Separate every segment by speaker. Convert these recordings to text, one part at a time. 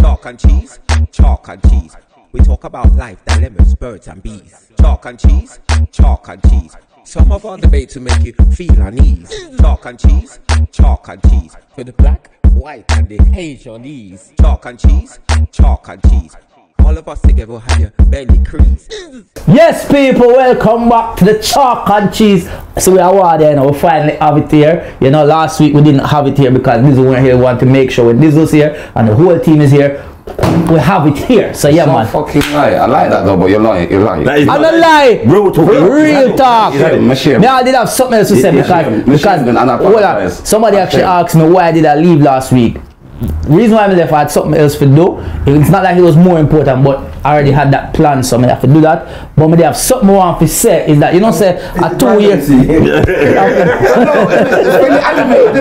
Speaker 1: Chalk and cheese, chalk and cheese. We talk about life, dilemmas, birds and bees. Chalk and cheese, chalk and cheese. Some of our debates will make you feel unease. Chalk and cheese, chalk and cheese. For the black, white and the Haitianese. Chalk and cheese, chalk and cheese. All of us together will have your belly crease.
Speaker 2: Yes, people, welcome back to the chalk and cheese. So we are all there now. We finally have it here. You know, last week we didn't have it here because Dizzle weren't here. We want to make sure when Dizzle's here and the whole team is here, we have it here. So yeah,
Speaker 3: So
Speaker 2: man.
Speaker 3: fucking lie. I like that though, but you're lying. You're lying.
Speaker 4: That is
Speaker 2: I'm
Speaker 4: not-
Speaker 2: not lying.
Speaker 4: Real talk.
Speaker 2: Real talk.
Speaker 3: Is that it? Machine.
Speaker 2: Me, I did have something else to say
Speaker 3: Yeah,
Speaker 2: because,
Speaker 3: machine
Speaker 2: because
Speaker 3: gun and I
Speaker 2: hold on,
Speaker 3: apologize.
Speaker 2: somebody
Speaker 3: I
Speaker 2: actually
Speaker 3: tell you.
Speaker 2: asked me why did I leave last week. Reason why I left, I had something else to do. It's not like it was more important, but I already had that plan, so I have to do that. But me, have something more to say is that you know say a two year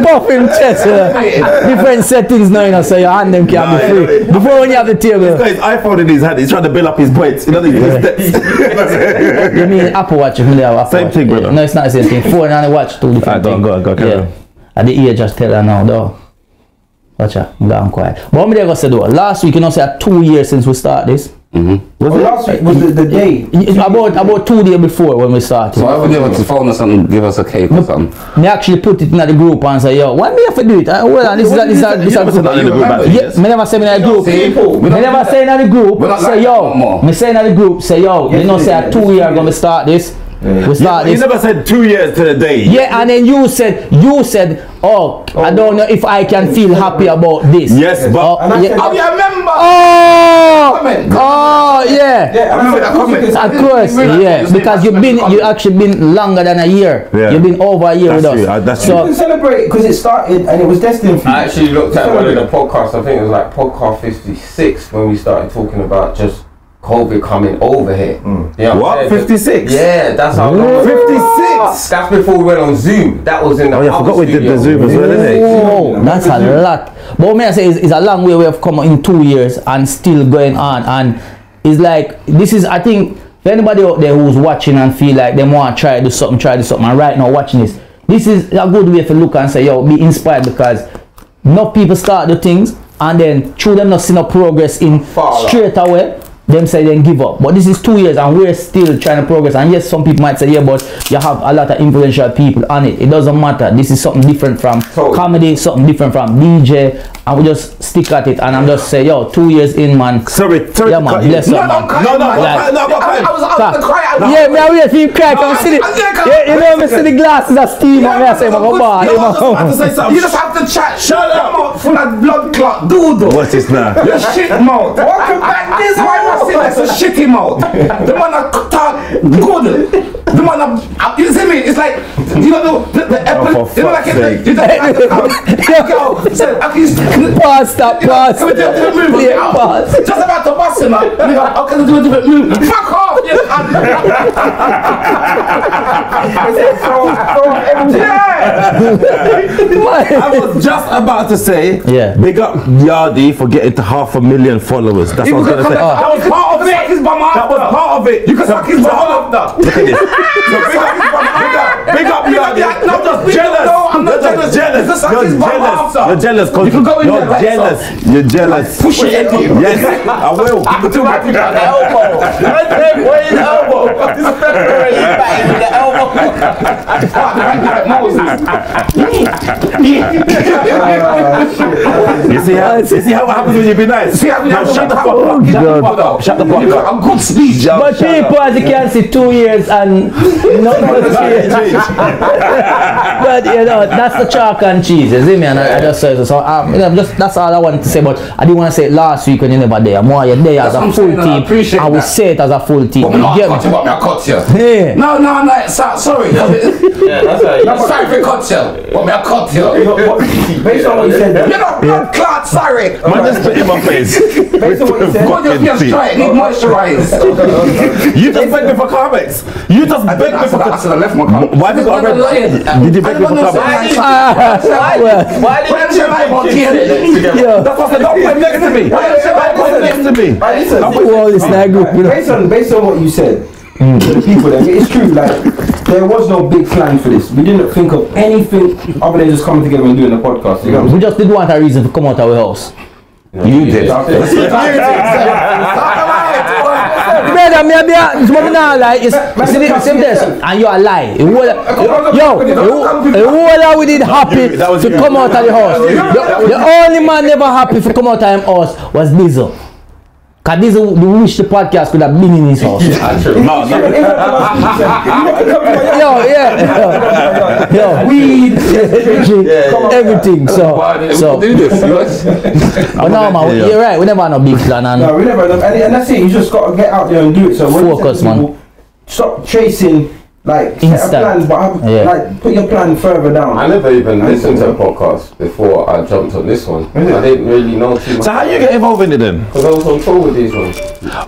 Speaker 2: puffing chest, yeah. different settings now, you know, so your hand them can
Speaker 4: Nah,
Speaker 2: be
Speaker 4: you know
Speaker 2: free.
Speaker 4: it.
Speaker 2: Before when you have the table,
Speaker 4: He's got his iPhone in his hand. He's trying to build up his points. You know, these steps.
Speaker 2: You mean Apple Watch? You really have Apple
Speaker 4: Same
Speaker 2: Watch.
Speaker 4: thing,
Speaker 2: Yeah.
Speaker 4: brother.
Speaker 2: No, it's not the same thing. Phone and a watch, two different
Speaker 4: Ah, go on,
Speaker 2: things.
Speaker 4: go on, go on, carry
Speaker 2: yeah.
Speaker 4: on.
Speaker 2: At the ear, just tell her now, though. Watch her, go on quiet. But what me they gonna say though? Last week, you know, say a two years since we start this.
Speaker 4: Mm-hmm.
Speaker 5: Well, last week was the, the day.
Speaker 2: It's about about two days before when we started.
Speaker 3: Why would you want to phone us and give us a cake or something?
Speaker 2: Me actually put it in the group and say, yo, why me have to do it? Uh, well, and this is
Speaker 4: What
Speaker 2: this is
Speaker 4: did you say?
Speaker 2: this
Speaker 4: You
Speaker 2: is
Speaker 4: wasn't in the group back then,
Speaker 2: yeah,
Speaker 4: yes?
Speaker 2: me never say in the group.
Speaker 3: see, we
Speaker 2: Me
Speaker 3: don't
Speaker 2: never
Speaker 3: do
Speaker 2: say in the group.
Speaker 3: We don't
Speaker 2: Say
Speaker 3: like
Speaker 2: yo,
Speaker 3: that no more.
Speaker 2: me say in the group. Say yo, you
Speaker 5: Yes,
Speaker 2: know,
Speaker 5: we
Speaker 2: say a
Speaker 5: did.
Speaker 2: two year gonna start this. We start
Speaker 4: You
Speaker 2: this.
Speaker 4: never said two years to the day.
Speaker 2: Yeah, and then you said you said, oh, I don't know if I can feel happy about this.
Speaker 4: Yes,
Speaker 2: Oh,
Speaker 4: but
Speaker 5: And I
Speaker 2: yeah.
Speaker 5: said,
Speaker 3: Oh, you remember?
Speaker 2: Oh,
Speaker 3: Comment.
Speaker 2: oh, yeah.
Speaker 5: yeah, I remember that comment.
Speaker 2: Of course, yeah, because you've been you actually been longer than a year.
Speaker 4: Yeah.
Speaker 2: You've been over a year
Speaker 4: That's
Speaker 2: with
Speaker 4: true,
Speaker 2: us.
Speaker 4: uh, that's
Speaker 2: so
Speaker 5: You can celebrate because it started and it was destined for you.
Speaker 6: I actually looked at one of the
Speaker 5: Celebrate.
Speaker 6: podcasts. I think it was like podcast fifty six when we started talking about just COVID coming over here. You know
Speaker 4: Hmm. What?
Speaker 6: I'm saying?
Speaker 4: 56?
Speaker 6: Yeah, that's how. Long
Speaker 4: 56?
Speaker 6: That's before we went on Zoom. That was in the.
Speaker 4: Oh, yeah, I
Speaker 6: other
Speaker 4: forgot we did
Speaker 6: studio.
Speaker 4: the Zoom as well, didn't it?
Speaker 2: Whoa, that's a lot. But what may I say is, it's a long way we have come in two years and still going on. And it's like this is I think for anybody out there who's watching and feel like they want to try to do something, try to do something. And right now watching this, this is a good way to look and say, yo, be inspired because enough people start the things and then through them not see no progress in
Speaker 6: Fall off.
Speaker 2: straight away. Them say then give up, but this is two years and we're still trying to progress. And yes, some people might say, yeah, but you have a lot of influential people on it. It doesn't matter. This is something different from
Speaker 6: Totally.
Speaker 2: comedy, something different from DJ, and we just stick at it. And I'm just say, yo, two years in, man.
Speaker 4: Sorry, sorry.
Speaker 2: Yeah,
Speaker 4: to
Speaker 2: man,
Speaker 4: cut you.
Speaker 2: bless
Speaker 4: No,
Speaker 2: up,
Speaker 4: no,
Speaker 2: man.
Speaker 4: no, no, no,
Speaker 2: Like-
Speaker 4: no, no,
Speaker 3: I,
Speaker 4: no,
Speaker 3: I was out
Speaker 2: Stop.
Speaker 3: to cry. I
Speaker 2: yeah, me I wait for him cry.
Speaker 3: I- I
Speaker 2: Come see
Speaker 3: think
Speaker 2: the,
Speaker 3: I-
Speaker 2: yeah, you know, me see the glasses of steam. and me I say, my bar,
Speaker 4: No, I just have to say something.
Speaker 3: You just have to chat. Shut up. Mouth full of blood clot doodle.
Speaker 4: What's this now?
Speaker 3: Your shit mouth. Welcome back. This why I say that's a shitty mouth. The man a talk good. The man a you see me? It's like you know the the, the apple.
Speaker 4: for
Speaker 3: you know like it's
Speaker 4: fuck's
Speaker 3: the- you just yo. So I can.
Speaker 2: Pause, stop, pause.
Speaker 3: Can we do a different move?
Speaker 2: Yeah,
Speaker 3: Ow.
Speaker 2: pause.
Speaker 3: Just about to bust him up. And he's like, oh, can we do a different move? Fuck off! You know? yeah.
Speaker 2: Why?
Speaker 4: I was just about to say,
Speaker 2: Yeah.
Speaker 4: big up Yardi for getting to half a million followers. That's what I was going to say.
Speaker 3: That was part of it. Suck his bum
Speaker 4: That was
Speaker 3: after.
Speaker 4: part of it.
Speaker 3: You can suck his bum after.
Speaker 4: Look at this. So big up, big up, big up,
Speaker 3: Big up,
Speaker 4: Yardi.
Speaker 3: yeah. No,
Speaker 4: You're
Speaker 3: just big up.
Speaker 4: jealous.
Speaker 3: No, I'm not
Speaker 4: You're just
Speaker 3: jealous.
Speaker 4: jealous.
Speaker 3: It's just suck
Speaker 4: You're
Speaker 3: his bum
Speaker 4: jealous.
Speaker 3: after.
Speaker 4: You're jealous. 'cause
Speaker 3: You can go in
Speaker 4: you're
Speaker 3: there like
Speaker 4: jealous. You're jealous.
Speaker 3: Push it into you.
Speaker 4: Yes, I will.
Speaker 3: I could do that with that elbow. Right there, where his elbow. This is February. Right with the elbow.
Speaker 4: You see how, you see how what happens when you be nice?
Speaker 3: See, I mean,
Speaker 4: now
Speaker 3: I'm
Speaker 4: shut the fuck
Speaker 3: gonna-
Speaker 4: up. Shut the fuck up. Shut the fuck up.
Speaker 3: I'm good speech.
Speaker 4: Yo,
Speaker 2: But
Speaker 4: shut up.
Speaker 2: people, as you can see, two years and not much change. But you know, that's the chalk and cheese, you see me? And I, I just said so. Um, you know, just that's all I wanted to say. But I didn't want to say it last week when you never there. More you're there as
Speaker 3: That's what I'm
Speaker 2: a full
Speaker 3: saying, and I
Speaker 2: team.
Speaker 3: appreciate
Speaker 2: will
Speaker 3: that.
Speaker 2: say it as a full team.
Speaker 3: I'm not
Speaker 2: You get me?
Speaker 3: cut you, but I'm cut you.
Speaker 2: Yeah.
Speaker 3: No, no, no, it's not- sorry. I'm
Speaker 6: Yeah, that's how.
Speaker 3: sorry if I cut you, but I'm cut you.
Speaker 5: Based on what you said,
Speaker 3: You're not blood clot, sorry.
Speaker 4: Man, just spit in my face.
Speaker 5: based on what you said,
Speaker 3: God,
Speaker 4: Fucking
Speaker 3: you're
Speaker 4: tea.
Speaker 3: straight, need moisturize.
Speaker 4: You just begged me for comments. You just
Speaker 3: I
Speaker 4: begged me for
Speaker 3: forgot
Speaker 4: comments.
Speaker 3: to the left, my car.
Speaker 4: Why have you got a red? Did you beg me for comments?
Speaker 2: Ah, well,
Speaker 6: Why
Speaker 3: Why
Speaker 6: did
Speaker 3: don't you like
Speaker 6: you
Speaker 3: monkey?
Speaker 2: yeah.
Speaker 4: That's what I said. Don't put next to me. Don't put next to me.
Speaker 5: Right, listen,
Speaker 2: Who all this in that group, Hmm. you know?
Speaker 5: based on based on what you said, to the people, then, it's true. Like there was no big plan for this. We didn't think of anything other than just coming together and doing a podcast. You know what I'm
Speaker 2: We just did want a reason to come out of our house.
Speaker 6: No,
Speaker 7: You did.
Speaker 2: Brother, me a be a, so me nah lie. It's, it's the it's the best, and you a lie. It whole, yo, it whole- it whole how we did happy
Speaker 4: That was
Speaker 2: to
Speaker 4: you.
Speaker 2: come out of the house. The, the only man never happy to come out of him house was Diesel. Cause Diesel the wish the podcast could have been in his house.
Speaker 4: No, no.
Speaker 2: yo, yeah, yo, yo. weed, everything, everything. So, so,
Speaker 7: do this. Yes.
Speaker 2: but no, man,
Speaker 4: Yeah.
Speaker 2: you're right. We never had no big plan, and
Speaker 5: No, we never. And, and that's it. You just got to get out there and do it. So when you
Speaker 2: Focus,
Speaker 5: tell
Speaker 2: man.
Speaker 5: people, Stop chasing like set a
Speaker 2: Instant.
Speaker 5: plan, but have,
Speaker 2: Yeah.
Speaker 5: like put your plan further down.
Speaker 6: I never even listened to a podcast before I jumped on this one. I didn't really know too much.
Speaker 4: So how you get involved in it then?
Speaker 6: Because I was on tour with these ones.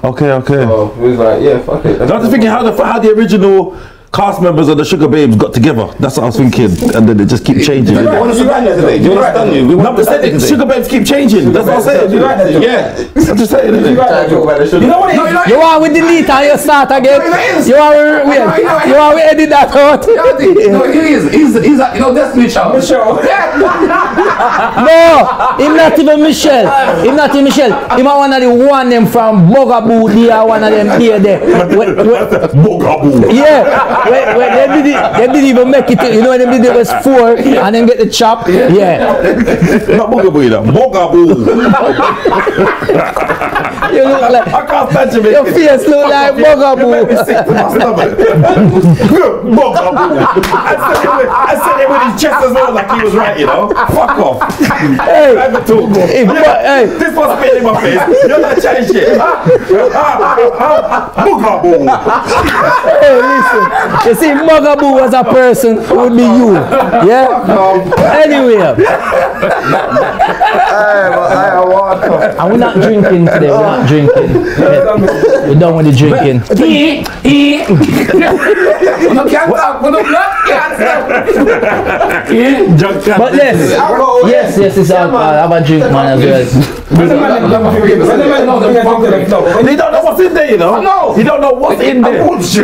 Speaker 4: Okay, okay.
Speaker 6: So it was like, yeah, fuck it.
Speaker 4: I was thinking how the how the original cast members of the Sugar Babes got together. That's what I was thinking, and then they just keep changing.
Speaker 7: You want us to stand there today? Do you want us to stand here? We
Speaker 4: No,
Speaker 7: want
Speaker 4: but
Speaker 7: to stand
Speaker 4: said
Speaker 7: here
Speaker 4: the
Speaker 7: today.
Speaker 4: Sugar Babes keep changing. That's what I'm saying.
Speaker 5: Did you write that joke?
Speaker 4: Yeah, I'm just saying.
Speaker 5: You
Speaker 4: innit?
Speaker 5: write that joke.
Speaker 6: You know what?
Speaker 2: You want we delete and you start again? You want we, we, you want we edit that out?
Speaker 3: No, it is. He's, he's, a- you know, Destiny Child.
Speaker 5: Michelle.
Speaker 2: No, him not even Michelle. Him not even Michelle. Him a one of the one them from Bugaboo there, one of them there there. We- we- Yeah, where, where they, did, they didn't even make it. to- You know when they did it was four and then get the chop. Yeah,
Speaker 4: Not Bogaboo, you know. Bogaboo.
Speaker 2: you look like
Speaker 4: I can't stand Jamaican.
Speaker 2: your face look like Bugaboo.
Speaker 4: sick to my stomach. Bogaboo. I said it with- I said it with his chest as well, like he was right, you know. Fuck off.
Speaker 2: Hey,
Speaker 4: I have a talk.
Speaker 2: if, hey,
Speaker 4: This was spit in my face. You're not chatting shit. Ah, ah, ah, ah. Bogaboo.
Speaker 2: Hey, listen. You see, Mugaboo was a person would be you. Yeah? Anyway. And we're not drinking today. We're not drinking. We're done with the drinking.
Speaker 3: No, can't talk. No, no, can't talk.
Speaker 4: Junk cat.
Speaker 2: But yes. Yes, yes, it's alcohol. Have a drink, man, as well.
Speaker 4: They don't know what's in there, you know.
Speaker 3: No.
Speaker 4: They don't know what's in there.
Speaker 3: That's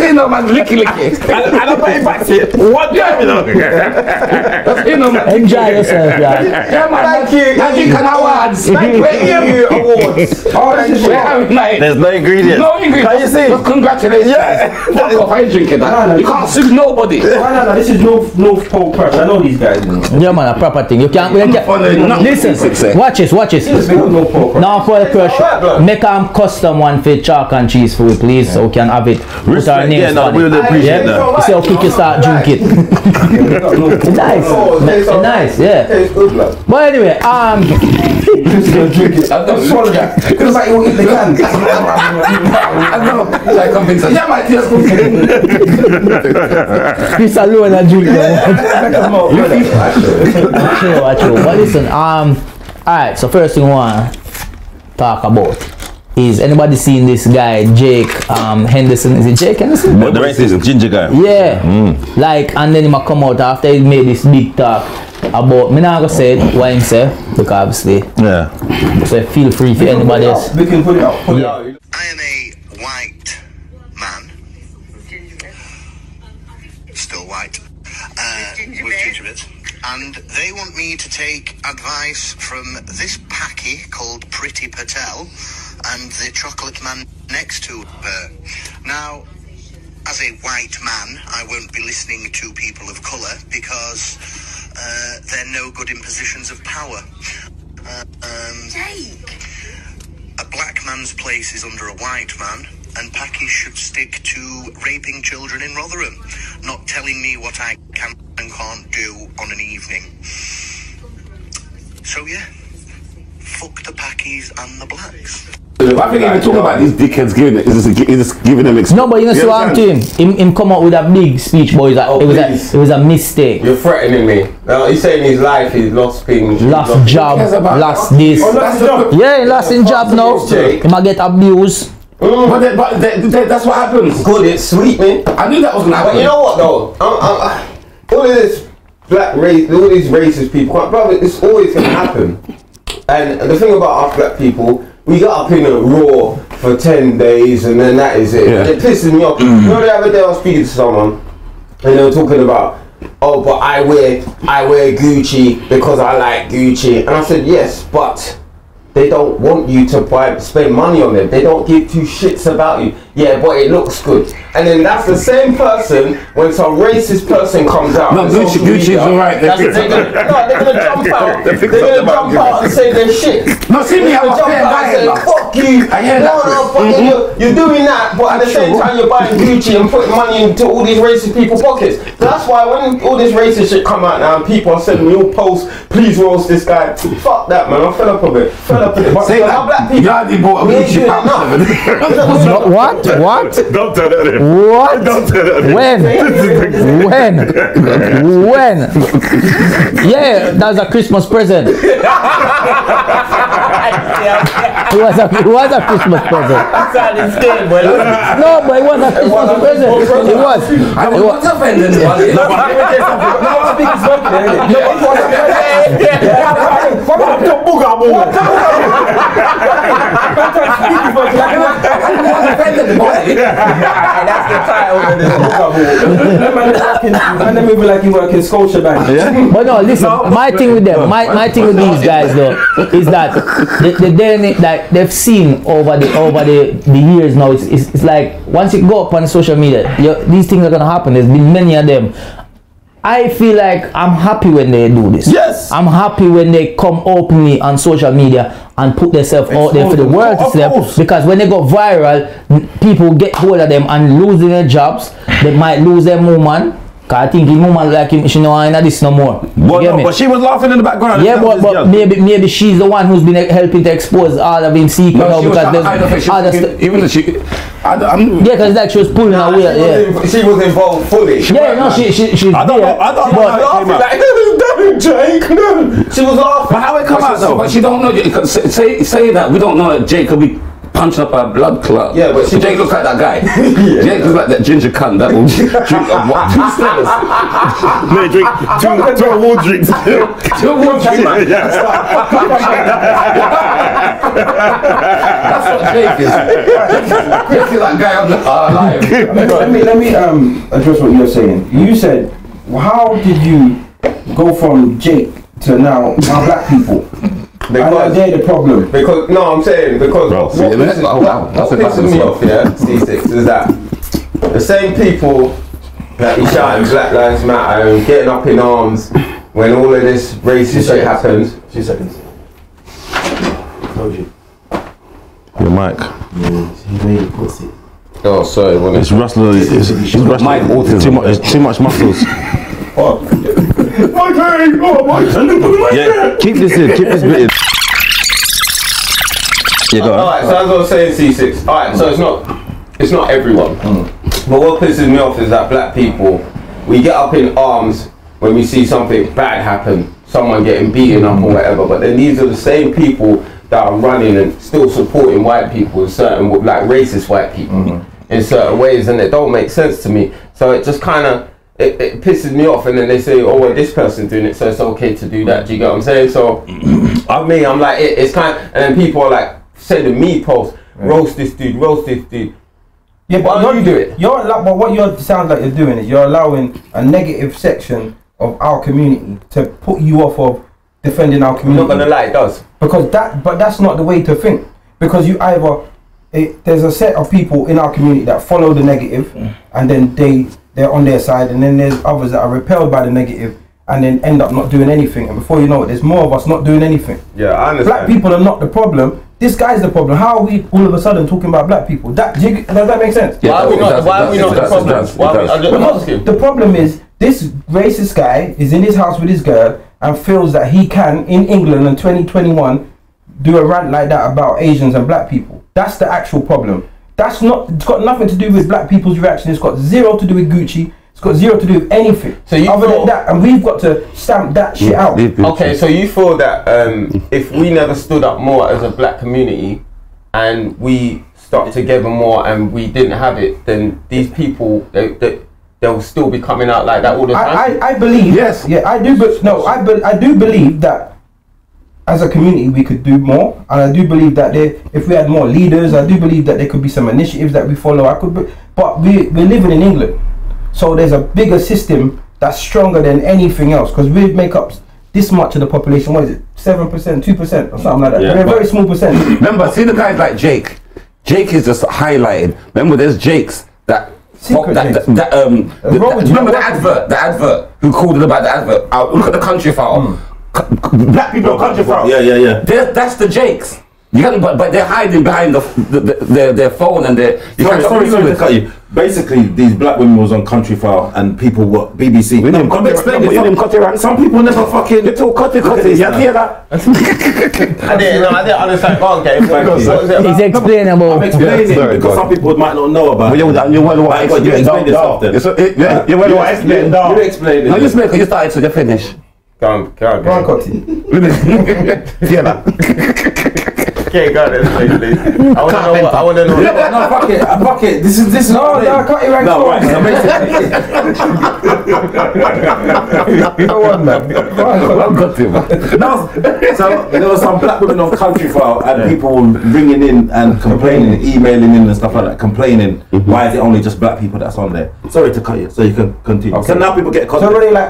Speaker 3: it, no, man. Licky, licky.
Speaker 4: And, and I'm not impacted. What time, you know?
Speaker 3: That's it, no, man.
Speaker 2: Enjoy yourself, guys.
Speaker 3: Yeah, man. Thank you. Thank you, Can Awards. Thank you.
Speaker 5: Awards. All that shit.
Speaker 3: We're having like,
Speaker 4: There's no ingredients.
Speaker 3: no English.
Speaker 4: Can you
Speaker 3: Just
Speaker 4: see?
Speaker 3: congratulations.
Speaker 4: Yeah.
Speaker 3: Fuck off. I ain't drinking
Speaker 5: No, no.
Speaker 3: that. You can't sue nobody.
Speaker 5: No, no, no, this is North, North Pole Press. I know these guys. man.
Speaker 2: Yeah, man, a proper thing. You can't. You can't listen, watch this, watch this.
Speaker 5: This is North Pole Press.
Speaker 2: Now for the pressure, make them custom one for chalk and cheese food, please, so we can have it. Put our
Speaker 4: Respect.
Speaker 2: names
Speaker 4: Yeah, no,
Speaker 2: on it.
Speaker 4: we would appreciate
Speaker 2: Yeah,
Speaker 4: that.
Speaker 2: you see how quick you start drinking. It's nice, it's nice, yeah.
Speaker 6: It's good, man.
Speaker 2: But anyway, um,
Speaker 5: Don't swallow that. Because like you eat the can.
Speaker 3: I know. Like, I'm being so- Yeah, man. Just go.
Speaker 2: Chris alone and drink. man.
Speaker 5: That's
Speaker 2: True, true. But listen, um, all right. So first thing I want to talk about is anybody seen this guy Jake um Henderson? Is it Jake Henderson?
Speaker 4: But the rest is ginger guy. Mm.
Speaker 2: Yeah. Like, and then he might come out after he made this big talk about. Me not gonna say it, what him say because obviously,
Speaker 4: Yeah.
Speaker 2: so feel free for anybody else.
Speaker 5: We can put it up. Put it up.
Speaker 8: I am a white man. Still white. Uh, with gingerbread. And they want me to take advice from this packy called Pretty Patel and the chocolate man next to her. Now, as a white man, I won't be listening to people of colour because uh, they're no good in positions of power. Uh, um, a black man's place is under a white man, and Paki should stick to raping children in Rotherham, not telling me what I can and can't do on an evening. So yeah, fuck the Pakis and the blacks.
Speaker 7: I think even talking about these dickheads giving it. Is this, is this giving them
Speaker 2: No, but you know, so I'm to him. him. Him come out with a big speech, but it's a-
Speaker 6: Oh,
Speaker 2: it was a,
Speaker 6: please.
Speaker 2: it was a mistake.
Speaker 6: You're threatening me. Now he's saying his life, he's lost things. he's
Speaker 2: Last
Speaker 6: lost-
Speaker 2: job,
Speaker 3: cares about- Oh,
Speaker 2: last this.
Speaker 3: That's the-
Speaker 2: yeah, he lost his job now.
Speaker 6: Jake.
Speaker 2: He might get abused.
Speaker 3: But they- but they- they- that's what happens.
Speaker 6: Good, it's sweet, man.
Speaker 3: I knew that was gonna
Speaker 6: But you
Speaker 3: happen.
Speaker 6: know what though? I'm, I'm, I, all of this black race, all these racist people, like, brother, it's always gonna happen. And the thing about us black people, we got up in a roar for ten days, and then that is it.
Speaker 4: Yeah.
Speaker 6: And it pisses me off. You know, the other day I was speaking to someone, and they were talking about, oh, but I wear I wear Gucci because I like Gucci, and I said yes, but they don't want you to buy spend money on them. They don't give two shits about you. Yeah, but it looks good. And then that's the same person when some racist person comes out.
Speaker 7: No,
Speaker 6: on
Speaker 7: Gucci-
Speaker 6: social
Speaker 7: Gucci's
Speaker 6: media,
Speaker 7: alright, they're
Speaker 6: They're
Speaker 7: fixed
Speaker 6: gonna, no, they're gonna jump out. They're
Speaker 7: They're fixed
Speaker 6: gonna
Speaker 7: up about
Speaker 6: jump out and say their shit.
Speaker 4: No, see me,
Speaker 6: They're
Speaker 4: I'm
Speaker 6: gonna
Speaker 4: a
Speaker 6: jump
Speaker 4: fan,
Speaker 6: out
Speaker 4: I
Speaker 6: and say,
Speaker 4: am. a-
Speaker 6: fuck you.
Speaker 4: I hear that,
Speaker 6: No, no, fuck you. You're- You're doing that, but at the same time you're buying Gucci and putting money into all these racist people's pockets. That's why when all this racist shit come out now and people are sending me all posts, please roast this guy. Fuck that, man. I'm fed up of it. Fed up of it. But
Speaker 7: Say
Speaker 6: for
Speaker 7: that.
Speaker 6: our black people,
Speaker 7: Yadi bought a
Speaker 6: we ain't
Speaker 7: Gucci
Speaker 6: doing
Speaker 7: pouch
Speaker 6: enough.
Speaker 7: over
Speaker 2: No, what? What?
Speaker 4: Don't tell that. in.
Speaker 2: What?
Speaker 4: Don't tell that. in.
Speaker 2: When? when? when? Yeah, that's a Christmas present. it, was a, it was a Christmas present. No, but it was a Christmas present. It was. It was.
Speaker 4: What the booga
Speaker 5: And then maybe like you work in Scotia Bank.
Speaker 2: But no, listen. my thing with them, my, my thing with these guys though, is that the, the DNA, like they've seen over the over the, the years now. It's, it's, it's like once you go up on social media, you, these things are gonna happen. There's been many of them. I feel like I'm happy when they do this.
Speaker 4: Yes.
Speaker 2: I'm happy when they come openly on social media and put themselves out there for the
Speaker 4: Expose
Speaker 2: world
Speaker 4: them.
Speaker 2: to see them.
Speaker 4: Of course.
Speaker 2: Because when they go viral, n- people get hold of them and losing their jobs. They might lose their woman. Cause I think his woman like him, she know I ain't this no more. You
Speaker 4: Well,
Speaker 2: get
Speaker 4: no,
Speaker 2: me?
Speaker 4: but she was laughing in the background.
Speaker 2: yeah,
Speaker 4: That was
Speaker 2: but, but
Speaker 4: young.
Speaker 2: maybe maybe she's the one who's been eh, helping to expose all of him secret now
Speaker 7: she was
Speaker 2: because
Speaker 7: trying to hide the fact
Speaker 2: there's
Speaker 7: she
Speaker 2: other
Speaker 7: was
Speaker 2: stu-
Speaker 7: fucking- Even if she, I, don't- I'm.
Speaker 2: yeah, because like she was pulling away.
Speaker 6: She was
Speaker 2: Yeah,
Speaker 6: in- She was involved fully.
Speaker 2: yeah, no, she she she's
Speaker 4: I don't
Speaker 2: there,
Speaker 4: know. I don't know
Speaker 2: but-
Speaker 4: how
Speaker 6: laughing
Speaker 4: it came out.
Speaker 6: like, "Don't, Jake, no." She was laughing.
Speaker 7: But how it come out though? But she don't know. because Say, say, say that we don't know that Jake could be punching up a blood clot.
Speaker 6: Yeah, but she-
Speaker 7: Jake looks like that guy. Jake looks like that ginger cunt that will drink a what? Two sellers.
Speaker 4: They drink two, two whole drinks.
Speaker 7: Two whole drinks, man.
Speaker 4: yeah.
Speaker 7: That's what Jake is. Jake is that guy on the uh, live.
Speaker 5: But let me let me um address what you're saying. You said how did you go from Jake to now now black people? And are
Speaker 6: Because-
Speaker 5: they the problem?
Speaker 6: Because no, I'm saying because
Speaker 4: Bro,
Speaker 6: what,
Speaker 4: see,
Speaker 6: pisses,
Speaker 7: innit? Oh, wow.
Speaker 6: what,
Speaker 7: That's
Speaker 6: what
Speaker 7: a
Speaker 6: pisses
Speaker 7: difference,
Speaker 6: me
Speaker 7: bro.
Speaker 6: off, yeah, C6 is that the same people that be shouting Black Lives Matter and getting up in arms when all of this racist shit happens.
Speaker 5: Two seconds.
Speaker 4: Your mic.
Speaker 6: Oh, sorry, one
Speaker 4: It's rustling. It's, it's rustling.
Speaker 7: Mic autism.
Speaker 4: Too much. It's too much muscles.
Speaker 6: Oh.
Speaker 4: yeah. Keep this in. Keep this bit in. Yeah, go on.
Speaker 6: Alright, so as I was saying, C6. Alright, so it's not, it's not everyone.
Speaker 4: Hmm.
Speaker 6: But what pisses me off is that black people, we get up in arms when we see something bad happen, someone getting beaten up or whatever. But then these are the same people that are running and still supporting white people in certain, like racist white people,
Speaker 4: Hmm.
Speaker 6: in certain ways, and it don't make sense to me. So it just kind of. It, it pisses me off, and then they say, "Oh, well, this person's doing it, so it's okay to do that." Do you get what I'm saying? So,
Speaker 4: Hmm.
Speaker 6: I mean, I'm like, it, it's kind, and then people are like sending me posts, roast this dude, roast this dude.
Speaker 5: Yeah,
Speaker 6: Why
Speaker 5: but
Speaker 6: don't
Speaker 5: you're,
Speaker 6: you do it?
Speaker 5: You're allo- but what you sounds like you're doing is you're allowing a negative section of our community to put you off of defending our
Speaker 6: I'm
Speaker 5: community.
Speaker 6: not gonna lie, it does.
Speaker 5: because that but that's not the way to think because you either it, there's a set of people in our community that follow the negative and then they they're on their side and then there's others that are repelled by the negative and then end up not doing anything and before you know it there's more of us not doing anything
Speaker 6: Yeah, I
Speaker 5: black
Speaker 6: understand.
Speaker 5: people are not the problem this guy's the problem how are we all of a sudden talking about black people that do you- does that make sense
Speaker 7: Yeah,
Speaker 6: why are we
Speaker 7: it
Speaker 6: not?
Speaker 7: does, it
Speaker 6: why are
Speaker 7: does,
Speaker 6: we
Speaker 7: it
Speaker 6: not the
Speaker 7: does, it
Speaker 6: problem?
Speaker 7: does, it
Speaker 6: Why are we?
Speaker 7: does.
Speaker 6: I just- I'm
Speaker 5: Because
Speaker 6: asking.
Speaker 5: the problem is this racist guy is in his house with his girl and feels that he can in England in 2021 do a rant like that about Asians and black people. That's the actual problem. That's not. It's got nothing to do with black people's reaction. It's got zero to do with Gucci. It's got zero to do with anything.
Speaker 6: So you
Speaker 5: other
Speaker 6: feel-
Speaker 5: than that, and we've got to stamp that shit out.
Speaker 6: Okay, so you feel that um, if we never stood up more as a black community, and we stuck together more, and we didn't have it, then these people they they they'll still be coming out like that all the time.
Speaker 5: I, I, I believe.
Speaker 7: Yes.
Speaker 5: Yeah, I do. But no, I be, I do believe that as a community we could do more, and I do believe that there, if we had more leaders, I do believe that there could be some initiatives that we follow. I could, be, but we we're living in England, so there's a bigger system that's stronger than anything else because we make up this much of the population. What is it? Seven percent, two percent, or something like that.
Speaker 7: Yeah,
Speaker 5: We're a very
Speaker 7: but-
Speaker 5: small percent.
Speaker 7: Remember, see the guys like Jake. Jake is just highlighted. Remember, there's Jakes that.
Speaker 5: Secret
Speaker 7: that,
Speaker 5: Jakes.
Speaker 7: that, that, um,
Speaker 5: Uh,
Speaker 7: the-
Speaker 5: Robert,
Speaker 7: that-
Speaker 5: you
Speaker 7: remember
Speaker 5: know
Speaker 7: the
Speaker 5: what-
Speaker 7: advert, the advert. Who called it about the advert? Uh, look at the country
Speaker 6: Hmm.
Speaker 7: file. C- c- Black people are country file.
Speaker 4: Yeah, yeah, yeah.
Speaker 7: They're, that's the Jakes. You can, but, but they're hiding behind the, the, the, their, their phone and their. You can't
Speaker 4: Sorry, sorry,
Speaker 7: use
Speaker 4: sorry to
Speaker 7: it.
Speaker 4: cut you. Basically, these black women was on Country File and people were BBC.
Speaker 7: We didn't
Speaker 4: No,
Speaker 7: cut it-
Speaker 4: explain
Speaker 7: no,
Speaker 4: it.
Speaker 7: we
Speaker 4: Some-
Speaker 7: didn't cut it right.
Speaker 4: Some people never fucking.
Speaker 7: Little cutty cutty, you hear that?
Speaker 6: I didn't, no, I didn't understand. Okay,
Speaker 4: Thank you.
Speaker 6: what was it
Speaker 2: He's
Speaker 6: about?
Speaker 2: explaining
Speaker 4: I'm
Speaker 2: about.
Speaker 4: explaining
Speaker 7: Yeah, sorry,
Speaker 4: because
Speaker 7: go
Speaker 4: some people might not know about
Speaker 7: But you,
Speaker 4: it.
Speaker 7: you wonder what
Speaker 4: Right, but you explain yourself then.
Speaker 7: It's, it, yeah, you wonder
Speaker 4: You
Speaker 7: what
Speaker 4: explain-
Speaker 7: explain now.
Speaker 4: you explain it
Speaker 7: No, you
Speaker 4: then.
Speaker 7: explain because you started to the finish.
Speaker 6: Go on, go on, go on.
Speaker 5: Brown cotton.
Speaker 7: yeah, that.
Speaker 6: Okay, go on, explain, please. I want to know what. I want to know what.
Speaker 3: No, fuck it, uh, fuck it. This is this is
Speaker 5: No, Oh, no, I can't erase
Speaker 4: No, right. so basically-
Speaker 5: Go on, man. Go on.
Speaker 7: Well got him.
Speaker 4: No, so there were some black women on Country File and people were ringing in and complaining, emailing in and stuff like that, complaining.
Speaker 5: Mm-hmm.
Speaker 4: Why is it only just black people that's on there? Sorry to cut you, so you can continue. So now people get caught.
Speaker 5: So really, like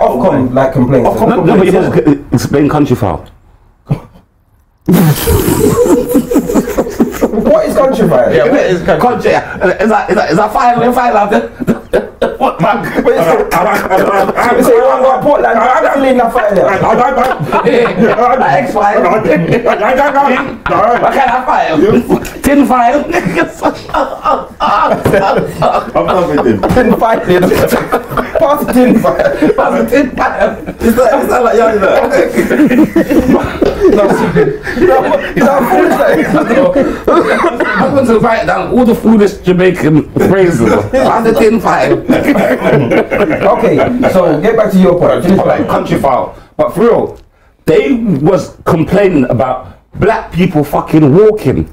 Speaker 5: Ofcom, like complaints.
Speaker 4: Ofcom
Speaker 7: No, no, but you must g- explain country foul.
Speaker 5: What is country fire?
Speaker 6: Yeah, what is country?
Speaker 7: Country, yeah. is that is that is that file? Is file out there? What man?
Speaker 5: But it's-
Speaker 4: I'm
Speaker 5: It's a one white Portland. I'm still in that fire there.
Speaker 7: X file. What kind of file? Tin file.
Speaker 4: done with him.
Speaker 5: Tin fire. Pass the tin fire.
Speaker 7: That's a tin file.
Speaker 4: Is that, is that like young there?
Speaker 5: Nah, fool is that?
Speaker 7: I'm going to write down all the foolish Jamaican phrases. That's a tin file.
Speaker 5: Okay, so get back to your point. Finish
Speaker 7: Or like
Speaker 5: that.
Speaker 7: country file. But for real, they was complaining about black people fucking walking.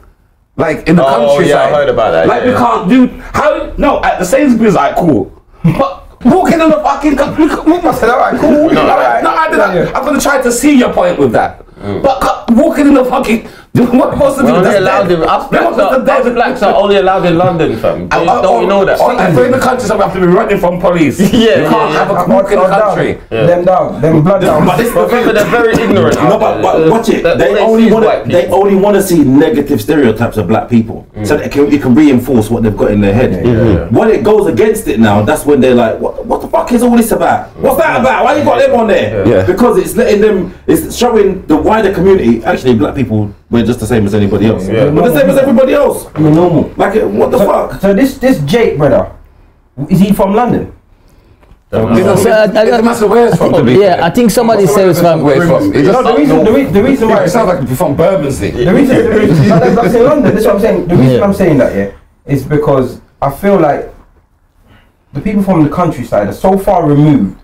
Speaker 7: Like in the
Speaker 6: Oh,
Speaker 7: countryside.
Speaker 6: yeah, I heard about that,
Speaker 7: Like
Speaker 6: yeah,
Speaker 7: we
Speaker 6: yeah.
Speaker 7: can't do how no, at the Sainsbury's I cool. But walking in the fucking country we must
Speaker 5: All right, cool.
Speaker 7: no,
Speaker 5: All right.
Speaker 7: no, I did not.
Speaker 5: Yeah, yeah.
Speaker 7: I'm gonna try to see your point with that.
Speaker 6: Mm.
Speaker 7: But cu- walking in the fucking what supposed to do?
Speaker 6: Well,
Speaker 7: That's
Speaker 6: they allowed
Speaker 7: dead.
Speaker 6: in, us
Speaker 7: They're
Speaker 6: blacks,
Speaker 7: supposed
Speaker 6: are,
Speaker 7: to dead.
Speaker 6: us blacks are only allowed in London, fam.
Speaker 4: Oh,
Speaker 6: Don't,
Speaker 7: Uh,
Speaker 6: don't
Speaker 7: or-
Speaker 6: you know that?
Speaker 7: Or, if we're in the countryside, we have to be running from police. you
Speaker 6: yeah,
Speaker 7: can't
Speaker 6: yeah.
Speaker 7: have a
Speaker 5: Or-
Speaker 7: walk in the
Speaker 5: or down.
Speaker 7: country.
Speaker 5: Them down. Them blood down.
Speaker 4: But this-
Speaker 6: But remember, they're very ignorant.
Speaker 4: No,
Speaker 6: out
Speaker 4: but,
Speaker 6: there.
Speaker 4: but watch it.
Speaker 6: That- all
Speaker 4: They
Speaker 6: see
Speaker 4: only
Speaker 6: is
Speaker 4: want
Speaker 6: white
Speaker 4: to. They
Speaker 6: people.
Speaker 4: only want to see negative stereotypes of black people, so that it can, it can reinforce what they've got in their head. When it goes against it now, that's when they're like, "What, what the fuck is all this about? What's that about? Why you got them on there?"
Speaker 7: Yeah.
Speaker 4: Because it's letting them. It's showing the wider community. Actually, black people we're just the same as anybody else. We're the same as everybody else.
Speaker 5: I mean, normal.
Speaker 4: Like, what the fuck?
Speaker 5: So this this Jake brother, is he from London?
Speaker 7: It doesn't
Speaker 2: So, I- I
Speaker 7: it doesn't
Speaker 2: got-
Speaker 7: matter where it's from. to be
Speaker 2: Yeah,
Speaker 7: fair.
Speaker 2: I think somebody says from.
Speaker 7: where it's from. It
Speaker 5: No,
Speaker 7: just
Speaker 5: the reason the, re- the reason why
Speaker 7: it sounds like it's from Bermondsey.
Speaker 5: The reason, the reason no, that's, that's in London. That's what I'm saying. The reason
Speaker 2: Yeah.
Speaker 5: I'm saying that yeah is because I feel like the people from the countryside are so far removed.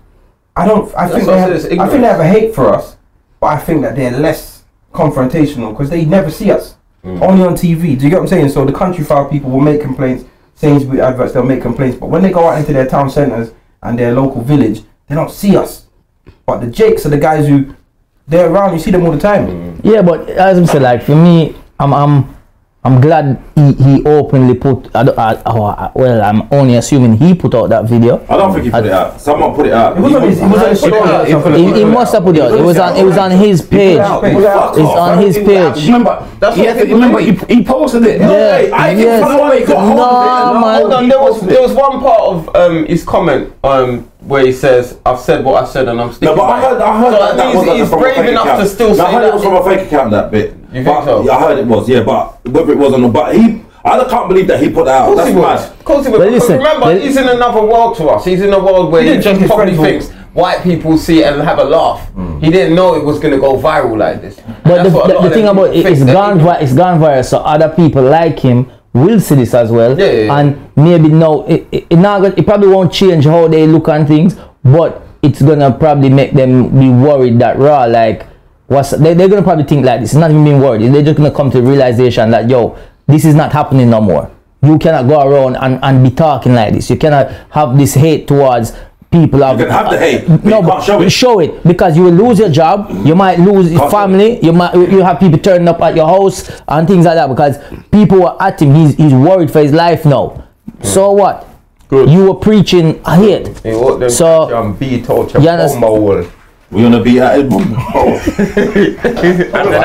Speaker 5: I don't. I think
Speaker 6: what
Speaker 5: they
Speaker 6: I
Speaker 5: have.
Speaker 6: said, it's
Speaker 5: I think they have a hate for us, but I think that they're less confrontational because they never see us
Speaker 6: Mm.
Speaker 5: only on TV. Do you get what I'm saying? So the countryside people will make complaints. Sainsbury adverts, they'll make complaints, but when they go out into their town centres and their local village, they don't see us. But the Jakes are the guys who they're around. You see them all the time.
Speaker 6: Mm.
Speaker 2: Yeah, but as I said, like for me, I'm I'm I'm glad he, he openly put. I, don't- I, oh, I, well, I'm only assuming he put out that video.
Speaker 4: I don't think he put it out. Someone put it out.
Speaker 5: It was on his, it was on his
Speaker 6: He put it out, he put
Speaker 5: story.
Speaker 2: He, he must have put it out. It was on it was on his page.
Speaker 5: out.
Speaker 2: It's on his page.
Speaker 7: Remember,
Speaker 6: That's
Speaker 7: he,
Speaker 6: what
Speaker 7: had-
Speaker 6: people
Speaker 7: remember he,
Speaker 6: do.
Speaker 7: he posted it.
Speaker 2: Yeah,
Speaker 4: way. I think
Speaker 2: yes.
Speaker 4: someone got hold of it.
Speaker 2: No, man.
Speaker 6: Hold on, there was there was one part of um, his comment um, where he says, "I've said what I said and I'm
Speaker 4: No,
Speaker 6: sticking."
Speaker 4: but I
Speaker 6: by it."
Speaker 4: heard, I heard
Speaker 6: so
Speaker 4: that, that
Speaker 6: that means
Speaker 4: was
Speaker 6: he's
Speaker 4: from a
Speaker 6: brave
Speaker 4: fake
Speaker 6: enough
Speaker 4: account.
Speaker 6: to still
Speaker 4: no,
Speaker 6: say
Speaker 4: I heard
Speaker 6: that.
Speaker 4: it was from a fake account that bit.
Speaker 6: You think
Speaker 4: But-
Speaker 6: so?
Speaker 4: Yeah, I heard it was. Yeah, but whether it was or not, but he, I can't believe that he put that out.
Speaker 6: Of course
Speaker 4: That's
Speaker 6: he was.
Speaker 4: mad.
Speaker 6: Of course he was.
Speaker 2: But
Speaker 6: Because
Speaker 2: listen,
Speaker 6: remember,
Speaker 2: but-
Speaker 6: he's in another world to us. He's in a world where
Speaker 5: He
Speaker 6: he,
Speaker 5: didn't drink his
Speaker 6: probably
Speaker 5: Red Bull.
Speaker 6: thinks white people see it and have a laugh. He didn't know it was going to go viral like this.
Speaker 2: But
Speaker 6: That's what
Speaker 2: the,
Speaker 6: a lot
Speaker 2: the,
Speaker 6: of
Speaker 2: the thing
Speaker 6: them
Speaker 2: about it,
Speaker 6: think
Speaker 2: it's
Speaker 6: that-
Speaker 2: gone vi- it's gone viral, so other people like him will see this as well.
Speaker 6: Yeah, yeah, yeah.
Speaker 2: And maybe no, it, it, it not gonna- it probably won't change how they look on things, but it's gonna probably make them be worried that raw like what's they, they're gonna probably think like this. It's not even being worried. They're just gonna come to the realization that yo, this is not happening no more. You cannot go around and, and be talking like this. You cannot have this hate towards people.
Speaker 4: You can have the hate, but you can't show it.
Speaker 2: show it because you will lose your job. You might lose your
Speaker 4: Can't show it.
Speaker 2: family you might you have people turning up at your house and things like that because people were at him. He's he's worried for his life now. So what?
Speaker 6: Good.
Speaker 2: You were preaching hate.
Speaker 6: He walked them
Speaker 2: So-
Speaker 6: so, and beat out your
Speaker 2: You understand-
Speaker 6: bomber wall.
Speaker 4: We're gonna be at it. Oh,
Speaker 2: I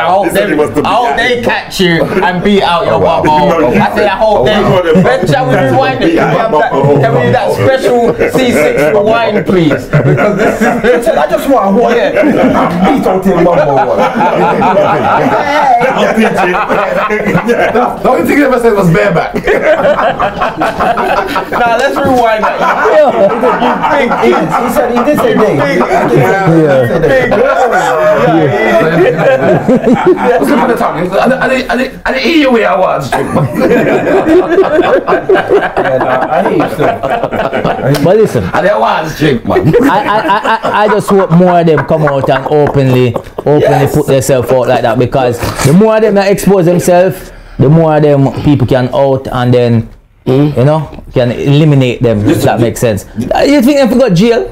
Speaker 2: hope they, I hope they catch you and beat out your
Speaker 4: wow.
Speaker 2: bubble. I say I hope they.
Speaker 4: wow.
Speaker 2: Then shall we rewind it? Can we have that, can we do that special C6 rewind, please? Because this is.
Speaker 5: I just want to hold it. I'm beat out in one more
Speaker 4: The only thing he ever said was bareback.
Speaker 2: Now let's rewind that.
Speaker 5: He he said he did say thing.
Speaker 2: Yeah.
Speaker 3: What's the matter, Tommy? I didn't- I didn't- I didn't- I didn't hear you where I was.
Speaker 5: I hear you still.
Speaker 2: But listen,
Speaker 3: I didn't was, Jake, man.
Speaker 2: I, I, I- I, I just hope more of them come out and openly openly put themselves out like that because the more of them that expose themselves, the more of them people can out and then you know can eliminate them if that makes sense. Uh, You think if we got jail?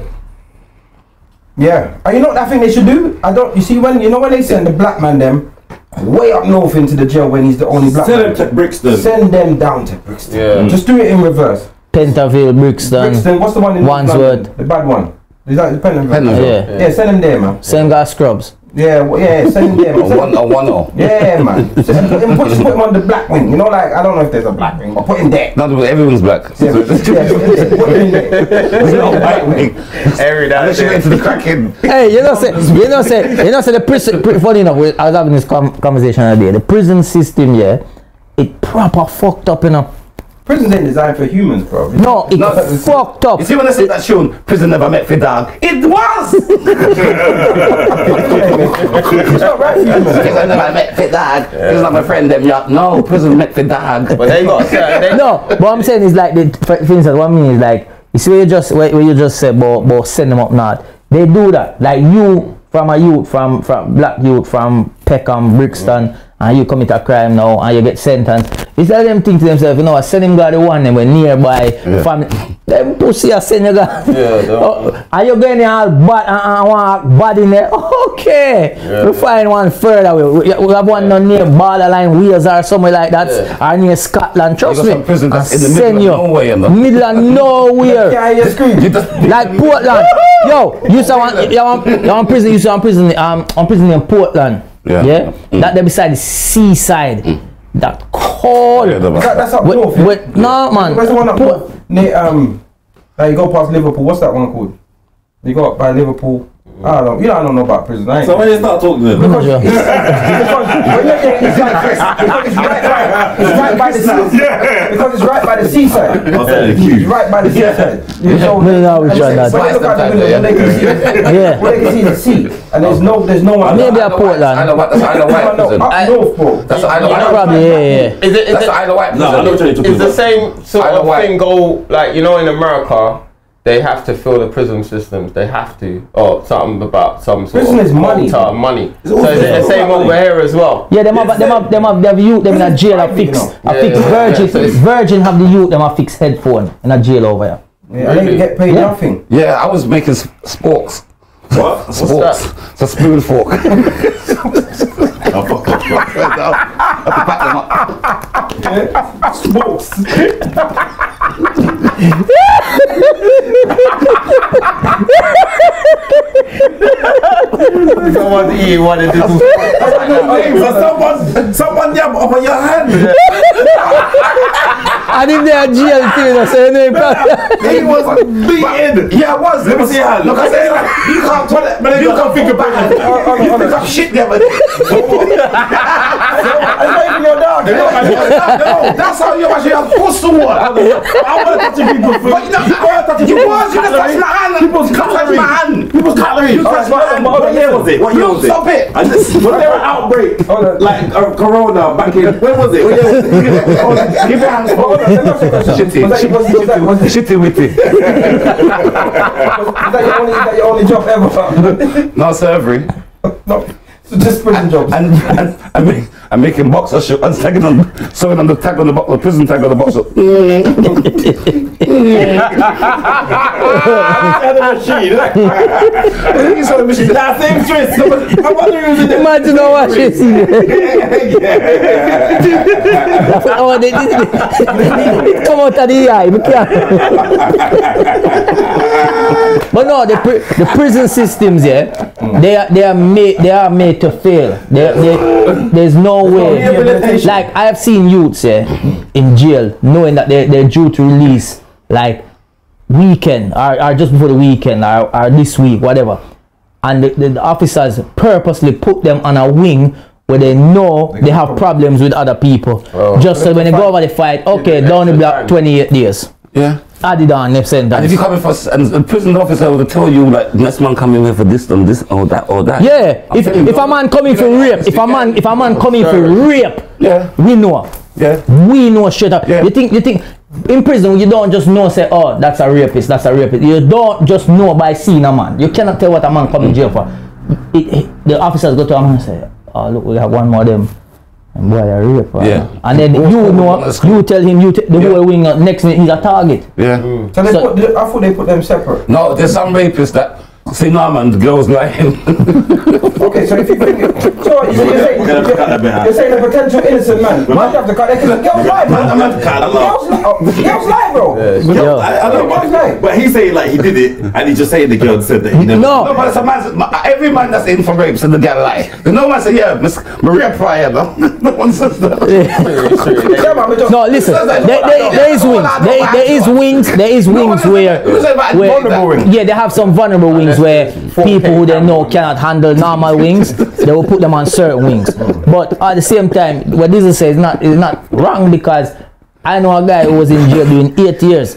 Speaker 5: Yeah. And you know what I think they should do? I don't. You see, when you know when they send the black man them way up north into the jail when he's the only black
Speaker 4: Send
Speaker 5: man.
Speaker 4: him to Brixton.
Speaker 5: Send them down to Brixton.
Speaker 6: Yeah.
Speaker 5: Just do it in reverse.
Speaker 2: Pentonville, Brixton,
Speaker 5: Brixton, what's the one in
Speaker 2: Wandsworth.
Speaker 5: London? The bad one. Is that the Pentonville?
Speaker 7: Pentonville.
Speaker 2: Yeah.
Speaker 5: Yeah, send them there, man.
Speaker 2: Same guy scrubs.
Speaker 5: Yeah, well, yeah, send them there. Man.
Speaker 7: A one,
Speaker 5: Send-
Speaker 7: a one, oh.
Speaker 5: Yeah, man. Just put, him, put, just put him on the black wing. You know, like I don't know if there's a black wing, but put him there.
Speaker 7: Not that everyone's black.
Speaker 5: Yeah,
Speaker 7: So-
Speaker 5: yeah, put him there.
Speaker 7: No, black wing.
Speaker 6: Every
Speaker 7: Unless you
Speaker 6: day.
Speaker 7: went to the cracking.
Speaker 2: Hey, you know say you know say you know say the prison. Pri- funny enough, we- I was having this com- conversation earlier. The prison system, yeah, it proper fucked up, you know.
Speaker 5: Prisons ain't designed for humans, bro.
Speaker 2: No, it fucked up.
Speaker 7: You see when I said that shown prison never met for dog? It was!
Speaker 5: it's not right for humans.
Speaker 7: prison never met for dog. It's not my friend them yeah. No, prison met for dog.
Speaker 6: But they got certain. They,
Speaker 2: no, but I'm saying is like the f- things that what I mean is like you see where you just where, where you just said but but send them up north. They do that. Like you from a youth from from black youth from Peckham, Brixton, and you commit a crime now and you get sentenced. It's like them think to themselves, you know, I send him guy the one and we're nearby family. Them pussy I send you guy.
Speaker 6: Yeah, don't-
Speaker 2: oh, are you going there all bad and uh, one bad in there? Okay. we find one further away. We, we have one down near borderline wheels or somewhere like that. Or near Scotland. Trust
Speaker 7: You got
Speaker 2: me.
Speaker 7: some prison that's
Speaker 2: I
Speaker 7: in the middle
Speaker 2: send
Speaker 7: of
Speaker 2: you.
Speaker 7: nowhere, you know.
Speaker 2: Middle of nowhere.
Speaker 5: Yeah, you scream.
Speaker 2: like Portland. Yo, you saw one you on, you on prison, you saw on prison um on prison in Portland.
Speaker 7: Yeah. Mm.
Speaker 2: That there beside the seaside. That cold.
Speaker 7: Yeah, the man.
Speaker 5: That, that's up
Speaker 2: Wait,
Speaker 5: north.
Speaker 2: wait, no man.
Speaker 5: Where's the one up
Speaker 2: Port-
Speaker 5: north? Near, um, like you go past Liverpool. What's that one called? You go up by Liverpool. I don't know. You know, I don't know about prison. I ain't
Speaker 4: So when you start talking to them,
Speaker 2: Where's your-
Speaker 5: because when you're there, it's like this. Because it's right by, it's right by the sea. Because it's right
Speaker 4: I'll
Speaker 5: by the seaside.
Speaker 4: send you
Speaker 5: It's
Speaker 4: the
Speaker 5: right by the seaside. You know,
Speaker 2: No, no, we
Speaker 5: and
Speaker 2: tried that.
Speaker 5: so- When they look out the window, they can see,
Speaker 2: Yeah.
Speaker 5: when they can see the sea, and there's no, there's no one.
Speaker 2: Maybe
Speaker 5: I
Speaker 2: a
Speaker 7: I
Speaker 2: Portland.
Speaker 7: know what that's I know
Speaker 5: don't
Speaker 7: why.
Speaker 5: know, up north, bro.
Speaker 7: That's I know
Speaker 2: Probably,
Speaker 7: why.
Speaker 2: yeah, yeah.
Speaker 6: is it, is
Speaker 7: That's
Speaker 6: it,
Speaker 7: I know why.
Speaker 4: No, I know what you're talking
Speaker 6: is the
Speaker 4: about.
Speaker 6: same sort
Speaker 7: I don't
Speaker 6: of
Speaker 7: like-
Speaker 6: thing go like you know in America they have to fill the prison systems. They have to, or something about some sort
Speaker 5: Prison
Speaker 6: of
Speaker 5: is money.
Speaker 6: quota, money. So
Speaker 4: all
Speaker 6: is it
Speaker 4: business
Speaker 6: the same
Speaker 4: about
Speaker 6: over
Speaker 4: money.
Speaker 6: here as well?
Speaker 2: Yeah, them have, them have, them have, them have youth, them in a
Speaker 5: Prison
Speaker 2: jail are
Speaker 5: private, you
Speaker 2: fixed,
Speaker 5: know.
Speaker 2: are
Speaker 6: Yeah,
Speaker 2: fixed
Speaker 6: yeah,
Speaker 2: virgin,
Speaker 6: yeah, so it's-
Speaker 2: virgin have the youth, them are fixed headphone in a jail over here.
Speaker 5: Yeah, they get paid
Speaker 2: Yeah.
Speaker 5: nothing.
Speaker 7: Yeah, I was making s- sporks.
Speaker 4: What? What's
Speaker 7: Sporks. It's a spoon fork.
Speaker 4: Oh, fuck off, fuck.
Speaker 6: Someone's eating one of these.
Speaker 4: someone, someone jab up on your hand.
Speaker 2: And if they are jail too, that's their name.
Speaker 4: He was beaten. Yeah, I was. Let me see your hand. Look, I said, you can't tell it, but you can't think about it. You think I'm shit there, but
Speaker 5: Your
Speaker 4: No, no, that's how you actually have pushed the wall. I want to touch your people first. But you don't, you want to touch You was, you just touched my hand. People's cutlery. my hand. People's cutlery. You touched my hand. What year was it? What year was it? Stop it. I just, was there an outbreak? Like uh, Corona back in, when was it? What year was it? Hold on, Give your hands. Hold on.
Speaker 7: Shitty.
Speaker 5: Was that- was- was that- was-
Speaker 7: Shitty witty.
Speaker 5: is that your only, is that your only job ever?
Speaker 7: No, it's every.
Speaker 5: No. Just prison jobs.
Speaker 7: and and, and, make, and making boxer shit and tagging on sewing on the tag on the box the prison tag on the boxer.
Speaker 4: He's on the machine. That same twist. I'm wondering who's in the
Speaker 2: Imagine how much it's Oh, they, they, they come out of the eye. we can't. but no, the, pri- the prison systems, yeah, they are they are made they are made to fail. They, they, there's no way.
Speaker 5: rehabilitation.
Speaker 2: Like I have seen youths yeah, in jail, knowing that they they're due to release like weekend or, or just before the weekend or, or this week, whatever. And the, the, the officers purposely put them on a wing where they know they, have problems with other people.
Speaker 7: Oh.
Speaker 2: Just so when they go over the fight, okay, down the block, 28 days.
Speaker 7: Yeah.
Speaker 2: Add it on, they've sent
Speaker 7: And if you come in for s- and the prison officer will tell you like next man coming here for this and this or that or that.
Speaker 2: Yeah, if,
Speaker 7: telling
Speaker 2: if
Speaker 7: you,
Speaker 2: a man coming for rape, if a man if a man coming for rape,
Speaker 7: Yeah.
Speaker 2: we know.
Speaker 7: Yeah.
Speaker 2: We know straight up.
Speaker 7: Yeah.
Speaker 2: You think you think in prison you don't just know say oh that's a rapist that's a rapist. You don't just know by seeing a man. You cannot tell what a man come in jail for. It, it- the officers go to a man and say oh look we have one more of them. And boy, a rape. uh,
Speaker 7: Yeah.
Speaker 2: And then you know you tell him you t- the whole wing uh, next minute he's a target.
Speaker 7: Yeah.
Speaker 5: So they
Speaker 2: So-
Speaker 5: put, I thought they put them separate.
Speaker 7: No, there's some rapists that say no man, the girl's lying.
Speaker 5: Okay, so if you think, so what you're saying,
Speaker 4: We're gonna cut that bit out.
Speaker 5: you're saying a potential innocent man might have to cut. Because girls lie,
Speaker 4: I'm
Speaker 5: man.
Speaker 4: not kind of
Speaker 5: Girls lie, oh, girls lie, bro.
Speaker 4: No,
Speaker 2: Yeah.
Speaker 4: I, I don't
Speaker 5: Why is
Speaker 4: know.
Speaker 5: that?
Speaker 4: But he's saying like he did it, and he's just saying the girl said that he never.
Speaker 2: No.
Speaker 7: No, but it's a man's, ma- every man that's in for rape said the guy lie. No one said, yeah, Miss Maria Pryor, no. no one says that.
Speaker 5: Yeah, man, we just-
Speaker 2: No, listen.
Speaker 7: That's like-
Speaker 2: There, there, there is
Speaker 7: Hold
Speaker 2: wings.
Speaker 7: on,
Speaker 2: There,
Speaker 7: hold
Speaker 2: there
Speaker 7: on.
Speaker 2: is wings. There is wings
Speaker 7: listen,
Speaker 2: where,
Speaker 7: listen, but
Speaker 2: where-
Speaker 7: vulnerable wings. Oh,
Speaker 2: yeah, they have some vulnerable wings where people who they know cannot handle normal wings, they will put them on certain wings. But at the same time, what this says is not is not wrong because I know a guy who was in jail doing eight years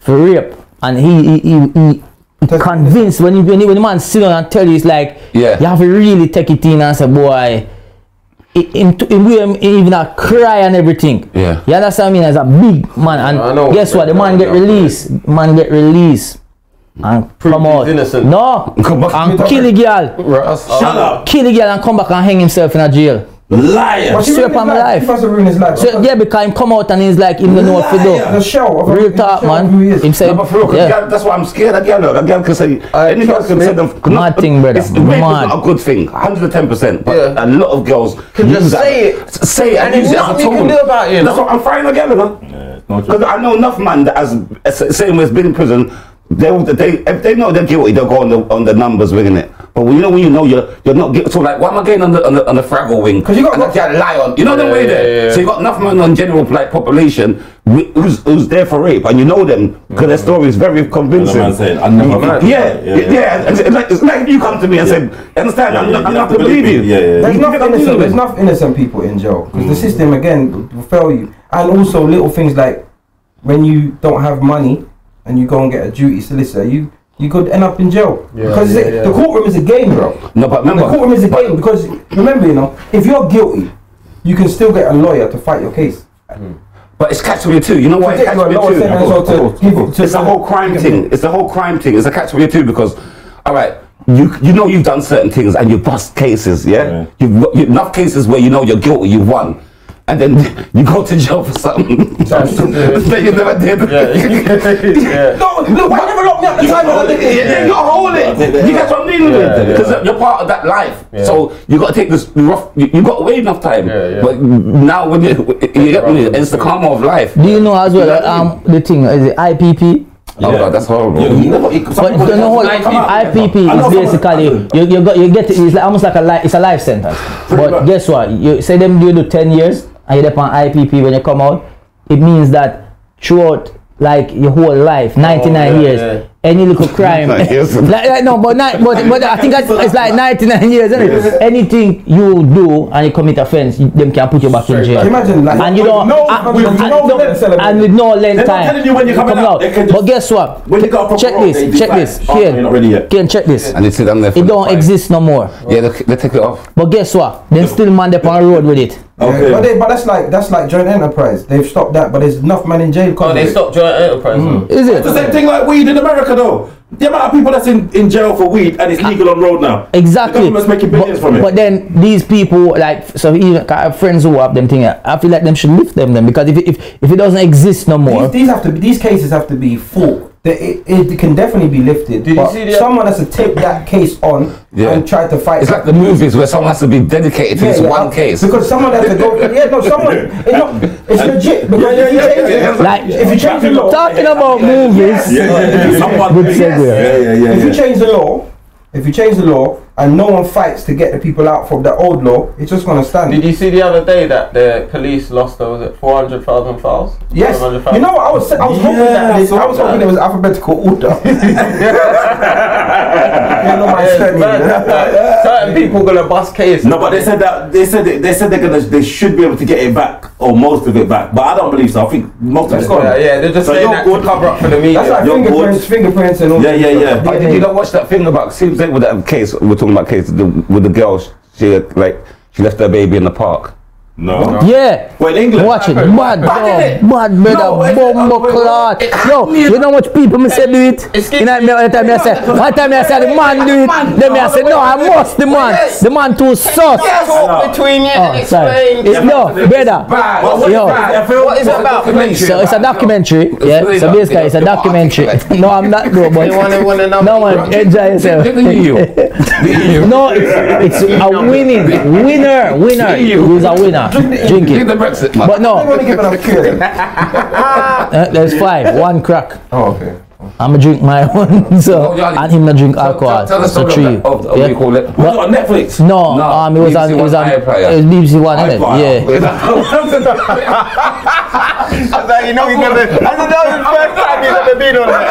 Speaker 2: for rape, and he he he. he he convinced when, he, when, he, when the man sit down and tell you it's like
Speaker 7: Yeah.
Speaker 2: you have to really take it in and say boy him, him, him, him even a cry and everything.
Speaker 7: Yeah.
Speaker 2: You understand me? As a big man,
Speaker 6: I
Speaker 2: and
Speaker 6: know.
Speaker 2: guess what? The man get
Speaker 6: Yeah.
Speaker 2: released. Man get released. And
Speaker 6: Prove
Speaker 2: come
Speaker 6: he's
Speaker 2: out.
Speaker 6: innocent.
Speaker 2: No.
Speaker 7: Come back.
Speaker 2: And kill the girl.
Speaker 4: Shut up,
Speaker 2: Kill the girl and come back and hang himself in a jail.
Speaker 4: liar.
Speaker 5: But she
Speaker 2: Strip
Speaker 5: ruined his
Speaker 2: on my life.
Speaker 5: She must have ruined his life.
Speaker 2: So yeah, because him come out and he's like, him don't know what to
Speaker 5: The
Speaker 2: do.
Speaker 5: shell of a-
Speaker 2: Real
Speaker 5: the
Speaker 2: talk,
Speaker 5: shell of
Speaker 2: man.
Speaker 5: Who he is.
Speaker 2: Him say,
Speaker 7: No, but for real, 'cause
Speaker 2: yeah.
Speaker 7: girl- that's why I'm scared again. Though. Again, can say
Speaker 6: I
Speaker 7: any
Speaker 6: Uh,
Speaker 7: girl
Speaker 6: trust
Speaker 7: can
Speaker 6: me.
Speaker 7: say them.
Speaker 2: Mad thing, brother.
Speaker 7: It's, rape is
Speaker 2: Mad.
Speaker 7: not a good thing, hundred and ten percent. But
Speaker 6: Yeah.
Speaker 7: a lot of girls
Speaker 6: Can just
Speaker 7: use that-
Speaker 6: say it.
Speaker 7: s- say it, and,
Speaker 6: And
Speaker 7: use it
Speaker 6: there's
Speaker 7: as a
Speaker 6: nothing you
Speaker 7: tool.
Speaker 6: can do about it, you
Speaker 7: That's
Speaker 6: know?
Speaker 7: what I'm firing again, because I know enough man that has uh, s- same has been in prison. They, would- they if they know they're guilty, they'll go on the on the numbers winging it. But when you know when you know you're you're not guilty, so like why am I getting on the on the, on the Fraggle wing?
Speaker 5: 'Cause you got-
Speaker 7: and that guy lie on. You know the way there. So you got enough man on general like population wh- who's who's there for rape, and you know them because their story is very convincing.
Speaker 4: man saying, "I never
Speaker 7: yeah,
Speaker 4: lied."
Speaker 7: yeah,
Speaker 4: Yeah,
Speaker 7: yeah,
Speaker 4: yeah.
Speaker 7: It's, it's like, it's like if you come to me and say, "Understand?
Speaker 4: Yeah,
Speaker 7: I'm not,
Speaker 4: yeah, you
Speaker 7: I'm
Speaker 4: have
Speaker 7: not
Speaker 4: to
Speaker 7: to believe
Speaker 4: believe
Speaker 7: you."
Speaker 4: me. Yeah, yeah.
Speaker 5: There's
Speaker 7: You
Speaker 5: enough,
Speaker 7: cannot do
Speaker 5: innocent,
Speaker 7: it. Mm.
Speaker 5: there's enough innocent people in jail because the system again will fail you. And also little things like when you don't have money and you go and get a duty solicitor, you you could end up in jail because it's- the courtroom is a game, bro.
Speaker 7: No, but
Speaker 5: The
Speaker 7: remember,
Speaker 5: courtroom is a
Speaker 7: but-
Speaker 5: game because remember, you know, if you're guilty, you can still get a lawyer to fight your case.
Speaker 7: But it's catch twenty two. You know what?
Speaker 5: To
Speaker 7: It's
Speaker 5: take you a
Speaker 7: catch
Speaker 5: lower
Speaker 7: twenty
Speaker 5: sentence or to give it
Speaker 7: two.
Speaker 5: to-
Speaker 7: It's a whole crime thing. It's a whole crime thing. It's a catch twenty two because, all right, you you know you've done certain things and you bust cases. Yeah,
Speaker 4: Yeah.
Speaker 7: you've got- you, enough cases where you know you're guilty. You won. And then you go to jail for something that you never did.
Speaker 5: No, look, why never locked me up the time that I did
Speaker 7: Yeah,
Speaker 5: it?
Speaker 7: you gotta hold it. You get what I'm dealing with because you're part of that life. So you gotta take this rough. You, you got way enough time, but now when you, you get me, it's the karma of life.
Speaker 2: Do you know as well that
Speaker 7: Yeah.
Speaker 2: um the thing is it IPP?
Speaker 7: Oh god, that's horrible.
Speaker 2: But you know what? IPP is basically you, you got you get it's like, almost like a life it's a life sentence. But guess what? You say them you do ten years and you on IPP when you come out. It means that throughout like your whole
Speaker 5: Oh,
Speaker 2: life, ninety nine years, any little crime,
Speaker 7: Like, yes.
Speaker 2: like, like, no, but not, but but I think that's, it's like ninety nine years. Isn't it? Anything you do and you commit offence, you, them can put you back in jail.
Speaker 5: Imagine, like,
Speaker 2: and you don't
Speaker 5: no-
Speaker 2: and,
Speaker 5: with
Speaker 2: and,
Speaker 5: no
Speaker 2: no-
Speaker 5: length celebrate.
Speaker 2: and with no length
Speaker 4: They're not
Speaker 2: time.
Speaker 4: telling you when you're coming out. They can
Speaker 2: But
Speaker 4: just-
Speaker 2: guess what?
Speaker 4: When you go off
Speaker 2: check
Speaker 4: parole, they
Speaker 2: this, check
Speaker 4: decide,
Speaker 2: this.
Speaker 4: "Oh,
Speaker 2: Here,
Speaker 4: you're not ready yet."
Speaker 2: Ken, check this.
Speaker 7: And they sit down there. For
Speaker 2: It don't exist no more.
Speaker 7: Yeah, they, they take it off.
Speaker 2: But guess what? Then still man up on the road with it.
Speaker 4: Okay.
Speaker 5: But, they, but that's like that's like joint enterprise. They've stopped that, but there's enough man in jail.
Speaker 9: Oh,
Speaker 5: because
Speaker 9: they
Speaker 5: of it.
Speaker 9: stopped joint enterprise.
Speaker 7: Mm-hmm.
Speaker 9: now.
Speaker 2: Is it?
Speaker 4: It's the same thing like weed in America, though. The amount of people that's in, in jail for weed and it's legal on road now.
Speaker 2: Exactly.
Speaker 4: The government's making billions
Speaker 2: but,
Speaker 4: from it.
Speaker 2: but then these people, like, so even I have friends who have them thing. uh, I feel like them should lift them then because if it, if, if it doesn't exist no more,
Speaker 5: These, these have to be, these cases have to be fought. They, it, it can definitely be lifted.
Speaker 6: you
Speaker 5: but
Speaker 6: see the-
Speaker 5: someone has to take that case on
Speaker 7: Yeah.
Speaker 5: and try to fight.
Speaker 7: It's like the movies where someone has to be dedicated to
Speaker 5: Yeah,
Speaker 7: this
Speaker 5: yeah,
Speaker 7: one
Speaker 5: I-
Speaker 7: case.
Speaker 5: Because someone has to go. Yeah, no, someone. It's, not, it's legit. Because if you change it-
Speaker 2: like,
Speaker 5: if you change the law,
Speaker 2: talking about movies,
Speaker 4: Someone-
Speaker 2: good segue.
Speaker 4: Yeah, yeah, yeah.
Speaker 5: if you
Speaker 4: yeah.
Speaker 5: change the law, if you change the law and no one fights to get the people out from the old law, it's just gonna stand.
Speaker 9: Did you see the other day that the police lost over 400,000 files?
Speaker 5: Yes,
Speaker 9: 400,000.
Speaker 5: you know what I was. I was hoping
Speaker 4: Yeah,
Speaker 5: that
Speaker 4: I
Speaker 5: this, I
Speaker 4: saw
Speaker 5: was hoping it was alphabetical order. yeah, no, my
Speaker 9: Yeah,
Speaker 5: surname,
Speaker 9: man,
Speaker 5: yeah.
Speaker 9: like, certain people gonna bust cases.
Speaker 4: No, but they said that they said they, they said they're gonna they should be able to get it back or most of it back. But I don't believe so. I think most of it's gone.
Speaker 9: yeah, yeah, they're just
Speaker 4: So
Speaker 9: saying
Speaker 4: you're
Speaker 9: that to
Speaker 4: good.
Speaker 9: cover up for the media.
Speaker 5: That's like
Speaker 4: Your
Speaker 5: fingerprints,
Speaker 4: vote.
Speaker 5: fingerprints, and all.
Speaker 4: Yeah, yeah, yeah.
Speaker 7: But did you not watch that thing about seems like with that case we're talking about case the, with the girl she had, like she left her baby in the park.
Speaker 4: No.
Speaker 2: Yeah.
Speaker 4: Well, in England.
Speaker 2: Watch it, mad,
Speaker 4: Bad, innit?
Speaker 2: mad,
Speaker 4: No,
Speaker 2: brother,
Speaker 4: it's-
Speaker 2: bumbo
Speaker 4: it's-
Speaker 2: clot.
Speaker 4: it's-
Speaker 2: Yo, you know much people me say do it.
Speaker 9: Excuse
Speaker 2: You know me, one time me I say, one time me I say the man do it. Then me I say no, I must the man. The man too sus.
Speaker 4: No.
Speaker 9: Talk between you
Speaker 2: Oh,
Speaker 9: and
Speaker 2: sorry.
Speaker 9: explain.
Speaker 2: It's no, brother.
Speaker 4: Bad. What- what-
Speaker 2: Yo.
Speaker 4: I feel-
Speaker 9: What is it about?
Speaker 2: So it's a documentary. Yeah.
Speaker 7: really
Speaker 2: So
Speaker 7: not-
Speaker 2: basically, it's a
Speaker 7: it's not
Speaker 2: documentary.
Speaker 7: articulate.
Speaker 2: No, I'm not no, but
Speaker 9: They want to win another
Speaker 2: no man, enjoy yourself.
Speaker 7: Look at you.
Speaker 2: No, it's, it's a winning winner, winner. He's a winner. Drink
Speaker 7: Look at the
Speaker 2: it.
Speaker 7: Brexit man.
Speaker 2: But
Speaker 5: I'm
Speaker 2: no,
Speaker 5: gonna give it a few.
Speaker 2: uh, there's five, one crack.
Speaker 5: Oh, okay.
Speaker 2: I'ma drink my own, so and him not drink alcohol.
Speaker 7: Oh, Tell, tell the
Speaker 2: so
Speaker 7: story
Speaker 2: three.
Speaker 7: of, that, of, of what
Speaker 2: yeah.
Speaker 7: you call it.
Speaker 4: Was it on Netflix?
Speaker 2: No,
Speaker 7: No,
Speaker 2: um, it was on,
Speaker 7: BBC
Speaker 2: it was on,
Speaker 7: One
Speaker 2: it
Speaker 7: iPlayer.
Speaker 2: was BBC One, innit?
Speaker 4: iPlayer.
Speaker 2: Yeah.
Speaker 9: you know you're gonna. I don't know the first
Speaker 7: ah,
Speaker 9: time you've ever been on that.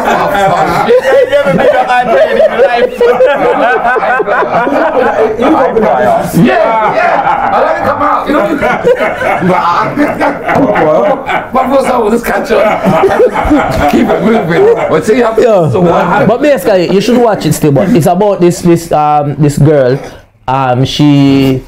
Speaker 9: you ever been on iPad in your life?
Speaker 7: Yeah, yeah. I let it come out. You know. Nah. But what's up with this catcher? Keep it moving. But see how.
Speaker 2: Yeah.
Speaker 7: So what happened?
Speaker 2: But basically, you should watch it still. But it's about this this um this girl. Um, she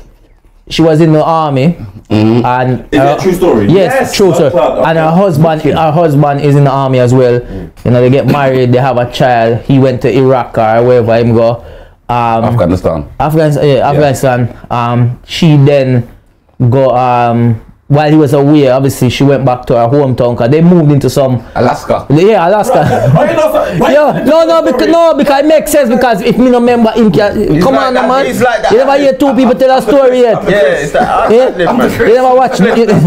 Speaker 2: she was in the army, and
Speaker 4: Is
Speaker 2: her-
Speaker 4: it a true story?
Speaker 2: Yes, true sir.
Speaker 4: Oh, God, okay.
Speaker 2: And her husband, her husband is in the army as well.
Speaker 7: Mm.
Speaker 2: You know, they get married, they have a child. He went to Iraq or wherever him go. Um,
Speaker 7: Afghanistan.
Speaker 2: Afghanistan, uh, yeah, Afghanistan. Um, she then go um while he was away. Obviously, she went back to her hometown because they moved into some
Speaker 7: Alaska.
Speaker 2: yeah Alaska.
Speaker 4: Oh, you know, so- why-
Speaker 2: Yeah, no, no, because no, because it makes sense because if me no remember him, can, come
Speaker 9: like
Speaker 2: on,
Speaker 9: that,
Speaker 2: man.
Speaker 9: he's like that.
Speaker 2: You never hear two people tell a story yet.
Speaker 9: Yeah, it's that.
Speaker 2: Yeah, you Eh? never watch it. it's,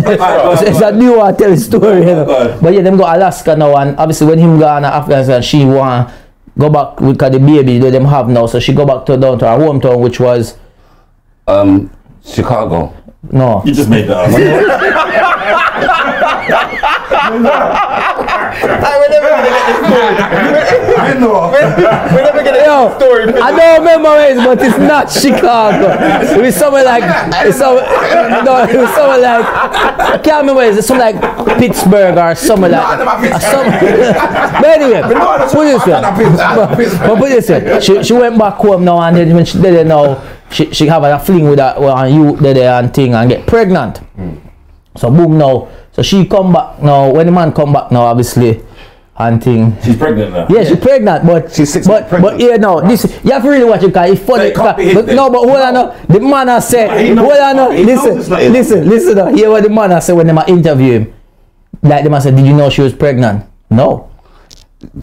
Speaker 2: it's a new one tell story. You know. But yeah, them go Alaska now, and obviously when him gone to Afghanistan, she want go back because the baby that them have now, so she go back to down to her hometown, which was
Speaker 7: Um, Chicago.
Speaker 2: no.
Speaker 4: You just made that up.
Speaker 9: We're never gonna get this story. We're, we're never gonna get
Speaker 2: Yo,
Speaker 9: this story.
Speaker 2: I don't remember where it is, but it's not Chicago. It was somewhere like, it's some, no, it was somewhere like, I can't remember where it is, it's somewhere like Pittsburgh or somewhere like, or some, but anyway, put it this way, but put it this way, she, she went back home now and then when she did it now, she, she have a fling with that, well, and you did it and thing and get pregnant. So boom now, so she come back now, when the man come back now, obviously, and thing,
Speaker 4: She's pregnant now.
Speaker 2: yeah, she's pregnant, but
Speaker 7: She's six
Speaker 2: but
Speaker 7: months pregnant.
Speaker 2: but yeah, no, this you have to really watch it because it's funny.
Speaker 4: it can't be
Speaker 2: because-
Speaker 4: his
Speaker 2: but, no,
Speaker 4: then.
Speaker 2: but hold on, no. the man has said,
Speaker 4: he knows
Speaker 2: hold
Speaker 4: it's
Speaker 2: on, no.
Speaker 4: not- he knows
Speaker 2: listen,
Speaker 4: it's not his.
Speaker 2: listen, listen, no. hear what the man has said when they might interview him. Like the man said, did you know she was pregnant? No.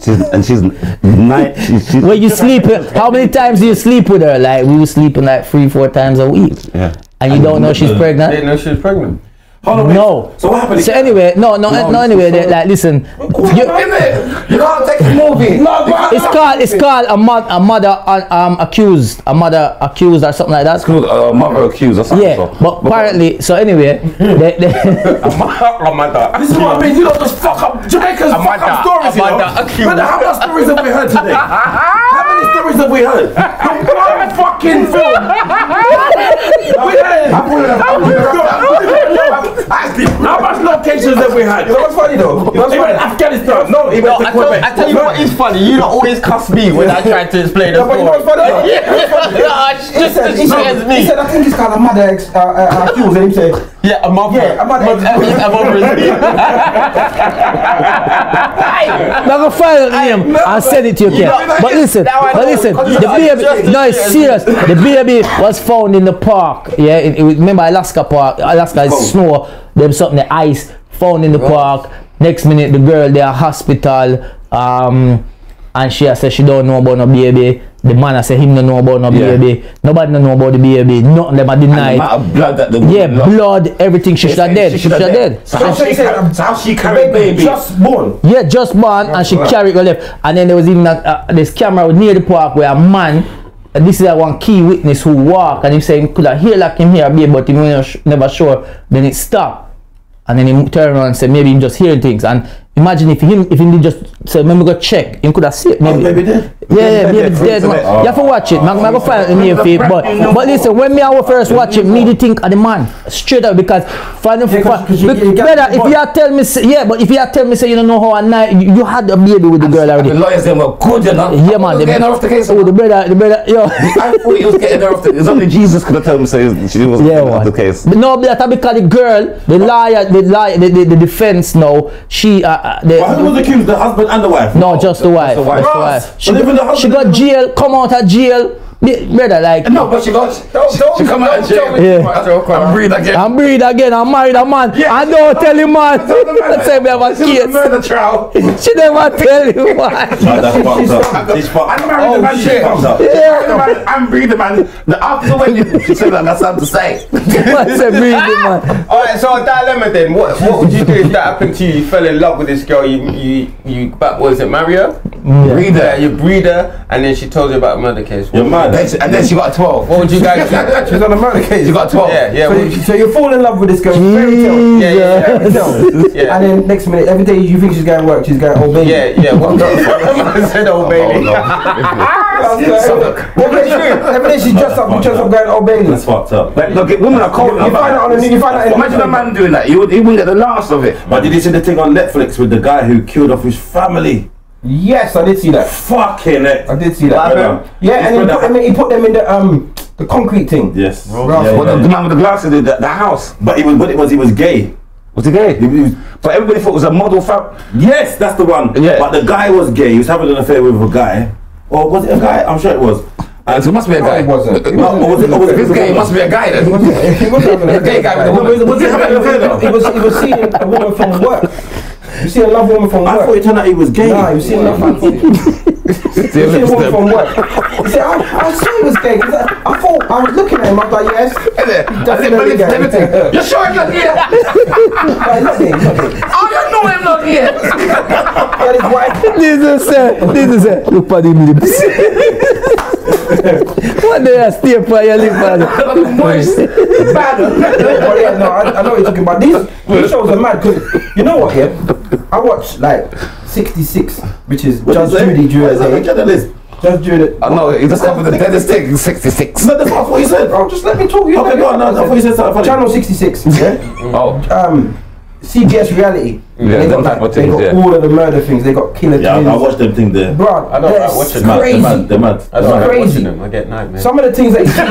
Speaker 7: She's, and she's nine. She, she,
Speaker 2: When you sleep, how many times do you sleep with her? Like we were sleeping like three, four times a week,
Speaker 7: yeah.
Speaker 2: and you don't know she's pregnant.
Speaker 9: know she was pregnant.
Speaker 4: Hold on, wait.
Speaker 2: No.
Speaker 4: So what happened?
Speaker 2: So anyway, no, no, no. Anyway, they, like listen, you,
Speaker 4: You can't take the movie. No, but
Speaker 2: it's called it's called a, mo- a mother uh, um accused, a mother accused or something like that.
Speaker 7: Called, uh, mother accused or something.
Speaker 2: Yeah,
Speaker 7: so.
Speaker 2: but apparently, so anyway, they, they,
Speaker 9: Oh,
Speaker 4: This is what I mean. You don't just fuck up Jamaica's fuck
Speaker 9: Amanda,
Speaker 4: up stories, you know.
Speaker 9: Amanda, accused.
Speaker 4: Brother, how many stories have we heard today? How many stories have we heard? From one fucking film. we heard. How much
Speaker 3: locations that we had.
Speaker 5: You know what's funny though? You know what's
Speaker 3: They went
Speaker 5: funny?
Speaker 3: to Afghanistan. No, he
Speaker 9: No,
Speaker 3: went to
Speaker 9: I tell, I
Speaker 3: Quebec.
Speaker 9: tell you what is funny. You lot always cuss me when I try to explain the
Speaker 5: No, but
Speaker 9: story.
Speaker 5: you know what's funny though?
Speaker 9: yeah, yeah, it's
Speaker 5: He
Speaker 9: just
Speaker 5: said, he,
Speaker 9: scares
Speaker 5: said, he
Speaker 9: me.
Speaker 5: said, I think it's called a mother ex, uh, uh, accused, and he said,
Speaker 9: Yeah, I'm up.
Speaker 5: Yeah, I'm up.
Speaker 9: I'm up.
Speaker 2: I'm not gonna file name and send it to you, Ken. But listen,
Speaker 9: now I
Speaker 2: but
Speaker 9: know,
Speaker 2: listen,
Speaker 9: because
Speaker 2: the
Speaker 9: you- just
Speaker 2: baby,
Speaker 9: to
Speaker 2: no, it's
Speaker 9: see
Speaker 2: serious. The baby was found in the park. Yeah, in, in- remember Alaska Park? Alaska is snow. Them something the ice found in the park. Next minute, the girl they are hospital. Um, and she said she don't know about no baby. The man I said him don't know about no
Speaker 7: Yeah.
Speaker 2: baby. Nobody don't know about the baby. Nothing them a
Speaker 7: The
Speaker 2: deny.
Speaker 7: amount of blood that the
Speaker 2: Yeah,
Speaker 7: woman lost.
Speaker 2: blood, everything. She should have dead. She should have
Speaker 7: shoulda
Speaker 2: dead.
Speaker 7: So how
Speaker 5: So
Speaker 7: she
Speaker 5: she said,
Speaker 7: car- so how she carried baby.
Speaker 5: just born.
Speaker 2: Yeah, just born and she carried her left. And then there was even a, a, this camera near the park where a man, and this is a one key witness who walk and him saying could have hear like him here, babe, but he was sh- never sure. Then it stopped. And then he turned around and said maybe him just hearing things. And imagine if him if him did just say maybe go check, him could have seen it. Maybe,
Speaker 4: Oh, maybe dead.
Speaker 2: Yeah, yeah, maybe
Speaker 7: dead.
Speaker 2: dead. man.
Speaker 7: Oh.
Speaker 2: You have to watch it. Man, man go find the name for it. But but listen, when me I was first watch it, me did think of the man straight up because find
Speaker 5: Yeah, 'cause- 'cause you-
Speaker 2: Bec-
Speaker 5: you get
Speaker 2: brother,
Speaker 5: the
Speaker 2: if
Speaker 5: point.
Speaker 2: you are tell me, say, yeah, but if you are tell me, say you don't know how a night you, you had a baby with the girl
Speaker 7: And The
Speaker 2: already.
Speaker 7: lawyers then were good enough.
Speaker 2: Yeah,
Speaker 7: I
Speaker 2: man.
Speaker 7: was
Speaker 2: the-
Speaker 7: getting her off the case.
Speaker 2: Oh, the brother, the brother, yo.
Speaker 7: I thought he was getting her off the. It's only Jesus could have told him say she was
Speaker 2: Yeah,
Speaker 7: getting
Speaker 2: man.
Speaker 7: off the case.
Speaker 2: But no, that because the girl, the liar, the liar, the, the, the defense now, she, uh, uh, the,
Speaker 4: But who was accused? The husband and the wife?
Speaker 2: no, just the wife,
Speaker 4: the wife.
Speaker 2: just the
Speaker 4: Ross!
Speaker 2: wife. She,
Speaker 4: But even the
Speaker 2: got- she
Speaker 4: husband-
Speaker 2: got jail, come out of jail, Be- brother, like,
Speaker 7: No, but she got.
Speaker 9: Don't, don't,
Speaker 7: come out of
Speaker 9: don't
Speaker 7: jail.
Speaker 9: tell me
Speaker 2: Yeah. Ah,
Speaker 9: too much, don't come
Speaker 7: I'm
Speaker 9: out.
Speaker 7: breathing again.
Speaker 2: I'm married again, I'm married a man, I don't tell him man, I say me have a
Speaker 4: This is a
Speaker 2: kids,
Speaker 4: murder trial.
Speaker 2: she never tell you man.
Speaker 4: No, that's fucked up. This fucked
Speaker 7: I'm married the man.
Speaker 4: shit.
Speaker 7: fucked up.
Speaker 4: Yeah.
Speaker 7: I'm breathing man. The after wedding. She said that. That's something to say.
Speaker 2: I say breathe it, man.
Speaker 6: Alright, so a dilemma then. What what would you do if that happened to you? You fell in love with this girl, you you you but was it Mario? Breeder, you breeder, and then she told you about a murder case. What,
Speaker 4: You're mad.
Speaker 7: Then she- And then she got a twelve.
Speaker 6: what would you guys do?
Speaker 5: She's on a murder case.
Speaker 7: She got a twelve.
Speaker 6: Yeah, yeah,
Speaker 5: so,
Speaker 6: what-
Speaker 5: you, so you fall in love with this girl, fairy tale,
Speaker 6: yeah, yeah,
Speaker 5: fairy tale.
Speaker 6: yeah.
Speaker 5: and then next minute, every day you think she's going to work, she's going to obey.
Speaker 6: Yeah, yeah, what I said old baby.
Speaker 5: Every day she- every day she dressed up,
Speaker 9: Oh,
Speaker 5: she dressed up going to obey.
Speaker 4: That's fucked up.
Speaker 7: Like, look, women are cold.
Speaker 5: You find out on the- you find out in-
Speaker 7: Imagine a man doing that. He, would, he wouldn't get the last of it.
Speaker 4: But did you see the thing on Netflix with the guy who killed off his family?
Speaker 5: Yes, I did see that.
Speaker 4: Fucking it.
Speaker 5: I did see that.
Speaker 4: Brother.
Speaker 5: Yeah, and then, put, and then he put them in the um the concrete thing.
Speaker 4: Yes.
Speaker 5: Ross.
Speaker 7: But
Speaker 4: Yeah, yeah,
Speaker 7: the,
Speaker 4: yeah.
Speaker 7: the man with the glasses did that. The house.
Speaker 4: But it was, but it was, he was gay.
Speaker 7: Was he gay?
Speaker 4: He was,
Speaker 7: But everybody thought it was a model fam.
Speaker 4: yes, that's the one.
Speaker 7: Yeah.
Speaker 4: But the guy was gay. He was having an affair with a guy. Or was it a guy? I'm sure it was.
Speaker 7: And so it must be a guy.
Speaker 5: it wasn't. It
Speaker 4: No,
Speaker 5: wasn't.
Speaker 4: or was it? Or was
Speaker 7: If
Speaker 4: it
Speaker 7: it's gay, it must be a guy then. He
Speaker 5: He wasn't having a
Speaker 7: gay guy with a
Speaker 5: No,
Speaker 7: woman.
Speaker 5: but
Speaker 4: Was he having an affair though?
Speaker 5: He was he was seeing a woman from work. You see a love woman from
Speaker 4: I thought
Speaker 5: work.
Speaker 4: it turned out he was gay.
Speaker 5: Nah, you see a love woman. You see a woman from work. You see, I, I saw he was gay. 'cause I, I thought I was looking at him. I was like, yes, definitely gay. Like,
Speaker 7: You're sure he's not here?
Speaker 5: he's gay, he's gay.
Speaker 7: How you know him not here?
Speaker 5: That is why.
Speaker 2: Jesus said, Jesus said, look for them lips. what they are still for your lip, man?
Speaker 5: But yeah, no, I, I know what you're talking about. These, these shows are mad because you know what? Yeah, I watch like 66, which is
Speaker 4: What
Speaker 5: Judge
Speaker 4: is it?
Speaker 5: Judy
Speaker 4: What
Speaker 5: during
Speaker 4: is it?
Speaker 5: the
Speaker 4: A
Speaker 5: day.
Speaker 4: journalist.
Speaker 5: Judge Judy.
Speaker 7: I know, he just covered the deadest thing in 66.
Speaker 4: No, that's not what you said.
Speaker 5: Bro, Oh, just let me talk. You
Speaker 4: Okay,
Speaker 5: let me
Speaker 4: go on. No, I thought you said something funny.
Speaker 5: Channel 66. Yeah.
Speaker 7: Oh,
Speaker 5: um, CBS Reality.
Speaker 7: Yeah,
Speaker 5: they
Speaker 7: them
Speaker 5: got,
Speaker 7: type
Speaker 5: like,
Speaker 7: of
Speaker 5: they
Speaker 7: things,
Speaker 5: got
Speaker 7: yeah.
Speaker 5: all of the murder things. They got killer
Speaker 4: Yeah, I,
Speaker 5: twins.
Speaker 4: I watched them thing there.
Speaker 5: Bro, I
Speaker 6: don't like watching
Speaker 5: that's
Speaker 6: that.
Speaker 4: They're
Speaker 5: crazy.
Speaker 4: mad. They're mad.
Speaker 6: I
Speaker 4: They're
Speaker 6: don't
Speaker 4: mad.
Speaker 6: like
Speaker 5: Crazy.
Speaker 6: watching them. I get nightmares.
Speaker 5: Some of the things they see, they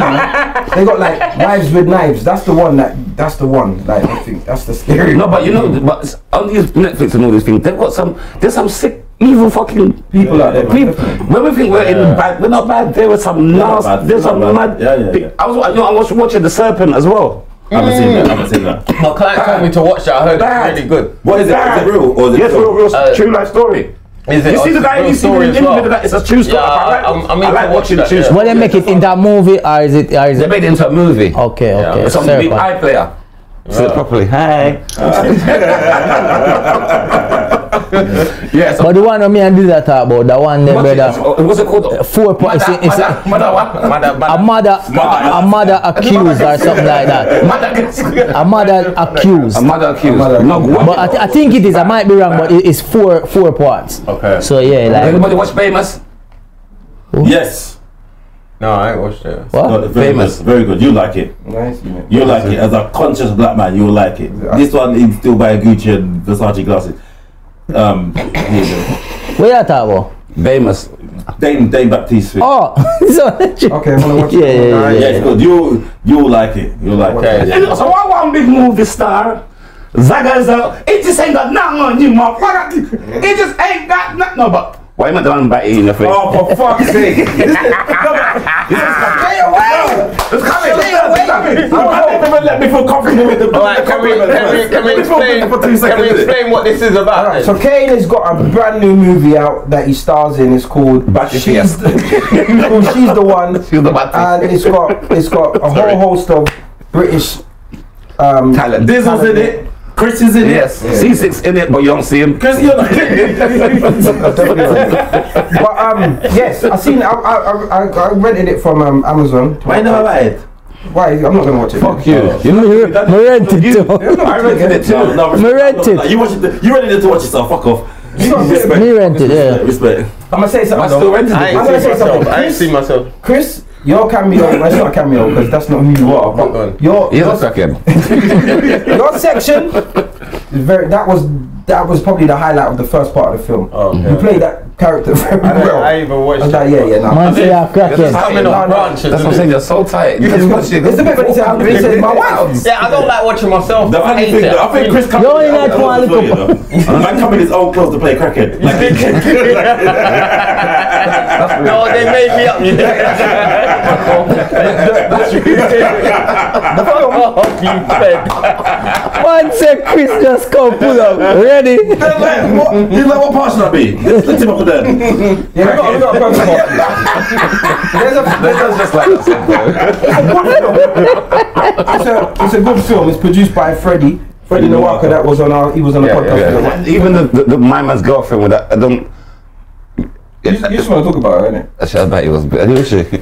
Speaker 5: got like wives with knives. That's the one. That that's the one. Like I think that's the scary.
Speaker 7: no, but you know, but on these Netflix and all these things, they've got some, there's some sick, evil fucking
Speaker 5: people out there. man.
Speaker 7: People, when we think we're in bad, we're not bad. There was some
Speaker 4: bad,
Speaker 7: nasty, there's
Speaker 4: we're
Speaker 7: some
Speaker 4: not
Speaker 7: mad.
Speaker 4: bad. Yeah, yeah, yeah.
Speaker 7: I was, you know, I was watching The Serpent as well.
Speaker 4: I haven't seen that. I haven't seen that.
Speaker 6: My client told me to watch that. I heard
Speaker 7: Bad.
Speaker 6: it's really good.
Speaker 4: What is it? Is it real or is it
Speaker 7: Yes,
Speaker 4: fake?
Speaker 7: real, real,
Speaker 6: Uh,
Speaker 7: true life story.
Speaker 6: Is it?
Speaker 7: You
Speaker 6: oh,
Speaker 7: see
Speaker 6: it's
Speaker 7: the
Speaker 6: a
Speaker 7: guy,
Speaker 6: real
Speaker 7: you see the
Speaker 6: story as
Speaker 7: image
Speaker 6: well.
Speaker 7: of that. It's a true story.
Speaker 6: Yeah,
Speaker 7: I,
Speaker 6: I'm- I'm
Speaker 7: like, I
Speaker 6: into
Speaker 7: like watching
Speaker 6: watching that,
Speaker 7: true
Speaker 6: yeah.
Speaker 7: story.
Speaker 2: What they make it in that movie, or is it, or is
Speaker 7: They
Speaker 2: it?
Speaker 7: made it into a movie.
Speaker 2: Okay, okay.
Speaker 7: Some
Speaker 2: sorry,
Speaker 7: big
Speaker 2: man.
Speaker 7: iPlayer. Said it properly. Hi. yes.
Speaker 2: But the one of me and did that talk about, that one there, brother,
Speaker 7: What's it called?
Speaker 2: four points,
Speaker 7: Mother,
Speaker 2: it's, it's
Speaker 7: mother, mother, what?
Speaker 6: Mother-
Speaker 2: a
Speaker 6: mother-
Speaker 2: mother, a mother accused or something like that.
Speaker 7: Mother,
Speaker 2: A mother accused.
Speaker 7: a mother accused. No, what?
Speaker 2: But I, th- I think it is, I might be wrong, but it- it's four four parts.
Speaker 6: Okay.
Speaker 2: So yeah, like,
Speaker 7: Anybody watch Famous?
Speaker 4: Yes.
Speaker 6: No, I ain't watched it.
Speaker 2: What?
Speaker 4: No, very
Speaker 6: Famous.
Speaker 4: good, Very good. You like it.
Speaker 5: Nice, man.
Speaker 4: You like it. As a conscious black man, you like it. This one is still by Gucci and Versace glasses. Um, here you
Speaker 2: Where you talk about?
Speaker 7: Famous.
Speaker 4: go. Dame, Dame Baptiste. Oh.
Speaker 2: Oh, so
Speaker 5: Okay, I'm gonna watch
Speaker 2: Yeah,
Speaker 5: it.
Speaker 2: yeah,
Speaker 4: Yeah, it's good. You, you like it. You like
Speaker 6: Okay.
Speaker 4: it.
Speaker 7: And also, I want big movie star. Zaga is a, it just ain't got nothing on you, motherfucker. It just ain't got nothing. No, but why am I the one biting in the face?
Speaker 4: Oh, for fuck's sake.
Speaker 5: Stay away!
Speaker 4: It's coming.
Speaker 5: Stay away.
Speaker 4: It's coming. It's coming. I think they will let me feel comfortable with the
Speaker 6: All right, can we, can we, can we explain,
Speaker 4: for two
Speaker 6: can we
Speaker 4: seconds.
Speaker 6: explain what this is about?
Speaker 5: Alright, so Kane has got a brand new movie out that he stars in. It's called
Speaker 4: Back to
Speaker 5: She's the, called She's the One.
Speaker 7: She's the One.
Speaker 5: And it's got it's got a whole host of British um
Speaker 7: Talent.
Speaker 4: Dizzle's in it. Chris is in
Speaker 7: Yes,
Speaker 4: it.
Speaker 7: C6 in it, but you don't see him.
Speaker 4: Chris, you're not
Speaker 5: but um yes, I seen I I, I, I- I rented it from um, Amazon.
Speaker 4: Why never lied?
Speaker 5: Why I'm not gonna watch it.
Speaker 4: Fuck you.
Speaker 2: you rent it too.
Speaker 4: I rented it too. No,
Speaker 2: Me rent it.
Speaker 4: You watched it. You rented it to watch yourself. Fuck off.
Speaker 5: You don't get it,
Speaker 2: Me rent it, yeah.
Speaker 4: Respect.
Speaker 5: I'm gonna say something.
Speaker 4: I still
Speaker 5: though.
Speaker 4: rented
Speaker 6: I
Speaker 4: it.
Speaker 5: I'm
Speaker 6: ain't
Speaker 5: gonna
Speaker 6: seen
Speaker 5: say
Speaker 6: myself.
Speaker 5: something.
Speaker 6: I ain't seen myself.
Speaker 5: Chris, your cameo well, it's not a cameo because that's not who you are,
Speaker 6: Go on.
Speaker 5: but your
Speaker 7: He's
Speaker 5: your,
Speaker 7: a second.
Speaker 5: your section is very that was that was probably the highlight of the first part of the film.
Speaker 6: Oh, okay.
Speaker 5: You played that character very
Speaker 6: I, don't- I
Speaker 5: well.
Speaker 6: ain't even watched
Speaker 5: I was like,
Speaker 6: it.
Speaker 5: yeah, yeah, nah.
Speaker 2: Man say you are cracking.
Speaker 6: I'm in
Speaker 5: No,
Speaker 6: a
Speaker 5: no.
Speaker 6: branch.
Speaker 7: That's what I'm saying, you're so tight. This much you-
Speaker 5: It's a bit when he said, when he said my wife.
Speaker 6: Yeah, I don't like watching myself.
Speaker 4: The
Speaker 6: I
Speaker 4: funny
Speaker 6: hate
Speaker 4: thing,
Speaker 6: it.
Speaker 4: I think Chris coming.
Speaker 2: You're only like one little-
Speaker 4: Man coming his own clothes to play cricket. Like,
Speaker 6: no, they made me up. You
Speaker 2: Man say Chris just come pull up. Ready?
Speaker 4: like, what? He's like, what part should I be? Let him up then.
Speaker 5: Yeah, we got, we got a perfect one. There's a,
Speaker 7: That sounds just like
Speaker 5: it's, a, it's a good film. It's produced by Freddie. Freddie Nowaka, that was on our, he was on a podcast. with us.
Speaker 7: Yeah. Even the, the, the my man's girlfriend with that, I don't.
Speaker 5: You, you just want to talk about it, innit?
Speaker 7: Actually, I bet he was. I knew she.
Speaker 4: She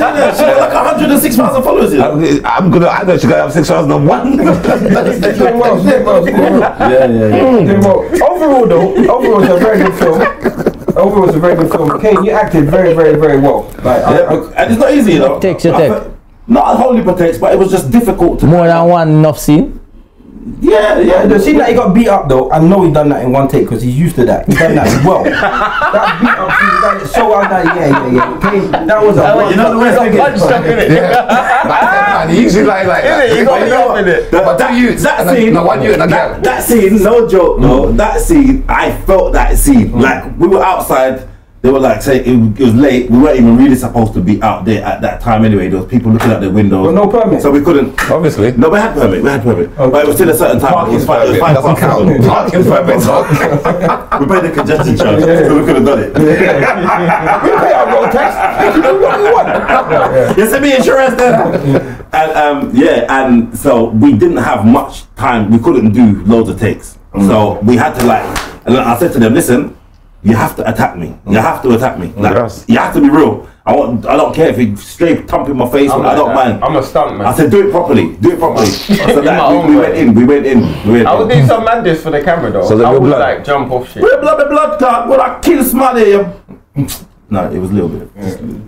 Speaker 4: got like 106 thousand followers. you know?
Speaker 7: I'm, Uh, I'm gonna. I know she got up six hours and one.
Speaker 5: It's doing well, it's doing well, it's doing well.
Speaker 4: Yeah, yeah, yeah.
Speaker 5: Doing well. Overall, though, overall, it's a very good film. Overall, it's a very good film. Kane, you acted very, very, very well. Like, I,
Speaker 4: Yeah,
Speaker 5: I,
Speaker 4: but- and it's not easy, you know.
Speaker 2: Takes your
Speaker 4: I
Speaker 2: take.
Speaker 4: fe- Not wholly protects, but it was just difficult to.
Speaker 2: More than one enough scene.
Speaker 4: Yeah, yeah.
Speaker 5: The scene that he got beat up though, I know he done that in one take because he's used to that. He done that well. that beat up, he done it so well that yeah, yeah, yeah. Came, that was a
Speaker 4: you know the worst thing is-
Speaker 7: Man, he usually like like that.
Speaker 6: Innit? You got
Speaker 7: But
Speaker 6: me
Speaker 7: know
Speaker 6: up
Speaker 7: what?
Speaker 6: in it.
Speaker 7: But that you,
Speaker 4: that scene,
Speaker 7: no one you and a
Speaker 4: that,
Speaker 7: girl.
Speaker 4: that scene, no joke, no, that scene, I felt that scene.
Speaker 7: Mm.
Speaker 4: Like we were outside, they were like saying it, it was late. We weren't even really supposed to be out there at that time anyway. There was people looking out the windows.
Speaker 5: But no permit.
Speaker 4: so we couldn't.
Speaker 7: Obviously.
Speaker 4: No, we had permit. We had permit, but it was still a certain time. It was five, it was five
Speaker 7: Doesn't
Speaker 4: past
Speaker 7: count.
Speaker 4: seven.
Speaker 7: Parking permit.
Speaker 4: we paid the congestion charge, so we could have done it.
Speaker 5: Hey, I wrote text. You know what you want?
Speaker 4: You send me insurance then. and um, yeah, and so we didn't have much time. We couldn't do loads of takes,
Speaker 6: Mm.
Speaker 4: so we had to like. And then I said to them, listen, you have to attack me.
Speaker 6: Mm.
Speaker 4: You have to attack me. Like,
Speaker 7: Yes.
Speaker 4: You have to be real. I want. I don't care if you straight thump in my face. I don't mind.
Speaker 6: I'm a stunt man.
Speaker 4: I said, do it properly. Do it properly. so
Speaker 6: my
Speaker 4: that we,
Speaker 6: own
Speaker 4: we
Speaker 6: way.
Speaker 4: went in. We went in. We went
Speaker 6: I
Speaker 4: in.
Speaker 6: would do some madness for the camera though.
Speaker 7: So they
Speaker 6: I
Speaker 7: were
Speaker 6: would
Speaker 7: blood.
Speaker 6: like jump off shit.
Speaker 4: Blood, blood, blood, blood. What I kill somebody. you- No, it was a little bit.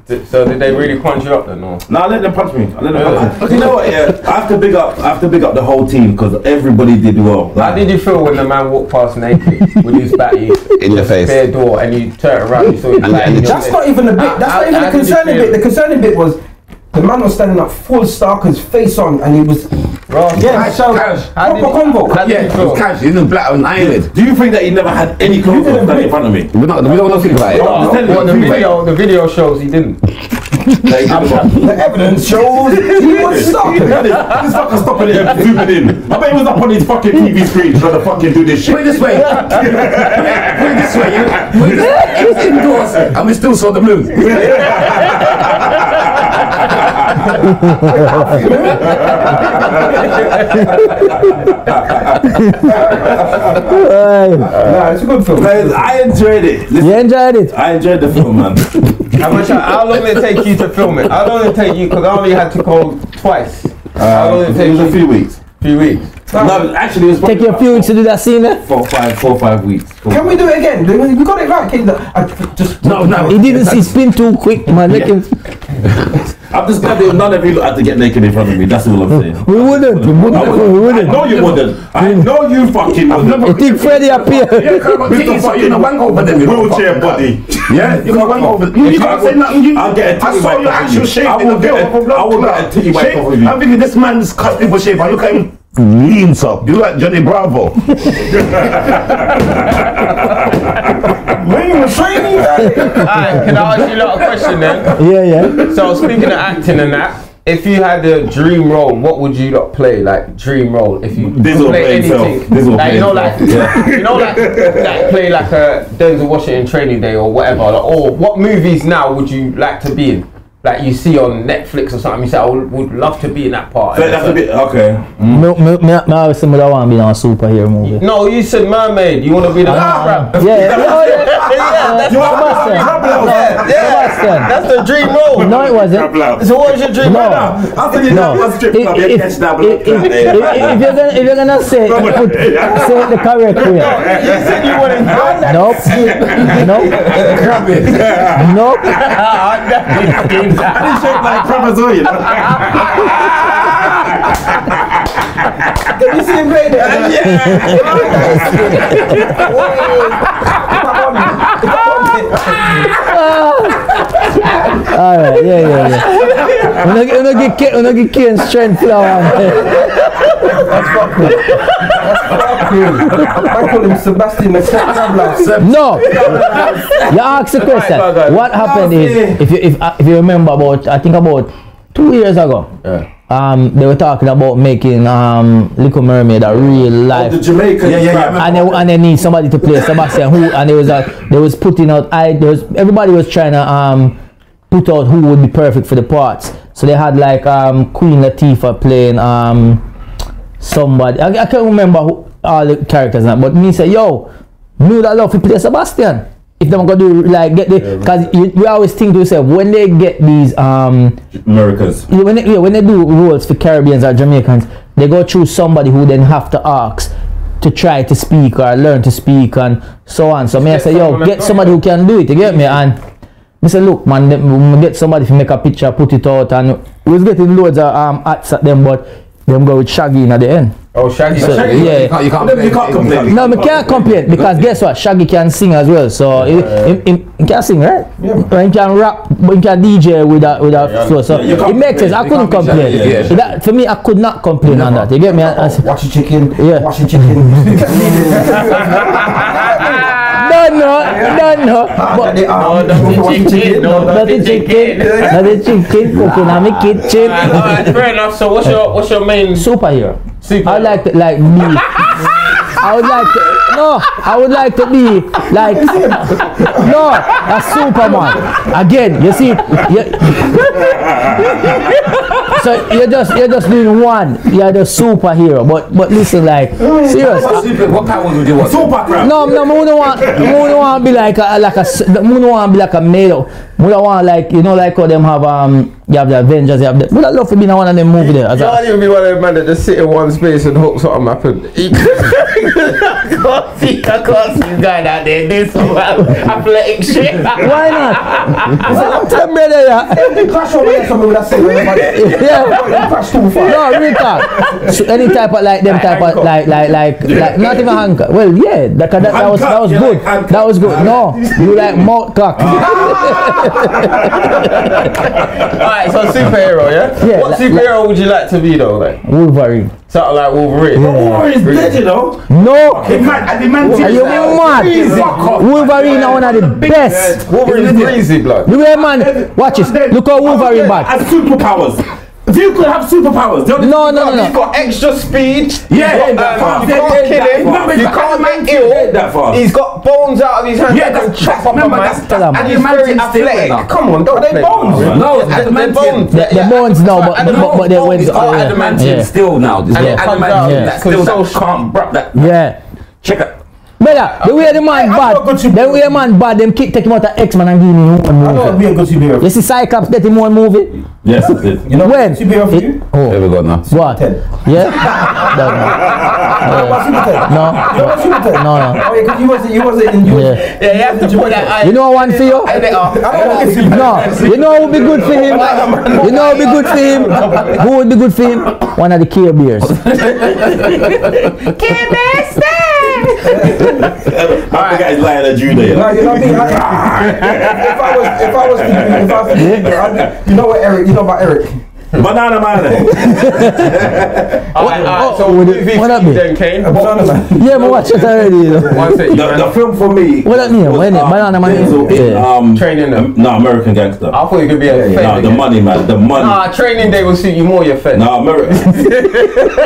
Speaker 6: D- So did they really punch you up then? Or?
Speaker 4: No, I let them punch me. I let them punch me. You know what? Yeah, I have to big up. I have to big up the whole team because everybody did well.
Speaker 6: How did you feel when the man walked past naked with his batty
Speaker 7: In your face.
Speaker 6: bare door and you turned around and saw his
Speaker 7: And-
Speaker 6: batty?
Speaker 7: and
Speaker 6: in your
Speaker 5: That's
Speaker 6: face?
Speaker 5: not even the bit. That's
Speaker 6: How-
Speaker 5: not even
Speaker 6: how
Speaker 5: the
Speaker 6: did you
Speaker 5: concerning
Speaker 6: feel?
Speaker 5: bit. The concerning bit was the man was standing up full starkers, face on, and he was
Speaker 6: Ross,
Speaker 5: yeah, so
Speaker 7: cash.
Speaker 6: How did-
Speaker 5: proper combo.
Speaker 6: how did
Speaker 7: Yeah,
Speaker 6: you
Speaker 7: it
Speaker 6: feel?
Speaker 7: was cash. He didn't black on eyelid.
Speaker 4: Do you think that he never had any clothes on standing in front of me?
Speaker 7: We don't. We don't know nothing about it.
Speaker 6: Oh,
Speaker 4: I'm telling
Speaker 6: well, the
Speaker 4: you, you
Speaker 6: video, the video shows he didn't.
Speaker 4: Like, you know
Speaker 5: The evidence shows he was
Speaker 4: what?
Speaker 5: starkers.
Speaker 4: this this fucker stopping it and zooming in. I bet he was up on his fucking TV screen trying to fucking do this
Speaker 7: Put it
Speaker 4: shit.
Speaker 7: this way. Put it this way. You, put it, this way. it was indoors, and we still saw the blue.
Speaker 2: Aye.
Speaker 5: Nah, it's a good film.
Speaker 4: Guys, I enjoyed it. Listen,
Speaker 2: You enjoyed it?
Speaker 4: I enjoyed the film, man.
Speaker 6: How much? How long did it take you to film it? How long did it take you? Because I only had to call twice. how long
Speaker 4: Um, it was a few weeks.
Speaker 6: Few weeks.
Speaker 4: No, actually, it was
Speaker 2: Take you a few weeks to do that scene eh? there.
Speaker 4: four, five, four, five weeks. Four,
Speaker 5: Can we do it again? We got it right. Kingdom. I just
Speaker 4: No, no.
Speaker 2: He didn't see spin too quick, man. Let him-
Speaker 4: I'm just glad that none of you had to get naked in front of me. That's all I'm saying.
Speaker 2: We wouldn't. We
Speaker 4: I
Speaker 2: wouldn't. We
Speaker 4: wouldn't. I
Speaker 2: wouldn't.
Speaker 4: know you wouldn't. I know you fucking wouldn't.
Speaker 2: You think Freddy appeared?
Speaker 4: Mr. fucking wheelchair body. Yeah, you can wank over. You, you can't say nothing. You,
Speaker 7: I'll
Speaker 4: get a
Speaker 7: I saw your actual shape
Speaker 4: I
Speaker 7: in the
Speaker 4: will
Speaker 7: bill.
Speaker 4: get a, I will get a titty wipe
Speaker 7: Shape-
Speaker 4: off of you.
Speaker 7: I'm thinking this man's cut people shape. I look at him. Leans up. You like Johnny Bravo.
Speaker 9: Alright, can I ask you a lot of question then?
Speaker 2: Yeah, yeah.
Speaker 9: So speaking of acting and that, if you had a dream role, what would you lot play? Like dream role, if you
Speaker 4: This will play itself. This will
Speaker 9: like,
Speaker 4: play
Speaker 9: you know, like
Speaker 4: itself. Yeah.
Speaker 9: you know, like like play like a Denzel Washington training day or whatever. Like, or what movies now would you like to be in? Like you see on Netflix or something, you say I would, would love to be in that part.
Speaker 4: That- That's a bit okay.
Speaker 2: Me, me, me, me always say me don't want to be in a superhero movie.
Speaker 9: no, you said mermaid. You want to be the Ah, crab?
Speaker 2: Yeah, yeah, oh, yeah.
Speaker 9: yeah, that's,
Speaker 2: Sebastian. Sebastian.
Speaker 9: that's the dream role.
Speaker 2: No, it wasn't.
Speaker 9: So what is your dream
Speaker 2: No.
Speaker 9: role?
Speaker 4: After you
Speaker 2: No.
Speaker 4: that strip club, you
Speaker 2: If-
Speaker 4: catch that
Speaker 2: if- if- if you're gonna if you're gonna say put, say it the correct way.
Speaker 9: You said you wanted to
Speaker 2: Nope. Nope. Nope.
Speaker 4: I didn't shake like crap as well, you know.
Speaker 5: you see him play there.
Speaker 2: Alright, yeah, yeah, yeah. We no get we no get Ke- we no get Kane strength for that
Speaker 5: I call him Sebastian the Cat Traveler.
Speaker 2: one. No. You ask the question. What happened is if you if uh, if you remember about I think about two years ago. Um, they were talking about making um Little Mermaid a real life
Speaker 4: The Jamaican. Yeah, yeah, yeah.
Speaker 2: and they, and they need somebody to play Sebastian who and they was like they was putting out I there was everybody was trying to um put out who would be perfect for the parts so they had like um Queen Latifah playing um somebody I, I can't remember who, all the characters now but me say yo me that love to play Sebastian if them gonna do like get the because you, you always think to yourself when they get these um
Speaker 4: Americans.
Speaker 2: yeah, when they, yeah, when they do roles for Caribbeans or Jamaicans, they go through somebody who then have to ask to try to speak or learn to speak and so on. So me, I
Speaker 9: get
Speaker 2: say, yo,
Speaker 9: someone
Speaker 2: get
Speaker 9: that-
Speaker 2: somebody who can do it. You get me? And me say, look, man, let me get somebody to make a picture, put it out, and we was getting loads of um hats at them, but them go with Shaggy in at the end.
Speaker 9: Oh, Shaggy.
Speaker 2: So, yeah.
Speaker 9: You can't, you can't,
Speaker 4: You can't complain.
Speaker 2: No, me can't complain because guess what? Shaggy can sing as well, so he, he- he- he can sing, right? Yeah. He can rap, but he can DJ with that with that flow. So
Speaker 4: you
Speaker 2: it
Speaker 4: can't
Speaker 2: makes sense.
Speaker 4: complain.
Speaker 2: I couldn't complain.
Speaker 4: Shaggy, yeah.
Speaker 2: That, for me, I could not complain on that. You get me? I- I s-
Speaker 5: Wash your chicken.
Speaker 2: Yeah.
Speaker 5: Wash your chicken.
Speaker 2: no, no, no, no. But
Speaker 5: They
Speaker 9: Oh,
Speaker 5: are.
Speaker 2: nothing chicken, nothing chicken cooking on my kitchen.
Speaker 9: Alright, fair enough. So what's your what's your main
Speaker 2: Superhero.
Speaker 9: super?
Speaker 2: I like to, like me. I would like to, no. I would like to be like no a Superman again. You see, you, so you're just you're just doing one. You're the superhero, but but listen, like serious.
Speaker 7: what powers would you want?
Speaker 4: Super crap.
Speaker 2: No, no, Moon want, Moon want be like a like a Moon want be like a male. Moon want like you know like how them have um you have the Avengers, you have the. Moon love to be in one of them movie there. As
Speaker 6: You
Speaker 2: a,
Speaker 6: can't even be one of them man that just sit in one space and hope something happen.
Speaker 9: can't see, I can't see this guy out there doing some athletic shit.
Speaker 2: why not? Tell me there, yeah.
Speaker 5: Crash over there somewhere with that same.
Speaker 2: yeah.
Speaker 5: Crash too far.
Speaker 2: No, real talk. So any type of like them type of like like like like not even handcuff. Well, yeah, that, that, that was that was good.
Speaker 4: Handcuff, you like handcuff. Ah.
Speaker 2: that was good. No, you like mouth cock.
Speaker 9: Alright, so superhero, yeah?
Speaker 2: Yeah,
Speaker 9: what
Speaker 2: like-
Speaker 9: superhero would you like to be though? Like
Speaker 2: Wolverine.
Speaker 9: something like Wolverine.
Speaker 4: Wolverine's dead, you know.
Speaker 2: No,
Speaker 4: The man, and the man
Speaker 2: are you mad? Wolverine is one of the best.
Speaker 9: Wolverine's
Speaker 4: Isn't it?
Speaker 9: crazy, blood.
Speaker 2: Look at man. Watch this. Look how Wolverine bad.
Speaker 4: Has superpowers. If you could have superpowers, the only
Speaker 2: No, no, no,
Speaker 9: He's
Speaker 2: no.
Speaker 9: got extra speed.
Speaker 4: Yeah,
Speaker 9: He's
Speaker 4: that far.
Speaker 9: got, you can't
Speaker 4: Yeah, that
Speaker 9: kill him.
Speaker 4: far.
Speaker 9: you
Speaker 4: Remember,
Speaker 9: can't
Speaker 4: that
Speaker 9: make ill.
Speaker 4: man that far.
Speaker 9: He's got bones out of his hands.
Speaker 4: Yeah,
Speaker 9: that can
Speaker 4: that's-
Speaker 9: chop up a
Speaker 4: remember,
Speaker 9: man.
Speaker 4: that's- that's-
Speaker 9: and he's
Speaker 4: that's
Speaker 9: very
Speaker 4: adamantium now.
Speaker 9: athletic. Come on, don't they
Speaker 4: bones, man.
Speaker 9: No,
Speaker 4: Yeah,
Speaker 9: they're bones.
Speaker 2: The, the bones no, but but, but, but they went.
Speaker 7: It's all
Speaker 2: Yeah.
Speaker 7: adamantium still now. It's
Speaker 9: And
Speaker 7: all
Speaker 9: it comes out,
Speaker 7: adamantium
Speaker 9: yeah.
Speaker 7: that still
Speaker 9: Because
Speaker 7: that can't break that.
Speaker 2: yeah.
Speaker 7: Check it.
Speaker 2: But brother, the way the man
Speaker 5: I- I
Speaker 2: bad,
Speaker 5: thought good
Speaker 2: the way man bad, them kick take him out of X Man and give him one
Speaker 5: I don't
Speaker 2: movie.
Speaker 5: be a good superhero.
Speaker 2: You see Cyclops get him one movie?
Speaker 7: Yes, it is.
Speaker 5: You know
Speaker 2: When?
Speaker 5: superhero for
Speaker 2: It-
Speaker 5: you?
Speaker 7: Here
Speaker 2: Oh,
Speaker 7: we go now.
Speaker 2: what?
Speaker 5: Ten.
Speaker 2: Yeah? Don't
Speaker 5: What's super
Speaker 2: know.
Speaker 5: ten? You know
Speaker 2: No.
Speaker 5: what's super ten?
Speaker 2: No, no.
Speaker 5: Oh yeah, 'cause you wasn't. You wasn't in. You
Speaker 2: Yeah.
Speaker 5: was-
Speaker 9: Yeah, you have to put that eye.
Speaker 2: You know one for you?
Speaker 9: I
Speaker 5: I don't
Speaker 9: don't
Speaker 5: know.
Speaker 2: No, you know who would be good for him? You know who would be good for him? Who would be good for him? One of the Care Bears.
Speaker 4: I forgot he's lying at Judah.
Speaker 5: No, you know what I mean? I, if I was, if I was, to do- if I was, to do- I'd be- you know what, Eric? You know about Eric?
Speaker 4: Banana man.
Speaker 9: know. So
Speaker 2: Would it-
Speaker 9: movie
Speaker 2: what that
Speaker 9: for you
Speaker 2: be?
Speaker 9: then, Kane.
Speaker 5: A banana man.
Speaker 2: Yeah, but watch it already. You know.
Speaker 9: One sec, you
Speaker 4: the, the
Speaker 9: know.
Speaker 4: film for me.
Speaker 2: What that name? When it- Banana Man?
Speaker 4: Denzel in,
Speaker 2: Yeah.
Speaker 4: um,
Speaker 9: Training them.
Speaker 4: No, American Gangster.
Speaker 9: I thought you could be a fed
Speaker 4: No, the
Speaker 9: again.
Speaker 4: money man. The money.
Speaker 9: Nah, training day will suit you more, you're fed.
Speaker 4: No, American.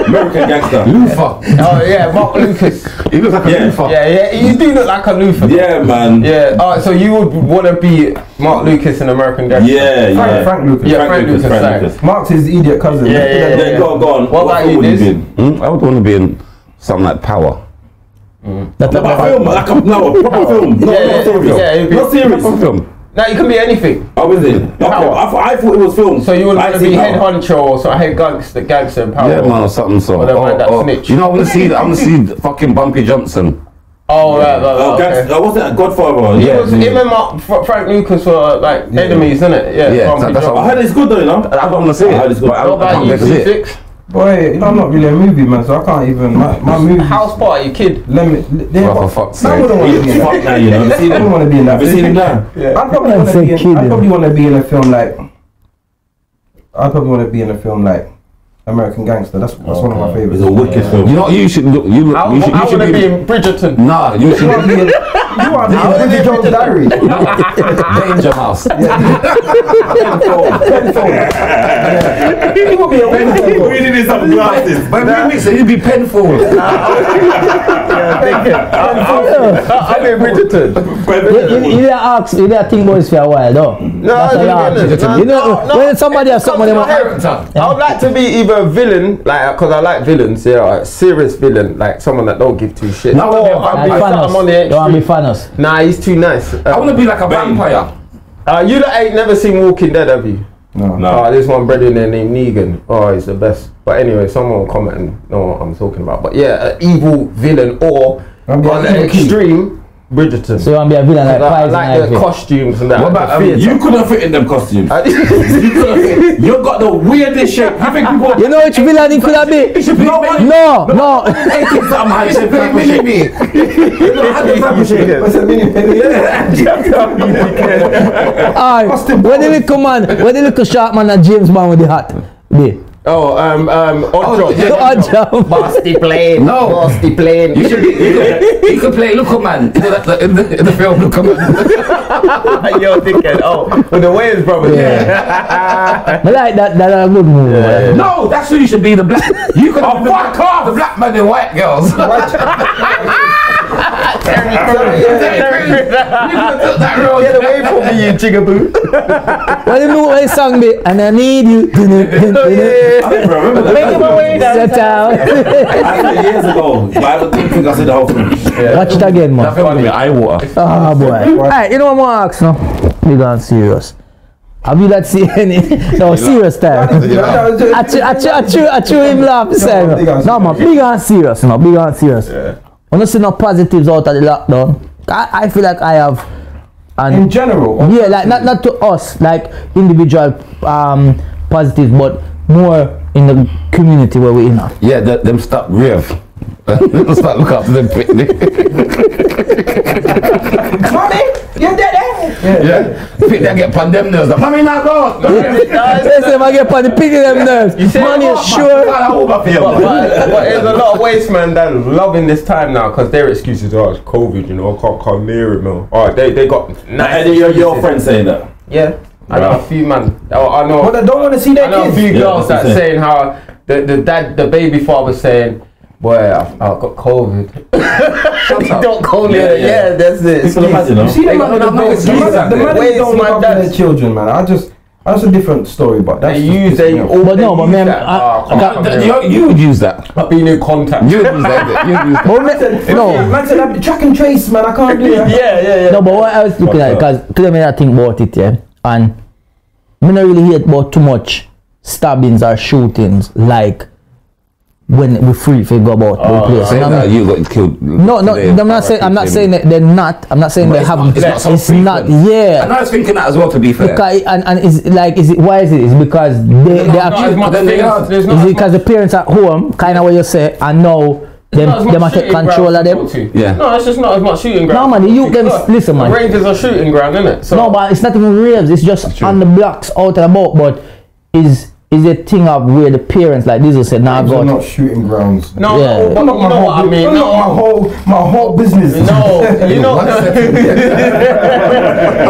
Speaker 4: American Gangster.
Speaker 9: Fuck. Oh, yeah, Mark Lucas.
Speaker 7: He looks like a
Speaker 4: Yeah.
Speaker 7: loofah.
Speaker 9: Yeah, yeah, you do look like a Luther.
Speaker 4: Yeah, man.
Speaker 9: Yeah, alright, so you would want to be Mark Lucas in American Gangster.
Speaker 4: Yeah, yeah.
Speaker 5: Frank, Frank Lucas.
Speaker 9: Yeah, Frank Lucas, sorry.
Speaker 5: Mark's his idiot cousin.
Speaker 9: Yeah, yeah, yeah.
Speaker 4: Then go, go on.
Speaker 9: What about you,
Speaker 4: film would
Speaker 9: Diz?
Speaker 4: been?
Speaker 7: Hmm? I would want to be in something like Power.
Speaker 2: That-
Speaker 4: No, but a
Speaker 2: that-
Speaker 4: film, like a, no, a proper film. No,
Speaker 9: Yeah, yeah,
Speaker 4: not serious.
Speaker 9: yeah, it'd be-
Speaker 4: not serious.
Speaker 7: Some film.
Speaker 9: Now you can be anything.
Speaker 4: Oh, is it? Okay, I, thought, I thought it was film.
Speaker 9: So you would want
Speaker 4: I
Speaker 9: to
Speaker 4: see
Speaker 9: be
Speaker 4: now.
Speaker 9: head honcho or sort of head gangster, gangster and power.
Speaker 7: Yeah, man, or something so. Oh,
Speaker 9: Or that man that snitch.
Speaker 7: You know, I want to see. I want to see the fucking Bumpy Johnson.
Speaker 9: Oh, right, right,
Speaker 4: Oh,
Speaker 9: right, okay.
Speaker 4: Gangster- oh, what's that? Godfather.
Speaker 9: It was,
Speaker 4: Yeah.
Speaker 9: him and Mark, Fr- Frank Lucas were like enemies, innit? Yeah,
Speaker 7: Yeah,
Speaker 9: Bumpy
Speaker 7: that- that's
Speaker 9: Johnson.
Speaker 4: I heard it's good though, you know.
Speaker 7: I don't want to see it.
Speaker 4: I heard it's good.
Speaker 7: but I,
Speaker 9: What
Speaker 7: I
Speaker 9: about
Speaker 7: can't
Speaker 9: you,
Speaker 7: wait to see it.
Speaker 9: C6?
Speaker 5: Boy, you know, I'm not really a movie man, so I can't even. My, my movie.
Speaker 9: House party, kid.
Speaker 5: Let me. They,
Speaker 7: Well, for fuck's
Speaker 5: I
Speaker 7: sake.
Speaker 5: wouldn't want to be in
Speaker 4: Fuck
Speaker 5: that.
Speaker 4: now, you know. Have
Speaker 5: I
Speaker 4: you seen
Speaker 5: wouldn't
Speaker 4: him?
Speaker 5: want to be in that.
Speaker 4: Have you seen him now?
Speaker 5: I'd probably
Speaker 2: I'd
Speaker 5: want to
Speaker 2: say
Speaker 5: be. In,
Speaker 2: kid,
Speaker 5: I'd
Speaker 2: yeah.
Speaker 5: probably want to be in a film like. I'd probably want to be in a film like American Gangster. That's that's one of my favorites.
Speaker 4: It's a wicked
Speaker 7: You
Speaker 4: film.
Speaker 7: know, you should look. You look.
Speaker 9: I,
Speaker 7: you should. You
Speaker 9: I
Speaker 7: should
Speaker 9: want to
Speaker 7: be.
Speaker 9: be in Bridgerton.
Speaker 7: nah, you should.
Speaker 5: You are being, you are being Bridget Jones' diary.
Speaker 7: Danger Mouse.
Speaker 5: You will be a
Speaker 4: We
Speaker 5: winner.
Speaker 4: needed some glasses.
Speaker 7: But nah. we said you'd be penfold.
Speaker 9: I'm in Bridgerton.
Speaker 2: You you didn't ask, you didn't think about this for a while, though. No,
Speaker 9: I didn't get it.
Speaker 2: You know,
Speaker 9: No, no.
Speaker 2: when somebody has something, they want-
Speaker 9: I would like to be either a villain, like because I like villains, yeah, like, serious villain, like someone that don't give two shits.
Speaker 7: No, I wanna be a
Speaker 9: I'll
Speaker 2: like
Speaker 9: be
Speaker 7: vampire.
Speaker 9: something on the
Speaker 2: Thanos.
Speaker 9: edge.
Speaker 2: Don't want to be Thanos.
Speaker 9: Nah, he's too nice.
Speaker 7: I
Speaker 9: Uh,
Speaker 7: want to be like a vampire.
Speaker 9: uh, you lot ain't never seen Walking Dead, have you? Oh,
Speaker 4: No.
Speaker 9: there's one brethren there named Negan. Oh, he's the best. But anyway, someone will comment and know what I'm talking about. But yeah, an evil villain or
Speaker 5: I'm
Speaker 9: on
Speaker 5: being
Speaker 9: the
Speaker 5: evil.
Speaker 9: extreme Bridgerton.
Speaker 2: So you want to be a villain like
Speaker 9: Like, I
Speaker 2: Pies
Speaker 9: like
Speaker 2: and
Speaker 9: the
Speaker 2: everything.
Speaker 9: costumes and that.
Speaker 7: What about um,
Speaker 9: the
Speaker 4: You couldn't fit in them costumes. You couldn't fit. You got the weirdest shape. You think people
Speaker 2: You know which villain he could have been?
Speaker 4: No one
Speaker 2: No, no.
Speaker 4: 18 something had the same type of shape. You know, had the type of shape.
Speaker 5: What's a mini
Speaker 2: Aye. When the little man, when the little sharp man and James Bond with the hat. There.
Speaker 9: oh, um, um, Oddjob.
Speaker 2: So I jump.
Speaker 9: Busty plane.
Speaker 7: No.
Speaker 9: Busty plane.
Speaker 7: You should be. You could play Lookaman in the, in the, in the film Lookaman.
Speaker 9: Yo, dickhead. Oh, with the Wayans brothers. Yeah.
Speaker 2: I like that, that a good movie. man.
Speaker 7: no, that's who you should be. The black. You could. Oh, fuck off! The black man and white girls.
Speaker 9: Get away from me, you jigaboo.
Speaker 2: When the new when the song be, and I need you. Set
Speaker 4: I don't even remember that. That's what it
Speaker 2: out.
Speaker 4: was. I said it years ago, but I don't think I said the whole thing.
Speaker 2: Watch it again, man.
Speaker 7: film with eye water.
Speaker 2: Ah, boy. Alright, you know what I'm ask now? We gone serious. Have you not seen any? No, serious time. I chew, I chew, I chew, I chew him laugh. this time,
Speaker 5: big
Speaker 2: No,
Speaker 5: and
Speaker 2: No, man, big and serious, no, big and serious. Yeah. I don't see no positives out of the lockdown. I, I feel like I have,
Speaker 5: In
Speaker 2: and
Speaker 5: general, or
Speaker 2: yeah, like not not to us, like individual um positives, but more in the community where we're in. now.
Speaker 7: Yeah, the, them stop rev. Them stop look after them. Pick,
Speaker 5: Mommy, you did
Speaker 9: eh?
Speaker 5: it. Yeah.
Speaker 7: yeah, pick that get pandemic nails. Like, Mommy, now go.
Speaker 2: First time I get upon the pig in them nerves. You
Speaker 9: said
Speaker 2: man,
Speaker 9: what,
Speaker 2: you
Speaker 9: man?
Speaker 2: sure?
Speaker 7: over for you. man.
Speaker 9: but, but there's a lot of waste man that loving this time now because their excuses are oh, it's COVID, you know, I can't come near it, man. Oh, they, they got nice.
Speaker 4: And your, your friend saying that.
Speaker 9: Yeah. I know a few man. Oh, I know.
Speaker 5: But I don't want to see
Speaker 9: I
Speaker 5: their
Speaker 9: know a
Speaker 5: kids.
Speaker 9: few
Speaker 4: Yeah,
Speaker 9: girls
Speaker 4: that's
Speaker 9: that
Speaker 4: what I'm
Speaker 9: saying how the, the dad, the baby father saying, "Boy, I've, I've got COVID." don't call me. Yeah,
Speaker 4: Yeah, yeah.
Speaker 9: that's it.
Speaker 4: People imagine,
Speaker 5: You
Speaker 4: no?
Speaker 5: see the
Speaker 9: They
Speaker 5: man,
Speaker 9: got
Speaker 5: the
Speaker 9: no
Speaker 5: man, the man,
Speaker 9: excuses
Speaker 5: the
Speaker 9: out there.
Speaker 5: man
Speaker 9: Where's
Speaker 5: don't
Speaker 9: my
Speaker 5: look after
Speaker 9: dad?
Speaker 5: their children, man. I just, That's a different story, but that's
Speaker 9: They
Speaker 5: just
Speaker 9: use
Speaker 5: pissing
Speaker 9: they
Speaker 5: me off.
Speaker 9: all.
Speaker 2: But
Speaker 9: they
Speaker 2: no, but
Speaker 9: use
Speaker 2: man,
Speaker 9: that.
Speaker 2: I-
Speaker 9: Ah, come
Speaker 2: I
Speaker 9: on,
Speaker 2: got-
Speaker 9: come here.
Speaker 7: You, you would use that.
Speaker 9: But be no contact.
Speaker 7: You would use that. innit? You'd use that.
Speaker 2: But me- no,
Speaker 5: Man said, "I'm track and trace, man. I can't do that.
Speaker 9: yeah, yeah, yeah.
Speaker 2: No, but what I was looking at, because today me I think about it, yeah, and me not really hear about too much stabbings or shootings like when we free for go about the place. you know
Speaker 7: Saying
Speaker 2: what I
Speaker 7: that
Speaker 2: mean?
Speaker 7: you got killed.
Speaker 2: No, no, I'm not saying I'm not saying that they're not. I'm not saying they
Speaker 7: it's
Speaker 2: haven't.
Speaker 7: not- it's not so
Speaker 2: not-
Speaker 7: frequent.
Speaker 2: yeah.
Speaker 7: And I was thinking that as well. To be fair,
Speaker 2: Because it- and, and is like is it why is it? It's because they they
Speaker 9: Not as
Speaker 2: are
Speaker 9: much
Speaker 7: then they are-
Speaker 9: things. There's
Speaker 2: is
Speaker 9: not
Speaker 2: it
Speaker 9: as much-
Speaker 2: because the parents at home kind of what you say and now them
Speaker 9: not as much
Speaker 2: them a take
Speaker 9: shooting
Speaker 2: control
Speaker 9: ground
Speaker 2: of
Speaker 9: to
Speaker 2: them.
Speaker 9: talk to.
Speaker 7: Yeah.
Speaker 9: No, it's just not as much shooting ground.
Speaker 2: man, the youth them-
Speaker 9: Look,
Speaker 2: listen, man.
Speaker 9: the Rangers are shooting ground, innit? So
Speaker 2: No, but it's not even raves. It's just on the blocks, out and about. But is is a thing of where the parents like this will say, "Nah,
Speaker 5: They're not
Speaker 2: God."
Speaker 5: shooting grounds.
Speaker 9: no,
Speaker 2: Yeah.
Speaker 9: no, but
Speaker 5: Not
Speaker 9: you
Speaker 5: my
Speaker 9: know
Speaker 5: whole,
Speaker 9: what I mean.
Speaker 5: not
Speaker 9: No,
Speaker 5: my whole, my whole business.
Speaker 9: no, you know.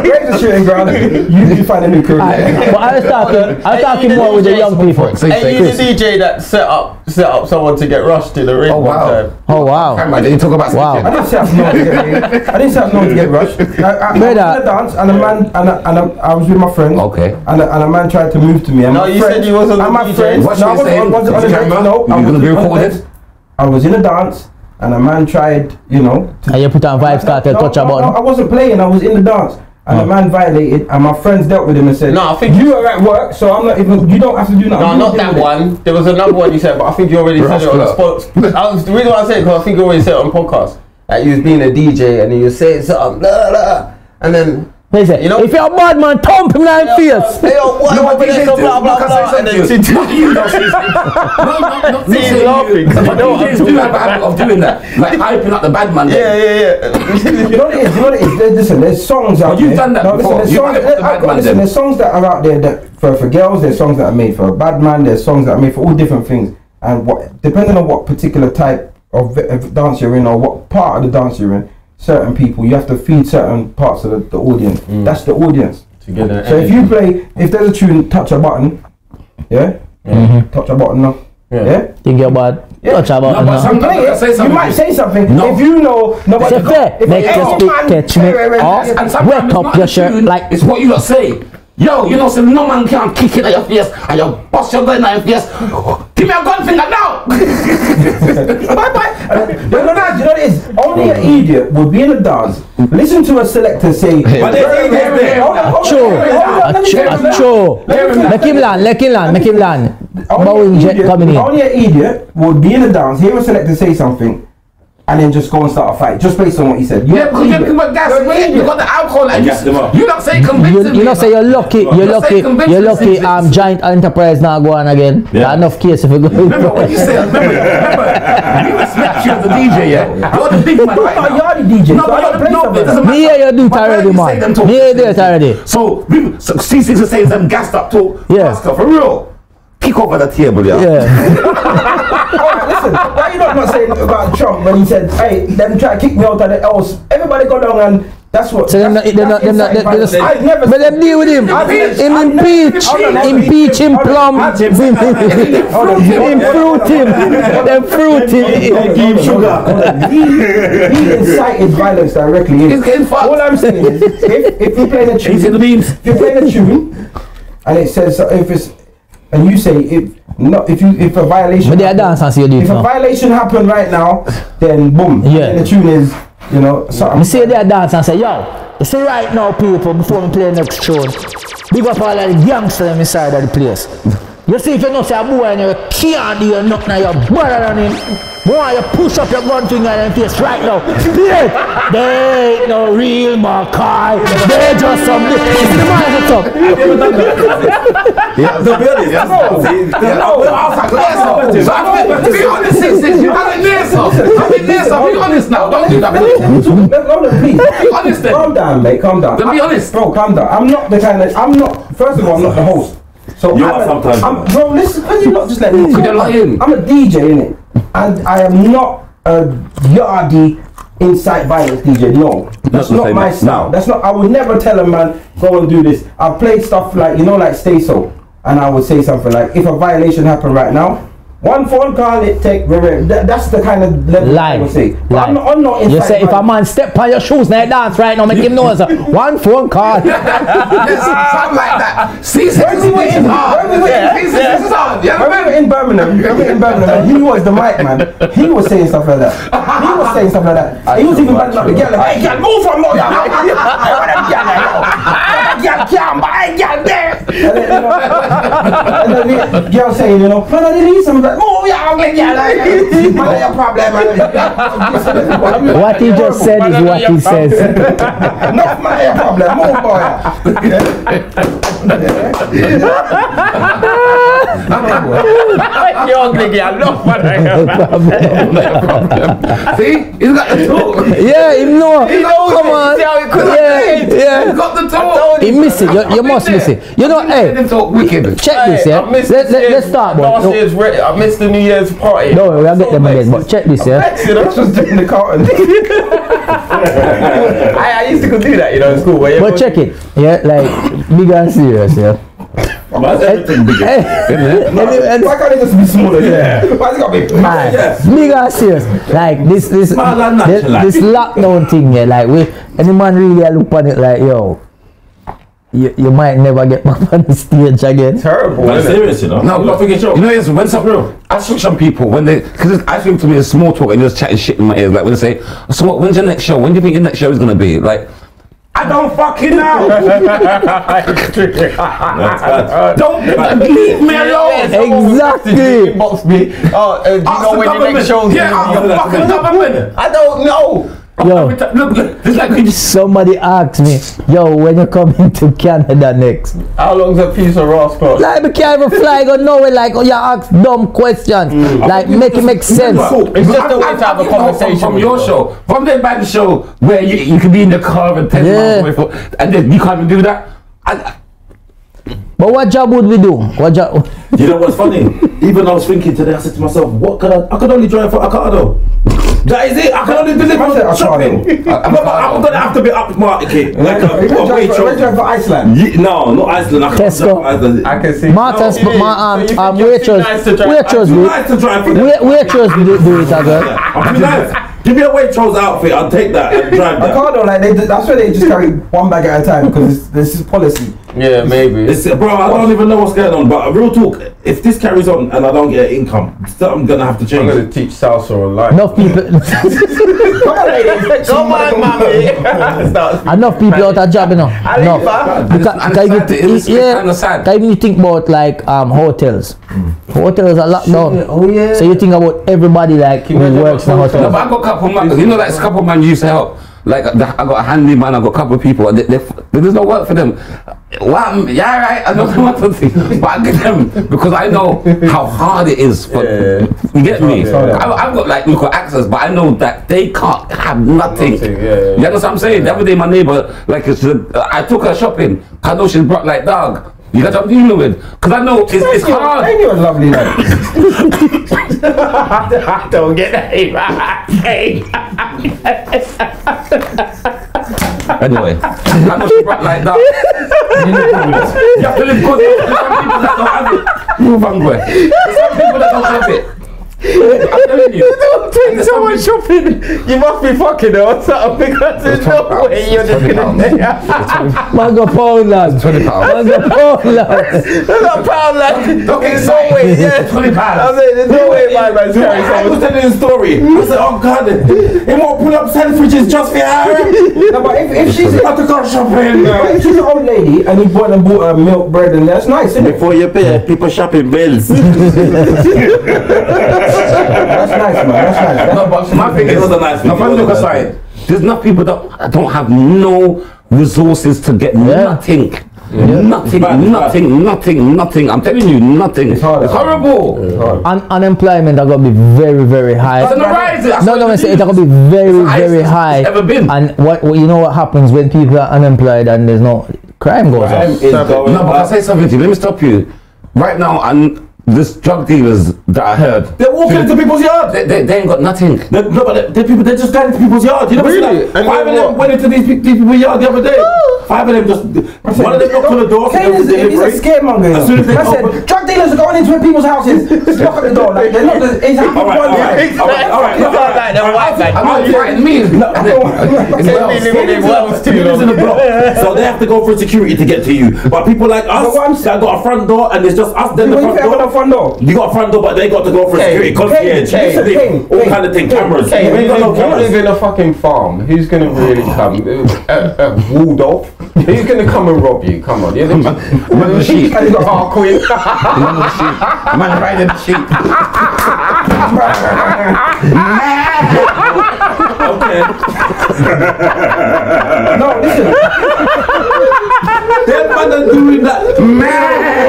Speaker 5: Raise the shooting ground. You, you find a new career.
Speaker 2: but I was talking, I was
Speaker 9: Hey,
Speaker 2: talking
Speaker 9: you
Speaker 2: more with the young
Speaker 9: DJs
Speaker 2: people.
Speaker 9: Hey, you the DJ that set up set up someone to get rushed in the ring one
Speaker 7: wow.
Speaker 9: time.
Speaker 2: Oh wow,
Speaker 7: Did you talk about
Speaker 5: I
Speaker 2: wow.
Speaker 5: didn't say I've known to get. I didn't say I've known to get rushed. I, I, I was in
Speaker 2: Brother.
Speaker 5: a dance and a man and a, and a, I was with my friend.
Speaker 7: Okay.
Speaker 5: And a, and a man tried to move to me. And
Speaker 9: No,
Speaker 5: my
Speaker 9: you
Speaker 5: friend,
Speaker 9: said you wasn't
Speaker 5: And
Speaker 9: the
Speaker 5: my
Speaker 9: DJ.
Speaker 5: friend.
Speaker 7: What
Speaker 5: no, I
Speaker 7: you saying?
Speaker 5: wasn't, wasn't on the
Speaker 7: Is it
Speaker 5: dance.
Speaker 7: camera?
Speaker 5: No, I
Speaker 7: You gonna
Speaker 5: wasn't
Speaker 7: be
Speaker 5: on the
Speaker 7: recorded?
Speaker 5: dance. I was in a dance and a man tried, you know, to
Speaker 2: And you put on vibes cartel, touch a
Speaker 5: no, no, I
Speaker 2: button.
Speaker 5: wasn't playing. I was in the dance, and the man violated, and my friends dealt with him and said,
Speaker 9: No, I think-
Speaker 5: you are at work, so I'm not even. You don't have to do nothing."
Speaker 9: No,
Speaker 5: You
Speaker 9: not
Speaker 5: deal
Speaker 9: that
Speaker 5: with it."
Speaker 9: one. There was another one you said, but I think you already said it on the
Speaker 7: Rascal.
Speaker 9: spot. I was, the reason why I said it because I think you already said it on podcast that you was being a DJ and you were saying something, blah, blah, and then
Speaker 2: They say,
Speaker 9: You know-
Speaker 2: if you're a bad man, thump him in the face.
Speaker 9: Hey, yo, what
Speaker 7: No,
Speaker 9: happened
Speaker 7: but DJ
Speaker 9: there? So
Speaker 7: do.
Speaker 9: blah blah
Speaker 7: Look, I
Speaker 9: blah,
Speaker 7: say
Speaker 9: and then she
Speaker 7: something to
Speaker 9: did.
Speaker 7: you. No, she's- No, no, no, not saying you.
Speaker 9: laughing, 'cause I know what I'm
Speaker 7: DJs do have a habit of doing that, like hyping up the bad man.
Speaker 9: Yeah, yeah,
Speaker 5: You
Speaker 9: yeah.
Speaker 5: know what it is. You know what it is. There's, listen, there's songs out
Speaker 7: But you've
Speaker 5: there.
Speaker 7: done that
Speaker 5: no,
Speaker 7: before.
Speaker 5: Listen, there's,
Speaker 7: You hyped
Speaker 5: songs,
Speaker 7: up the
Speaker 5: I- I-
Speaker 7: bad man
Speaker 5: listen,
Speaker 7: then.
Speaker 5: there's songs that are out there that for, for girls. There's songs that are made for a bad man. There's songs that are made for all different things. And what depending on what particular type of, v- of dance you're in or what part of the dance you're in, certain people you have to feed certain parts of the, the audience. That's the audience.
Speaker 9: Together.
Speaker 5: So if you play, if there's a tune, touch a button, yeah, touch a button now, yeah.
Speaker 2: Think you're bad, touch a button.
Speaker 7: but
Speaker 2: now.
Speaker 7: some-
Speaker 5: Play it.
Speaker 7: Uh, Say something.
Speaker 5: You might say something
Speaker 7: No.
Speaker 5: if you know. No, but
Speaker 2: Say fair,
Speaker 5: if
Speaker 2: make
Speaker 5: any
Speaker 2: your stick
Speaker 5: man-
Speaker 2: catch
Speaker 5: wait,
Speaker 2: me
Speaker 5: wait, wait,
Speaker 2: off.
Speaker 5: wait.
Speaker 7: And sometimes
Speaker 2: Wake
Speaker 7: it's
Speaker 2: up
Speaker 7: not
Speaker 2: your
Speaker 7: the
Speaker 2: shirt
Speaker 7: tune,
Speaker 2: like-
Speaker 7: it's what you lot say. Yo, you know, so no man can kick it at your face, and you bust your gun at your face. Give me a gun finger now.
Speaker 5: Bye bye. No, no, no. You know what it is? Only an idiot would be in a dance, listen to a selector say. But
Speaker 4: there's idiots there.
Speaker 2: Chore, a chore, a chore. Make him land, make him land, make him land. Bowen
Speaker 5: Only an,
Speaker 2: jet
Speaker 5: idiot,
Speaker 2: coming in.
Speaker 5: only an idiot would be in a dance, hear a selector say something, and then just go and start a fight just based on what he said. You're
Speaker 7: Yeah,
Speaker 5: an
Speaker 7: because
Speaker 5: idiot.
Speaker 7: you but that's
Speaker 5: You're an
Speaker 7: it. You
Speaker 5: idiot.
Speaker 7: got the alcohol and
Speaker 4: Gas them up.
Speaker 7: you don't say convincing.
Speaker 2: You, you know, say you're lucky, you're
Speaker 7: Just
Speaker 2: lucky,
Speaker 7: say convention
Speaker 2: you're lucky.
Speaker 7: sentence.
Speaker 2: Um, giant enterprise now going again.
Speaker 4: Yeah.
Speaker 2: There are enough case if we go.
Speaker 7: Remember when you say, remember, remember, you were smacked you as a DJ, yeah? You're the big man right
Speaker 5: But
Speaker 7: now.
Speaker 5: you're the DJ,
Speaker 7: No,
Speaker 5: so
Speaker 7: but you're
Speaker 5: I
Speaker 7: the,
Speaker 5: don't play
Speaker 7: no, it
Speaker 5: somebody.
Speaker 7: doesn't matter.
Speaker 2: Me hear you do it
Speaker 7: But why
Speaker 2: already,
Speaker 7: you
Speaker 2: man.
Speaker 7: say them talk?
Speaker 2: Me hear you do it already.
Speaker 7: So, people, so C6 says them gassed up talk.
Speaker 2: Yeah.
Speaker 7: Rascal, for real. Kick over the table, yeah.
Speaker 2: Yeah.
Speaker 5: Alright, listen, why you not, not saying about Trump when he said, hey, them try to kick me out of the house? Everybody go down and that's what.
Speaker 2: So them not,
Speaker 5: that's,
Speaker 2: them not,
Speaker 5: that's
Speaker 2: them not, them
Speaker 5: inside
Speaker 2: not,
Speaker 5: violence. I've never
Speaker 2: but them
Speaker 5: seen-
Speaker 2: deal with him.
Speaker 5: I've never-
Speaker 2: Him
Speaker 5: I've never-
Speaker 2: impeach,
Speaker 5: Hold on, hold on.
Speaker 2: impeach him
Speaker 5: Hold on,
Speaker 2: plum,
Speaker 5: hold on.
Speaker 2: him fruit him, them fruit him.
Speaker 5: Hold on, hold on. He, he incited violence directly.
Speaker 7: He's getting fucked.
Speaker 5: All I'm saying is, if, if you're playing a tune,
Speaker 7: He's in the beams.
Speaker 5: if you're playing a tune, and it says so if it's, and you say if not, if you if a violation,
Speaker 2: But they are dance and see you do it
Speaker 5: if a
Speaker 2: now.
Speaker 5: violation happened right now, then boom,
Speaker 2: Yeah.
Speaker 5: And the tune is, you know,
Speaker 2: I
Speaker 5: something.
Speaker 2: see there dance and say, yo, you see right now, people, before we play next tune, big up all of the gangsters them inside of the place. You see, if you know say a boy and you can't do your nothing, and you're better than him, boy, you push up your gun finger in the face right now. Yeah, they ain't no real Makai, they just some. You see the man that's up.
Speaker 4: To be honest, that's not- see,
Speaker 7: No, but I was like, yes, sir. So I don't- to be honest, C6, you haven't been sir. I've been there, sir. Be honest now. Don't do that.
Speaker 5: Let me talk. Let- Hold on, please.
Speaker 7: honest then.
Speaker 5: Calm down, mate. Calm down.
Speaker 7: Then be
Speaker 5: I-
Speaker 7: honest.
Speaker 5: bro. Calm down. I'm not the kind of. I'm not. First of all, I'm not the host. So
Speaker 4: You
Speaker 5: I'm
Speaker 4: are
Speaker 5: a-
Speaker 4: sometimes,
Speaker 5: I'm,
Speaker 4: man.
Speaker 5: bro, listen. Can you not just let me? talk?
Speaker 7: you're lying.
Speaker 5: I'm a DJ in it, and I am not a yardy inside violence DJ. No, that's,
Speaker 4: not
Speaker 5: not
Speaker 4: saying
Speaker 5: my
Speaker 4: that.
Speaker 5: style.
Speaker 4: No.
Speaker 5: That's not. I would never tell a man go and do this. I play stuff like you know, like Stay So, and I would say something like, if a violation happened right now. One phone call, it take. remember, that- That's the kind of level I
Speaker 2: Lie.
Speaker 5: would say. But
Speaker 2: Lie.
Speaker 5: I'm not, I'm not inside.
Speaker 2: you say if
Speaker 5: man.
Speaker 2: a man step on your shoes and dance right now, make him know it's a one phone call.
Speaker 3: Something like that. Season
Speaker 5: When we were in, when we were in,
Speaker 3: is hard. Yeah,
Speaker 5: when we were in Birmingham, when we were in Birmingham, he was the mic man. He was saying stuff like that. He was saying stuff like that. he was even backing up the girl like, "Hey, girl, move from London." And then, you know, and then the girl saying, you know, "Man, I didn't eat some of that." Oh yeah, I'm like, yeah, like, man, your problem, man.
Speaker 2: What he just said is what he says.
Speaker 5: Not my problem, move boy.
Speaker 9: Yo, nigga, I love what I am.
Speaker 3: See, he's got the tool.
Speaker 2: Yeah, him know. Come on.
Speaker 9: See how he could
Speaker 2: Yeah,
Speaker 3: He's
Speaker 2: yeah.
Speaker 3: got the tool.
Speaker 2: He miss it. You, you must miss it. You know, hey,
Speaker 3: He's so wicked.
Speaker 2: check this, yeah.
Speaker 9: I missed
Speaker 2: Let, let,
Speaker 9: this year's-
Speaker 2: let's start, boy.
Speaker 9: Last
Speaker 2: No,
Speaker 9: year's, re- I missed the New Year's party.
Speaker 2: don't worry, I'll get them again. But check this, yeah.
Speaker 9: You know,
Speaker 5: Just doing the carton.
Speaker 9: I, I used to go do that, you know, in school. Where
Speaker 2: But check it, yeah. Like big and serious, yeah. Eh,
Speaker 7: everything bigger.
Speaker 2: Hey, and-
Speaker 5: Why can't it just be smaller? Yeah. Why's it gotta be
Speaker 2: eh, Man, big and serious. Like this, this, this,
Speaker 4: Man and natural.
Speaker 2: this lockdown thing. Yeah, like we, any man really I look on it like, yo, you, you might never get back on the stage again.
Speaker 9: terrible.
Speaker 4: I'm
Speaker 9: innit?
Speaker 4: serious, you know.
Speaker 7: No,
Speaker 4: not
Speaker 7: but
Speaker 4: forget your.
Speaker 7: You know, it's when some I saw some people when they because I think to me it's small talk and just chatting shit in my ears. Like when they say, "So what? When's your next show? When do you think your next show is gonna be?" Like, I don't fucking know.
Speaker 4: That's bad.
Speaker 7: don't leave me alone.
Speaker 9: Yeah, someone was
Speaker 2: Exactly.
Speaker 9: messaging me, Inbox me. Oh, uh, do you
Speaker 7: Ask
Speaker 9: know
Speaker 7: the
Speaker 9: when your
Speaker 7: government.
Speaker 9: next show's
Speaker 7: Yeah,
Speaker 9: gonna be?
Speaker 7: ask the fucking government.
Speaker 9: I don't know.
Speaker 2: Yo,
Speaker 7: Look, look, it's like we just
Speaker 2: somebody asked me, yo, when you coming to Canada next?
Speaker 9: How long's a piece of raw spot?
Speaker 2: Like, we can't even fly go nowhere. Like, oh, you ask dumb questions. Like,
Speaker 4: Mm.
Speaker 2: make it make sense.
Speaker 9: It's just a
Speaker 7: I-
Speaker 9: way
Speaker 7: I-
Speaker 9: to have a
Speaker 7: I know
Speaker 9: conversation
Speaker 7: From, from
Speaker 9: with
Speaker 7: your
Speaker 9: you.
Speaker 7: show, from the band show, where you, you can be in the car and 10
Speaker 2: Yeah.
Speaker 7: miles away, from, and then you can't even do that. I,
Speaker 2: But what job would we do? What job?
Speaker 4: You know what's funny? Even I was thinking today, I said to myself, what could I? I could only drive for Ocado. That is it. I can only deliver
Speaker 5: I said
Speaker 4: on shopping. But but I'm gonna have to be upmarket, kid. like a
Speaker 5: Why
Speaker 4: one-way
Speaker 5: you
Speaker 4: shop.
Speaker 5: drive for Iceland?
Speaker 4: Ye- No, not Iceland. I can't
Speaker 2: Tesco.
Speaker 4: drive for Iceland.
Speaker 9: I can see.
Speaker 2: Martha's,
Speaker 9: No, it
Speaker 2: my,
Speaker 9: is.
Speaker 2: um,
Speaker 9: So you
Speaker 2: um,
Speaker 9: think you're too
Speaker 2: waitress,
Speaker 9: nice to drive-
Speaker 2: waitress,
Speaker 4: Too
Speaker 2: wait-
Speaker 4: nice to drive for
Speaker 2: wait- waitress do, do it as well.
Speaker 4: I'm too nice. Give me a waitrose outfit. I'll take that and drive
Speaker 5: I
Speaker 4: that.
Speaker 5: can't know, like they, that's where they just carry one bag at a time because it's, this is policy.
Speaker 9: Yeah, maybe.
Speaker 4: It's, bro, I don't even know what's going on. But real talk, if this carries on and I don't get income, something's gonna have to
Speaker 9: I'm
Speaker 4: change.
Speaker 9: gonna teach salsa online.
Speaker 2: Enough people,
Speaker 5: Come on, ladies.
Speaker 9: Come on, mommy. Start
Speaker 2: enough people out of job, you know. Enough. Because-
Speaker 7: understand
Speaker 2: because you
Speaker 7: the
Speaker 2: thi-
Speaker 7: illness, I
Speaker 2: yeah,
Speaker 7: understand.
Speaker 2: because you think about like um hotels. Hotels are locked down. Oh yeah. So you think about everybody like who works in
Speaker 7: No,
Speaker 2: hotels.
Speaker 7: but I got a couple of man, you know, like a couple of man used to help. Like the, I got a handyman, I got a couple of people, and they, they, there's no work for them. Well, I'm, yeah, right. I don't want to think, but I get them because I know how hard it is for. You get me? I, I've got like local access, but I know that they can't have nothing.
Speaker 9: Nothing, yeah, yeah,
Speaker 7: You know what I'm saying? The other day, my neighbor, like, it's, uh, I took her shopping. I know she's brought like dog. You got what I'm dealing with? Because I know it's, it's hard.
Speaker 5: Ain't you a lovely lad?
Speaker 9: I don't get that. Hey,
Speaker 7: Anyway, I know she brought like that. you have to live good. There's some people that don't have it. Move on, boy. There's some people that don't have it. I'm telling you.
Speaker 9: take so much shopping. You must be fucking her or something because there's no way you're just gonna.
Speaker 2: Mango pound lad. Mango pound lad.
Speaker 9: There's no pound like. There's no
Speaker 4: excited.
Speaker 9: way. Yeah.
Speaker 4: Twenty
Speaker 9: I
Speaker 4: pounds.
Speaker 9: mean, there's no way my man's carrying
Speaker 4: I
Speaker 9: someone.
Speaker 4: was telling his story. I said, oh God, he won't pull up sandwiches just for her.
Speaker 5: No, but if, if she's
Speaker 4: Not to go shopping.
Speaker 5: but if she's an old lady and you bought and bought her milk bread and that's nice, isn't it?
Speaker 4: Before you pay, people shopping bills.
Speaker 5: That's nice, man. That's nice. That's
Speaker 7: No, but my thing
Speaker 4: It
Speaker 7: is,
Speaker 4: was a nice
Speaker 7: now, if I
Speaker 4: video, it
Speaker 7: look
Speaker 4: was a nice
Speaker 7: aside, there's enough people that don't have no resources to get nothing. Nothing, nothing, nothing, nothing. I'm telling you, nothing. It's,
Speaker 5: hard.
Speaker 7: horrible. It's
Speaker 2: Un- unemployment are gonna be very very high.
Speaker 7: on the rise. That's
Speaker 2: No,
Speaker 7: what
Speaker 2: no,
Speaker 7: it
Speaker 2: it's, it's
Speaker 7: is.
Speaker 2: gonna be very,
Speaker 7: the highest
Speaker 2: very
Speaker 7: it's
Speaker 2: high.
Speaker 7: ever been.
Speaker 2: And what, what you know what happens when people are unemployed and there's no crime goes
Speaker 4: Time
Speaker 2: on.
Speaker 4: is going
Speaker 7: No, but I'll
Speaker 4: up.
Speaker 7: say something to you. Let me stop you. Right now, and this drug dealers that I heard,
Speaker 4: They're walking into people's yards.
Speaker 7: they, they, they ain't got nothing.
Speaker 4: They- No, but they- they people, they're just going into people's yards. You know what
Speaker 9: Really?
Speaker 4: I'm
Speaker 9: And
Speaker 4: saying? Five
Speaker 9: then
Speaker 4: of them
Speaker 9: what?
Speaker 4: went into these, pe- these people's yard the other day. Five of them just, one of them knocked on the door.
Speaker 5: Kane
Speaker 4: for
Speaker 5: is a, he's a
Speaker 4: delivery.
Speaker 5: scaremonger.
Speaker 4: As soon as they
Speaker 5: I said,
Speaker 4: open-
Speaker 5: drug dealers are going into people's houses. Just knock at the door. Like they're not. The, it's happened
Speaker 4: All right, all
Speaker 5: once.
Speaker 4: right, all right, all right.
Speaker 2: It's not like the white man.
Speaker 4: I'm not fighting me. No, I don't- He lives in the block, so they have to go through security to get to you. But people like
Speaker 5: But what I'm
Speaker 4: us that got a front door and it's just us then the
Speaker 5: What if
Speaker 4: front
Speaker 5: they have
Speaker 4: door.
Speaker 5: a front door?
Speaker 4: You got a front door, but they got to go for security, concierge,
Speaker 5: Kane,
Speaker 4: thing,
Speaker 5: Kane,
Speaker 4: all
Speaker 5: Kane,
Speaker 4: kind of thing, cameras.
Speaker 9: Hey,
Speaker 4: You
Speaker 9: we
Speaker 4: ain't got no
Speaker 9: live, we live
Speaker 4: cameras.
Speaker 9: in a fucking farm. Who's gonna really come? Uh, uh, Waldorf? Who's gonna come and rob you? Come on, you're the
Speaker 7: Man with sheep.
Speaker 5: And he's got
Speaker 9: Oh, queen.
Speaker 7: Man with sheep. Man riding sheep.
Speaker 5: No, listen.
Speaker 4: Them man are doing that. Man,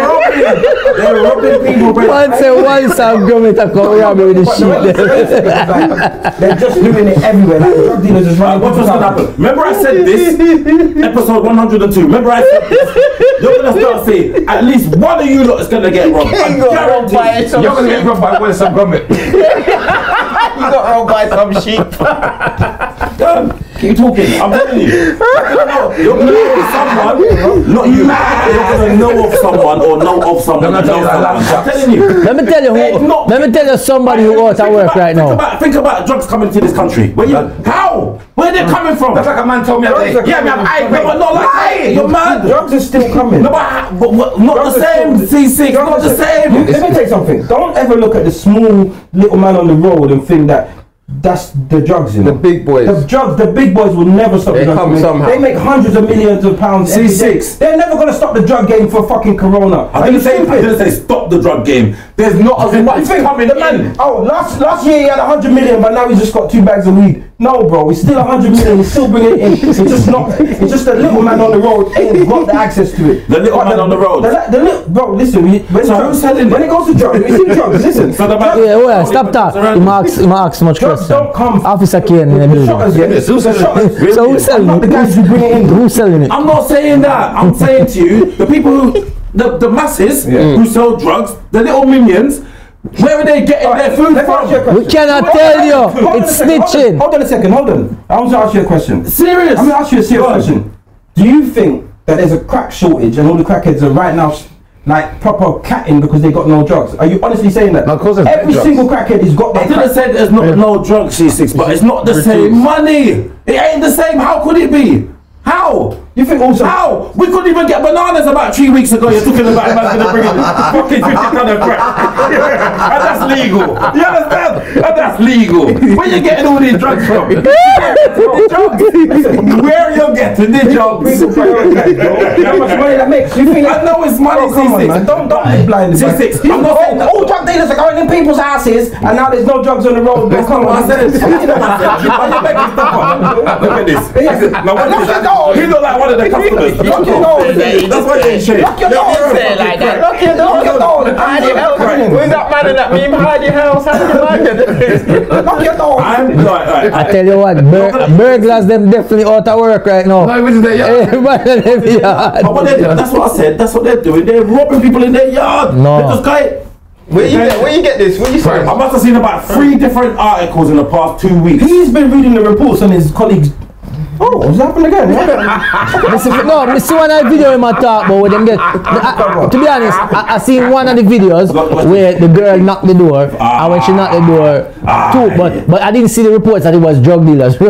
Speaker 4: robbing. They're robbing people, bro.
Speaker 2: Man say once I'm going to come rob me with the
Speaker 5: But the way
Speaker 2: sheep.
Speaker 5: it's crazy, like, they're just doing it everywhere. Like drug dealers just
Speaker 4: Like, what's
Speaker 5: running. people's
Speaker 4: gonna
Speaker 5: houses.
Speaker 4: happen? Remember I said this episode 102. Remember I said this. You're gonna start saying at least one of you lot is gonna get robbed. I guarantee.
Speaker 3: You're gonna get robbed by one some government.
Speaker 4: Done. Keep talking. I'm telling you. You're gonna know, you're gonna know of someone. Not you. You're gonna know of someone or know of someone.
Speaker 3: No, no,
Speaker 4: who
Speaker 3: tell you
Speaker 4: knows
Speaker 3: that
Speaker 4: someone.
Speaker 3: laugh
Speaker 4: I'm
Speaker 3: shop.
Speaker 4: telling you.
Speaker 2: Let me tell you
Speaker 4: They're
Speaker 2: who.
Speaker 4: not-
Speaker 2: Let me tell you somebody who out of
Speaker 4: Think
Speaker 2: work
Speaker 4: about-
Speaker 2: right
Speaker 4: think
Speaker 2: now.
Speaker 4: About, think about drugs coming to this country. When you, how? Where they coming from?
Speaker 3: That's like a man told me.
Speaker 5: Drugs are
Speaker 3: Yeah, me,
Speaker 5: coming
Speaker 3: I'm
Speaker 5: in
Speaker 3: high.
Speaker 5: front
Speaker 4: No, but not like hey, you're mad.
Speaker 5: Drugs are still coming.
Speaker 4: No, but, but, but not the same. C6, not the
Speaker 5: You-
Speaker 4: same.
Speaker 5: Let me tell you something. Don't ever look at the small little man on the road and think that that's the drugs in
Speaker 9: The
Speaker 5: it.
Speaker 9: big boys.
Speaker 5: The drugs, the big boys will never stop.
Speaker 9: They
Speaker 5: the drugs
Speaker 9: come
Speaker 5: game.
Speaker 9: somehow.
Speaker 5: They make hundreds of millions of pounds. every day.
Speaker 4: C6.
Speaker 5: They're never gonna stop the drug game for fucking Corona.
Speaker 4: I
Speaker 5: Are you
Speaker 4: didn't say I
Speaker 5: stupid?
Speaker 4: didn't say stop the drug game. There's not as
Speaker 5: What do you
Speaker 4: much
Speaker 5: think?
Speaker 4: coming
Speaker 5: The man,
Speaker 4: in.
Speaker 5: oh, last last year he had 100 million, but now he's just got two bags of weed. No, bro, he's still 100 million, he's still bringing it in. It's just not, it's just the little man on the road ain't got the access to it.
Speaker 4: The little
Speaker 5: But
Speaker 4: man on the road.
Speaker 5: The, li- the little, bro, listen, we, when,
Speaker 4: So
Speaker 5: drugs,
Speaker 4: who's selling
Speaker 5: when
Speaker 4: it?
Speaker 5: it goes to drugs, it's in drugs, listen.
Speaker 4: So the man-
Speaker 2: Yeah, well, stop that. He marks, he marks much
Speaker 5: Drugs
Speaker 2: question.
Speaker 5: don't come.
Speaker 2: Officer Kane in the
Speaker 5: the
Speaker 2: building.
Speaker 5: shotters,
Speaker 7: Yeah, it's who's
Speaker 5: the
Speaker 7: selling it?
Speaker 5: shotters.
Speaker 7: Really?
Speaker 2: So who's selling
Speaker 5: Not
Speaker 2: it?
Speaker 5: the guys who bring it in.
Speaker 2: Who's selling it?
Speaker 4: I'm not saying that. I'm saying to you, the people who, the, the masses who sell drugs, the little minions, where are they getting their food
Speaker 5: Let me ask you a
Speaker 4: from?
Speaker 5: question.
Speaker 2: We cannot
Speaker 5: Hold
Speaker 2: tell
Speaker 5: on a
Speaker 2: you.
Speaker 5: second, hold on a
Speaker 2: It's
Speaker 5: second,
Speaker 2: snitching.
Speaker 5: hold on- Hold on a second, hold on. I want to ask you a question.
Speaker 4: Serious.
Speaker 5: I'm gonna ask you a serious
Speaker 4: Go on.
Speaker 5: question. Do you think that there's a crack shortage and all the crackheads are right now s- like proper catting because they got no drugs? Are you honestly saying that?
Speaker 7: No, of course there's
Speaker 5: Every
Speaker 7: drugs.
Speaker 5: single crackhead has got
Speaker 4: I
Speaker 5: their
Speaker 4: didn't
Speaker 5: crack.
Speaker 4: say there's not no drug C6, but it's not the same money. It ain't the same. How could it be? How?
Speaker 5: You think also?
Speaker 4: How? We couldn't even get bananas about three weeks ago. You're talking about a man's gonna bring in fucking 50 ton of crack. and that's legal. You understand? And that's legal. Where you getting all these drugs from? Where you getting these drugs?
Speaker 5: People prioritize, bro. How much money that makes? You think
Speaker 4: I know it's money,
Speaker 5: Oh, come on,
Speaker 4: C6.
Speaker 5: man. Don't, don't be blind. man.
Speaker 4: C6,
Speaker 5: You
Speaker 4: I'm not
Speaker 5: know,
Speaker 4: saying that-
Speaker 5: all drug dealers are going in people's houses, and now there's no drugs on the road. Bro. Come on,
Speaker 4: Look at this.
Speaker 5: Yes.
Speaker 4: Now, what
Speaker 5: Lock
Speaker 4: is
Speaker 5: your
Speaker 4: that?
Speaker 5: doors.
Speaker 4: He's not like one of the customers.
Speaker 5: Lock your doors.
Speaker 4: That's why they shit.
Speaker 5: Lock your doors. Lock your doors. Lock your doors. Hide your house.
Speaker 9: Who's that man in that meme? Hide your house. Hide your man.
Speaker 5: Lock your doors.
Speaker 4: I'm right, right.
Speaker 2: I tell you what, bur- burglars them definitely out of work right now. Everybody in them yard.
Speaker 4: But what they, that's what I said. That's what they're doing. They're robbing people in their yard.
Speaker 2: No.
Speaker 4: They just got
Speaker 6: Where you get? Where you get this? What you say?
Speaker 4: I must have seen about three different articles in the past two weeks.
Speaker 5: He's been reading the reports on his colleagues. Oh, what's happened again?
Speaker 2: Missy, no, me see one of the video in my talk about where them get. I- I- to be honest, I, I seen one of the videos where the girl knocked the door, and when she knocked the door, two. But but I didn't see the reports that it was drug dealers.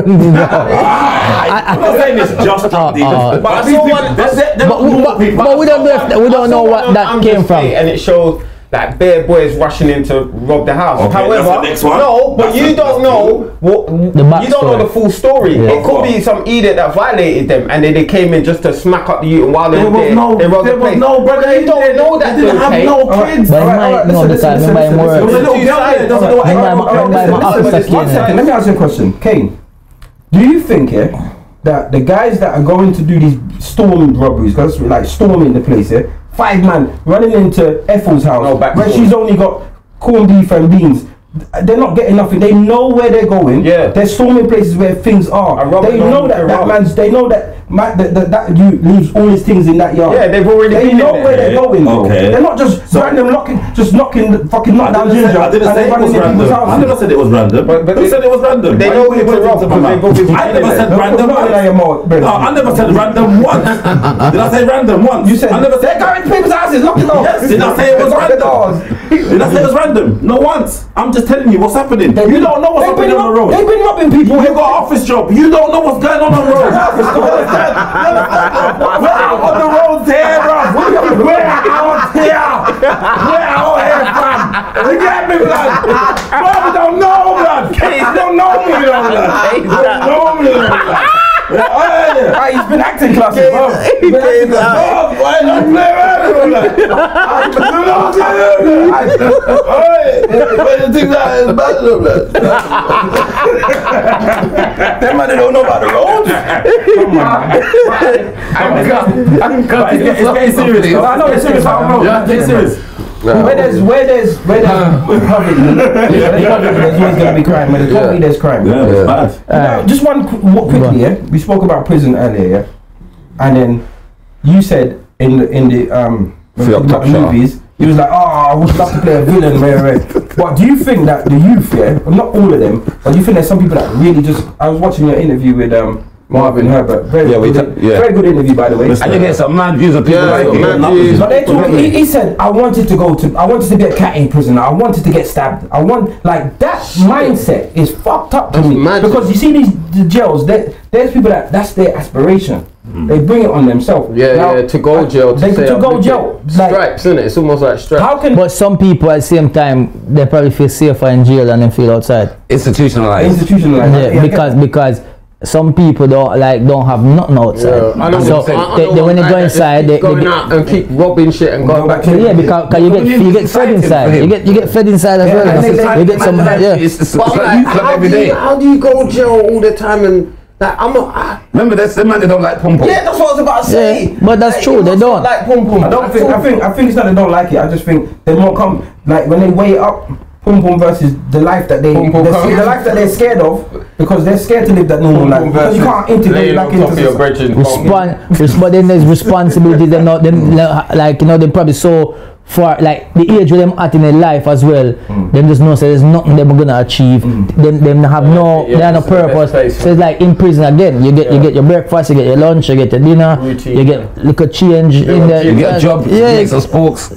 Speaker 4: I'm not saying it's just drug dealers,
Speaker 2: uh,
Speaker 4: but I saw one. They're, they're
Speaker 2: but,
Speaker 4: normal
Speaker 2: but,
Speaker 4: people.
Speaker 2: but we don't know if, we don't know what that came from.
Speaker 9: And it showed like bare boys rushing in to rob the house.
Speaker 4: Okay,
Speaker 9: However,
Speaker 4: that's the next one.
Speaker 9: no, but
Speaker 4: That's
Speaker 9: you
Speaker 4: the- that's
Speaker 9: don't know what
Speaker 2: back
Speaker 9: you don't know
Speaker 2: story.
Speaker 9: the full story. It could be some idiot that violated them and then they came in just to smack up the youth and while they
Speaker 4: There
Speaker 9: were
Speaker 4: was
Speaker 9: there,
Speaker 4: no,
Speaker 9: they
Speaker 4: there
Speaker 9: robbed the
Speaker 4: was
Speaker 9: place.
Speaker 4: no brother.
Speaker 9: you don't know that,
Speaker 4: They didn't have
Speaker 9: okay?
Speaker 4: no kids.
Speaker 2: But
Speaker 4: There
Speaker 2: in my no, the time, in my
Speaker 4: was a
Speaker 2: words.
Speaker 4: little girl there. doesn't know what
Speaker 2: Remember, remember,
Speaker 4: happened. Okay,
Speaker 2: remember,
Speaker 4: listen,
Speaker 2: officer
Speaker 4: listen,
Speaker 2: Kane.
Speaker 5: One second, let me ask you a question. Kane, do you think yeah, that the guys that are going to do these storm robberies, because like storming the place, yeah, five man running into Ethel's house,
Speaker 9: No, back
Speaker 5: where
Speaker 9: door.
Speaker 5: she's only got corned beef and beans, they're not getting nothing. They know where they're going.
Speaker 9: Yeah.
Speaker 5: They're storming places where things are.
Speaker 9: A robber
Speaker 5: They
Speaker 9: don't
Speaker 5: know
Speaker 9: look
Speaker 5: that that
Speaker 9: around.
Speaker 5: man's. They know that my, the, the, that you leaves all his things in that yard.
Speaker 9: Yeah, they've already
Speaker 5: They
Speaker 9: been
Speaker 5: know
Speaker 9: in
Speaker 5: where
Speaker 9: there.
Speaker 5: they're going. bro.
Speaker 4: Okay.
Speaker 5: They're not just random knocking, just knocking, the fucking
Speaker 4: I
Speaker 5: knockdown
Speaker 4: didn't say,
Speaker 5: ginger.
Speaker 4: I didn't
Speaker 5: and
Speaker 4: say it
Speaker 5: running
Speaker 4: was
Speaker 5: in people's
Speaker 4: random. I
Speaker 5: houses.
Speaker 4: never said it was random.
Speaker 9: But- but
Speaker 4: Who
Speaker 9: they-
Speaker 4: said it was random?
Speaker 9: they
Speaker 4: Why
Speaker 9: know
Speaker 4: you
Speaker 9: who
Speaker 4: put it
Speaker 9: to rob
Speaker 4: into my
Speaker 9: because
Speaker 4: mouth?
Speaker 9: they've always
Speaker 4: I never
Speaker 9: been
Speaker 4: said
Speaker 5: there.
Speaker 4: random
Speaker 5: Don't put it in your mouth,
Speaker 4: once.
Speaker 5: bro.
Speaker 4: No, I never said random once. Did I say random once?
Speaker 5: You said
Speaker 4: I never said
Speaker 5: they're going to people's houses, knocking doors.
Speaker 4: Yes, did I say it was
Speaker 5: Knock the
Speaker 4: random? Did I say it was random? Not once. I'm just telling you what's happening.
Speaker 5: They've
Speaker 4: you
Speaker 5: been-
Speaker 4: don't know what's
Speaker 5: they've been
Speaker 4: happening on the
Speaker 5: rob-
Speaker 4: road.
Speaker 5: They've been robbing people.
Speaker 4: You got office job. You don't know what's going on on the road. We're out on the road there, bruv. We're we're out here. We're out here, fam. You get me, blood? Bruv, you don't know, blood. You don't know me, you know, blood. You don't know me, you know, blood. Hey,
Speaker 5: Hey, he's been acting classes, bro. He's been acting classes.
Speaker 4: bruv, why not play around, blood? You don't know me, blood. Hey, why you think that is bad, blood? Them man, they don't know about the road.
Speaker 9: I'm cut. I'm cut.
Speaker 4: It's getting- it's getting serious. though. I know it's serious. I don't know. It's getting serious.
Speaker 5: Where there's, where there's, where
Speaker 7: Uh.
Speaker 5: there's public, there's always going to be crime. Where there's public, there's crime. Uh,
Speaker 4: it's bad.
Speaker 5: Now, just one qu- what quickly, yeah. We spoke about prison earlier, yeah, and then you said in the in the um when we
Speaker 7: Fiat
Speaker 5: talked about the
Speaker 7: Top Shot.
Speaker 5: movies, you was like, oh, I would love to play a villain, rare, rare. But do you think that the youth, yeah, well, not all of them, but do you think there's some people that really just? I was watching your interview with um Marvin Herbert. Very
Speaker 7: Yeah, we
Speaker 5: good,
Speaker 7: ta- yeah.
Speaker 5: very good interview by the way.
Speaker 7: And you get some mad views of people
Speaker 6: Yeah,
Speaker 7: like
Speaker 6: mad
Speaker 7: it.
Speaker 6: views.
Speaker 5: But they talk, he, he said, I wanted to go to, I wanted to get cat in prison. I wanted to get stabbed. I want, like, that mindset is fucked up to me.
Speaker 6: mad.
Speaker 5: Because you see these the jails, there- there's people that, that's their aspiration. They bring it on themselves.
Speaker 9: Hmm. Yeah,
Speaker 5: Now,
Speaker 9: yeah, to
Speaker 4: uh,
Speaker 9: go jail. To
Speaker 5: They,
Speaker 9: say
Speaker 5: to
Speaker 9: I'm
Speaker 5: go
Speaker 9: wicked.
Speaker 5: jail. Like,
Speaker 9: stripes, innit? It's almost like stripes.
Speaker 5: how can
Speaker 2: But some people at the same time they probably feel safer in jail than they feel outside.
Speaker 7: Institutionalized.
Speaker 5: institutionalize
Speaker 2: Yeah,
Speaker 5: that? Yeah,
Speaker 2: because because some people don't like don't have nothing outside.
Speaker 9: I know
Speaker 2: so
Speaker 9: what you're saying. I
Speaker 2: they,
Speaker 9: know
Speaker 2: they,
Speaker 9: what
Speaker 2: when they
Speaker 9: I'm
Speaker 2: go
Speaker 9: saying.
Speaker 2: inside, they,
Speaker 9: keep
Speaker 2: they
Speaker 9: going
Speaker 2: get,
Speaker 9: out and keep robbing shit and going
Speaker 5: Go
Speaker 9: back.
Speaker 5: back to
Speaker 2: yeah because 'cause you get you get fed inside. You get you get fed inside as well.
Speaker 5: and
Speaker 2: you know.
Speaker 5: they-
Speaker 2: You get some yeah.
Speaker 7: It's, it's,
Speaker 9: But
Speaker 7: it's
Speaker 9: I'm
Speaker 7: like
Speaker 9: like,
Speaker 7: you club
Speaker 9: how
Speaker 7: every
Speaker 9: do
Speaker 7: day.
Speaker 9: you, how do you go jail all the time and like I'm not. I,
Speaker 7: Remember, that's the man they don't like pump
Speaker 9: yeah, that's what I was about to say.
Speaker 2: Yeah, but that's
Speaker 9: Like,
Speaker 2: true,
Speaker 9: you
Speaker 2: they
Speaker 9: must
Speaker 2: don't.
Speaker 9: like pom pom.
Speaker 5: I don't think, I think, I think it's not they don't like it. I just think they won't come, like, when they weigh up Pum Pum versus the life that they,
Speaker 9: Pum Pum
Speaker 5: they're sca-
Speaker 9: versus-
Speaker 5: the life that they're scared of, because they're scared to live that normal life. Because you can't integrate back into society.
Speaker 2: Respond, respond. Then there's responsibility. They're not them like you know they probably so far like the age where them at in their life as well.
Speaker 7: Mm.
Speaker 2: Them just know say there's nothing them gonna achieve. Them them have no
Speaker 9: yeah,
Speaker 2: they have no
Speaker 9: this is the best
Speaker 2: purpose.
Speaker 9: place.
Speaker 2: So it's like in prison again. You get you get your breakfast, you get your lunch, you get your dinner,
Speaker 9: Routine.
Speaker 2: you get little change in there.
Speaker 7: You get a job, you
Speaker 2: Yeah,
Speaker 7: make some spokes.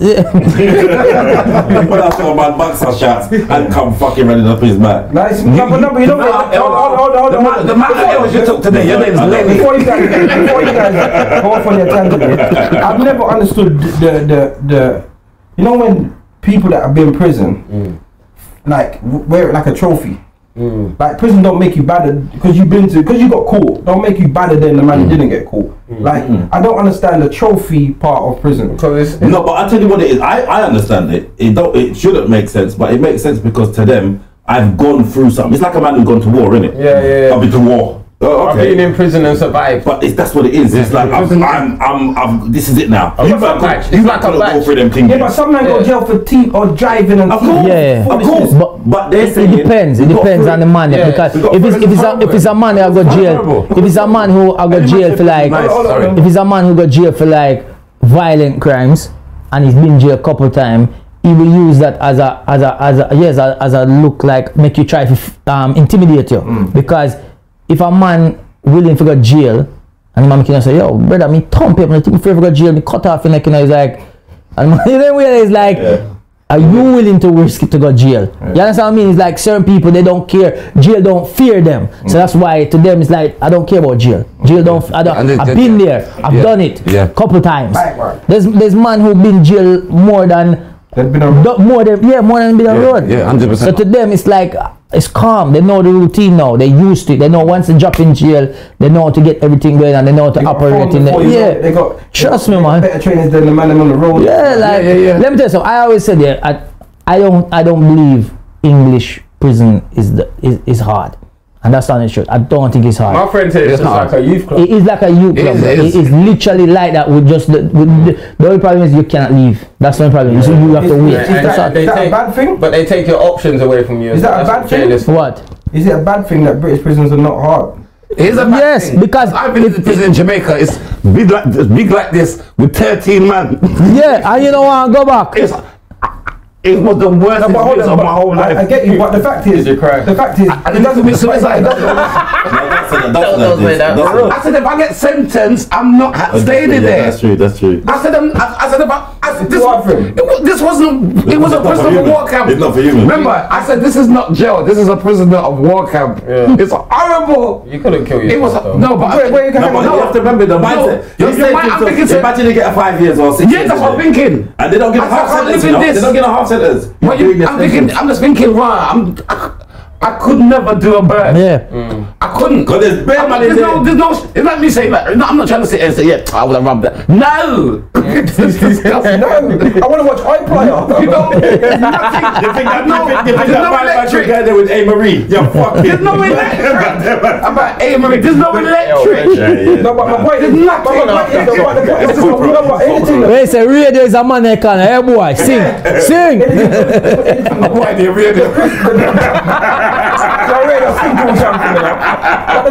Speaker 4: People that talk about bucks and shots and come fucking running up his man.
Speaker 5: No, it's, no, but no, but you don't. Hold on, hold on, hold on, hold on.
Speaker 4: The man that was you took today, your name's Lenny.
Speaker 5: Before you guys, before you guys go off on your tangent, yeah, I've never understood the, the the the. You know when people that have been in prison, like w- wear it like a trophy. Like prison don't make you badder because you've been to because you got caught. Don't make you badder than the man who didn't get caught. Like
Speaker 2: Mm.
Speaker 5: I don't understand the trophy part of prison.
Speaker 4: No, but I tell you what it is. I, I understand it. It don't. It shouldn't make sense, but it makes sense because to them, I've gone through something. It's like a man who's gone to war, isn't it?
Speaker 9: Yeah, yeah, yeah.
Speaker 4: I've been to war. Oh,
Speaker 9: I've
Speaker 4: okay.
Speaker 9: been in prison and survived.
Speaker 4: But it's, that's what it is. It's like I'm, I'm, I'm, I'm. This is it now. You've
Speaker 9: like
Speaker 4: got-
Speaker 9: a badge. It's
Speaker 4: you've
Speaker 9: like a
Speaker 4: got to go
Speaker 9: badge.
Speaker 4: through them things.
Speaker 5: Yeah, but some men go
Speaker 9: Yeah.
Speaker 5: jail for tea or driving and
Speaker 4: Of course,
Speaker 2: Yeah.
Speaker 4: of course.
Speaker 2: But-
Speaker 4: But, they're
Speaker 2: It
Speaker 4: saying
Speaker 2: depends. It
Speaker 4: we've got
Speaker 2: depends
Speaker 4: through
Speaker 2: on the man
Speaker 9: Yeah,
Speaker 2: because
Speaker 4: we got
Speaker 2: if it's if it's a,
Speaker 4: horrible.
Speaker 2: if it's a man that got jail,
Speaker 4: Horrible.
Speaker 2: if it's a man who I got jail for like,
Speaker 4: Nice, sorry.
Speaker 2: if it's a man who got jail for like violent crimes and he's been jail a couple time, he will use that as a as a as a yes a, as a look like make you try to f- um, intimidate you
Speaker 4: Mm.
Speaker 2: because if a man willing to go jail and man can say yo brother me thump you, me think if you go jail me cut off your neck you know he's like and man, you know realize like. Are you willing to risk it to go jail? You understand what I mean? It's like certain people they don't care. Jail don't fear them,
Speaker 7: Mm.
Speaker 2: so that's why to them it's like I don't care about jail. Jail don't. I don't.
Speaker 7: And they-
Speaker 2: I've
Speaker 7: they-
Speaker 2: been there. I've
Speaker 7: Yeah.
Speaker 2: done it.
Speaker 7: Yeah.
Speaker 2: Couple times.
Speaker 5: Backward.
Speaker 2: There's there's man who been jail more than
Speaker 5: They've been on.
Speaker 2: do- more than yeah more than been on road.
Speaker 7: yeah, 100%.
Speaker 2: So to them it's like uh, it's calm. They know the routine now. They used to it. They know once they drop in jail, they know how to get everything going and they know how to
Speaker 5: They got
Speaker 2: operate
Speaker 5: phone
Speaker 2: in there.
Speaker 5: before you know it.
Speaker 2: Yeah.
Speaker 5: They got
Speaker 2: Trust
Speaker 5: they
Speaker 2: me,
Speaker 5: got
Speaker 2: man.
Speaker 5: Better trainers than the man them on the road.
Speaker 2: Yeah, like
Speaker 7: yeah, yeah.
Speaker 2: let me tell you something. I always said yeah, I, I don't I don't believe English prison is the is, is hard. And that's not the truth. I don't think it's hard.
Speaker 9: My friend said it's just
Speaker 7: not-
Speaker 9: like a youth club.
Speaker 2: It is like a youth
Speaker 7: It
Speaker 2: club.
Speaker 7: is,
Speaker 2: bro.
Speaker 7: it
Speaker 2: It is,
Speaker 7: is.
Speaker 2: literally like that with just the, with the, the only problem is you cannot leave. That's the only problem. You see, you have to wait.
Speaker 5: Is that-
Speaker 2: That's all.
Speaker 5: is that a bad thing?
Speaker 9: But they take your options away from you.
Speaker 5: Is that a
Speaker 9: That's
Speaker 5: bad
Speaker 9: what
Speaker 5: thing?
Speaker 9: jail is.
Speaker 2: what?
Speaker 5: Is it a bad thing that British prisons are not hard?
Speaker 7: Here's a bad
Speaker 2: Yes,
Speaker 7: thing.
Speaker 2: because-
Speaker 7: I've been in the prison in Jamaica. It's big like this, big like this with 13 man.
Speaker 2: Yeah, and you don't want to go back.
Speaker 7: It's, it was the worst
Speaker 5: But hold
Speaker 7: experience
Speaker 5: on,
Speaker 7: of
Speaker 5: but
Speaker 7: my whole life.
Speaker 5: I, I get you, but the fact is,
Speaker 9: you cry?
Speaker 5: the fact is,
Speaker 7: And it doesn't mean suicide.
Speaker 4: that's that's
Speaker 2: those were that-
Speaker 4: that's
Speaker 7: I said, if I get sentenced, I'm not ha- staying in
Speaker 4: Yeah,
Speaker 7: there.
Speaker 4: That's true. That's true.
Speaker 7: I said, I'm, I, I said about I said, this,
Speaker 5: What happened?
Speaker 7: it, wa- this wasn't it was a
Speaker 4: It's not for
Speaker 7: prisoner of
Speaker 4: human.
Speaker 7: war camp.
Speaker 4: It's not for human.
Speaker 7: Remember, I said this is not jail. This is a prisoner of war camp. It's horrible.
Speaker 9: You couldn't kill
Speaker 7: It was
Speaker 9: yourself. though.
Speaker 7: no, but
Speaker 5: Wait, wait,
Speaker 7: no,
Speaker 5: hang
Speaker 7: but
Speaker 5: on.
Speaker 4: No, you have to remember the mindset.
Speaker 7: No,
Speaker 4: You're
Speaker 7: your mind-
Speaker 4: saying
Speaker 7: I'm
Speaker 4: to yourself,
Speaker 7: thinking it's a-
Speaker 4: imagine you get a five years or six
Speaker 7: yeah,
Speaker 4: years.
Speaker 7: that's what I'm
Speaker 4: innit?
Speaker 7: thinking.
Speaker 4: And they don't get a
Speaker 7: I
Speaker 4: half
Speaker 7: can't live
Speaker 4: sentence.
Speaker 7: in
Speaker 4: You know?
Speaker 7: this.
Speaker 4: They don't get a half sentence.
Speaker 7: But
Speaker 4: Doing
Speaker 7: you,
Speaker 4: this
Speaker 7: I'm thinking,
Speaker 4: sentence.
Speaker 7: I'm just thinking, wow, I'm, I, I could never do a bird.
Speaker 2: Yeah.
Speaker 7: I couldn't.
Speaker 4: 'Cause there's bare
Speaker 7: I'm-
Speaker 4: man in
Speaker 7: there's no,
Speaker 4: there.
Speaker 7: there's no, it's not me saying that. No, I'm not trying to sit here and say, yeah, I would have rubbed that. No! This is disgusting.
Speaker 5: no, I want to watch iPlayer.
Speaker 7: You know, there's
Speaker 4: You think that-
Speaker 7: nothing. No,
Speaker 4: you think- you think
Speaker 7: there's
Speaker 4: that
Speaker 7: no
Speaker 4: five man
Speaker 7: electric.
Speaker 4: should get there with A. Marie? You're fucking.
Speaker 7: There's no electric. About hey, Marie, there's no electric.
Speaker 4: Yeah, yeah.
Speaker 5: No, but my point is, my point is, no, but the point is, no, but anything,
Speaker 2: Wait, say radio is a man that can. Hey boy, sing, sing.
Speaker 7: Why they really?
Speaker 5: I read a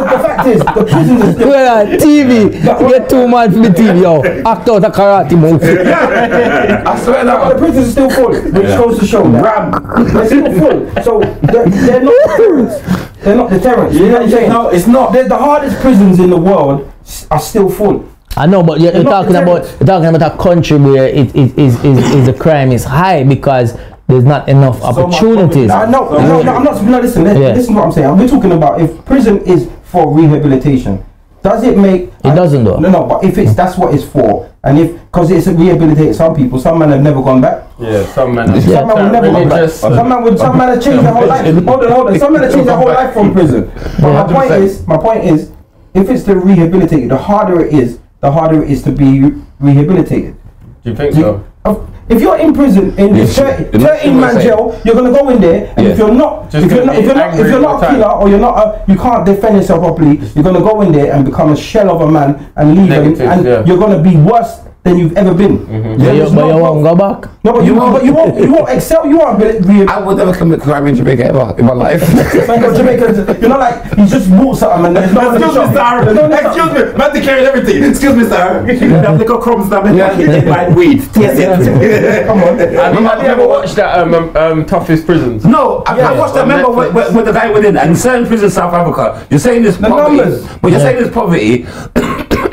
Speaker 5: football champion. But the, the fact is, the prison is different.
Speaker 2: Well, uh, TV, get two man for the TV, yo. Act out a karate move.
Speaker 7: I swear
Speaker 5: But the
Speaker 7: that.
Speaker 5: prisons are still full, which goes to show that they're still full. So they're, they're not deterrents. They're not deterrents. You know what I'm saying?
Speaker 4: No, it's not.
Speaker 5: They're the hardest prisons in the world s- are still full.
Speaker 2: I know, but you're, you're
Speaker 5: They're not
Speaker 2: talking about
Speaker 5: deterrents.
Speaker 2: you're talking about a country where it, it is, is, is the crime is high because there's not enough opportunities.
Speaker 5: No, no, no, no, I'm not. No, listen, listen,
Speaker 2: Yeah.
Speaker 5: listen to what I'm saying. We're talking about if prison is for rehabilitation. Does it make?
Speaker 2: It doesn't though.
Speaker 5: No, no. But if it's that's what it's for, and if because it's rehabilitate some people, some men have never gone back.
Speaker 9: Yeah, some man.
Speaker 5: Some man will never go back. Some man would. Some man have changed their whole life. Hold on, hold on. Some man have changed their whole life from prison. But my point is, my point is, if it's to rehabilitate, the harder it is, the harder it is to be rehabilitated.
Speaker 9: Do you think
Speaker 5: Do you-
Speaker 9: so?
Speaker 5: of- If you're in prison in
Speaker 7: Yeah,
Speaker 5: thir-
Speaker 7: she- it's not- she
Speaker 5: 13 man
Speaker 7: wasn't saying.
Speaker 5: jail, you're gonna go in there, and if
Speaker 7: Yeah.
Speaker 5: you're not,
Speaker 9: Just
Speaker 5: if you're
Speaker 9: gonna
Speaker 5: not, if
Speaker 9: be
Speaker 5: you're not, if
Speaker 9: angry
Speaker 5: you're
Speaker 9: all
Speaker 5: not
Speaker 9: the
Speaker 5: a
Speaker 9: time.
Speaker 5: killer or you're not, a, you can't defend yourself properly. You're gonna go in there and become a shell of a man and leave, and,
Speaker 9: Negative,
Speaker 5: and
Speaker 9: yeah.
Speaker 5: you're gonna be worse than you've ever been.
Speaker 2: But you,
Speaker 5: There's
Speaker 2: Mm-hmm. but you
Speaker 5: no-
Speaker 2: won't go back.
Speaker 5: No, but you, won't. But you won't. You won't excel. You won't be. be
Speaker 7: I would never commit crime in Jamaica ever in my life.
Speaker 5: Man, you're Jamaican. You're not like you just bought something and there's no one in the
Speaker 4: Excuse me,
Speaker 5: shop.
Speaker 4: sir.
Speaker 5: There's no one in the shop.
Speaker 4: Excuse me. Man, they carry everything. Excuse me, sir. I've got crumbs down my my weed. Yes, yes.
Speaker 5: Come on.
Speaker 9: Have you, have you ever watched that um, um, um toughest prisons?
Speaker 7: No, I, I watched. I remember when, when, when the guy went in and certain prison in South Africa. You're saying this poverty,
Speaker 5: numbers.
Speaker 7: but you're saying this poverty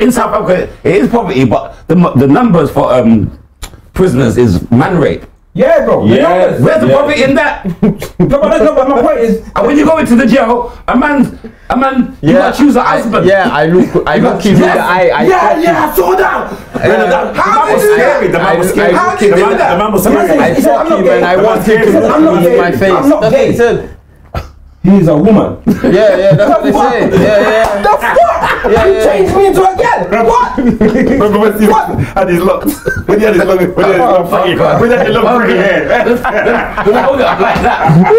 Speaker 7: in South Africa. It is poverty, but the mu- the numbers for um prisoners is man rape.
Speaker 5: Yeah, bro.
Speaker 4: Yes.
Speaker 7: Where's the
Speaker 4: Yeah.
Speaker 7: poverty in that? and
Speaker 5: No, but, no, but my point is,
Speaker 7: when you go into the jail, a man, a man, you gotta choose a husband.
Speaker 9: Yeah, I look. I look you in the
Speaker 7: Yes.
Speaker 9: eye. I
Speaker 4: Yeah, yeah, I saw that. How did you do that? The man was
Speaker 9: I- I-
Speaker 4: scared. How did you
Speaker 9: the
Speaker 4: do
Speaker 9: man-
Speaker 4: that?
Speaker 9: the
Speaker 4: The man was
Speaker 9: I
Speaker 5: He said,
Speaker 9: fuck
Speaker 5: "I'm
Speaker 9: you,
Speaker 5: not gay."
Speaker 9: man. I want you to
Speaker 4: He said,
Speaker 5: "I'm not
Speaker 9: look in
Speaker 5: gay.
Speaker 9: my face.
Speaker 5: I'm not
Speaker 9: That's what
Speaker 5: gay.
Speaker 9: he said.
Speaker 5: he's a woman.
Speaker 9: Yeah, yeah, that's what they say. Yeah,
Speaker 5: The fuck? you changed me into a girl. What?
Speaker 4: Remember when he had his lock? When he had his long, when he had his long free, when he had his long free hair.
Speaker 7: Then I hold it up like that.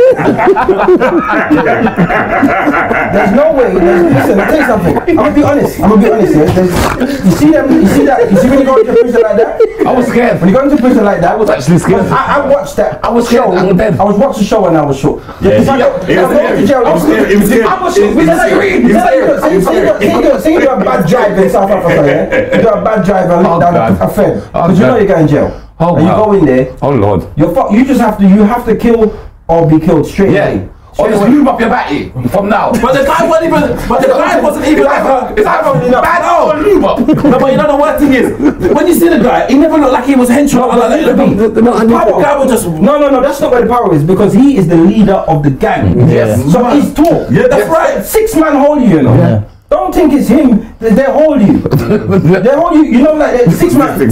Speaker 5: There's no way. There's, listen, I'll tell you something. I'm gonna be honest. I'm gonna be honest. Yeah? There's, you see them? You see that? You see when you go into prison like that?
Speaker 7: I was scared.
Speaker 5: When you go into prison like that, I was
Speaker 7: actually scared.
Speaker 5: I, I watched that. I
Speaker 7: was scared, I'm dead.
Speaker 5: I was watching the show and I was shook.
Speaker 4: Yeah,
Speaker 5: If I go-
Speaker 4: he- he
Speaker 5: if I
Speaker 4: was
Speaker 5: go
Speaker 4: scared.
Speaker 5: to jail,
Speaker 4: He was
Speaker 5: I'm-
Speaker 4: scared. He was scared.
Speaker 5: I was shook.
Speaker 4: He was
Speaker 5: Because I-
Speaker 4: scared. He was
Speaker 5: because I-
Speaker 4: scared. He was
Speaker 5: say- say you
Speaker 4: scared.
Speaker 5: do- say you do- Say you do a bad drive in South Africa, yeah? You do a bad drive and look down
Speaker 7: God.
Speaker 5: a fed.
Speaker 7: Oh,
Speaker 5: Because you know
Speaker 7: God.
Speaker 5: you're going to jail.
Speaker 7: Oh,
Speaker 5: and you
Speaker 7: wow.
Speaker 5: go in there,
Speaker 7: Oh Lord.
Speaker 5: you're fuck, you just have to, you have to kill or be killed straight
Speaker 7: Yeah.
Speaker 5: away.
Speaker 7: Or just move up your batty from now.
Speaker 4: But the guy wasn't even. But the guy wasn't even like a.
Speaker 7: It's like a bad old lube up.
Speaker 4: No, but you know the worst thing is, when you see the guy, he never looked like he was henchman. No, like, the, the, the, guy was just.
Speaker 5: No, no, no, that's not where the power is because he is the leader of the gang.
Speaker 2: Yes.
Speaker 5: So he's tall.
Speaker 4: Yeah, that's right.
Speaker 5: Six man hold you, you know.
Speaker 2: Yeah.
Speaker 5: Don't think it's him. They, they hold you. they hold you. You know, like uh, six man.
Speaker 4: I'm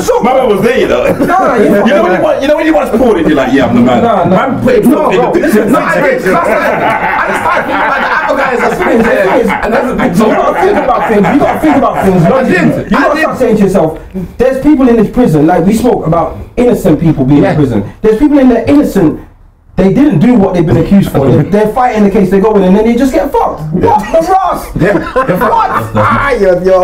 Speaker 5: so-
Speaker 4: My man was there, you know.
Speaker 5: Nah,
Speaker 4: you
Speaker 5: you know-
Speaker 4: know when you want, you know when you want to pull it, you're like, yeah, I'm the man.
Speaker 5: Nah, nah.
Speaker 4: Man, put it,
Speaker 5: No,
Speaker 4: put it in
Speaker 5: bro,
Speaker 4: the
Speaker 5: listen,
Speaker 7: No, I did. Last night, I just started thinking about the apple guys that's been there. And that's a big
Speaker 5: You gotta think
Speaker 7: talk.
Speaker 5: about things. You gotta think about things. logically.
Speaker 7: did.
Speaker 5: You
Speaker 7: I
Speaker 5: gotta
Speaker 7: did.
Speaker 5: start saying to yourself, there's people in this prison. Like we spoke about innocent people being
Speaker 7: Yeah.
Speaker 5: in prison. There's people in there innocent. They didn't do what they've been accused for. They're, they're fighting the case. They go in and then they just get fucked. What the Ross?
Speaker 7: Ah,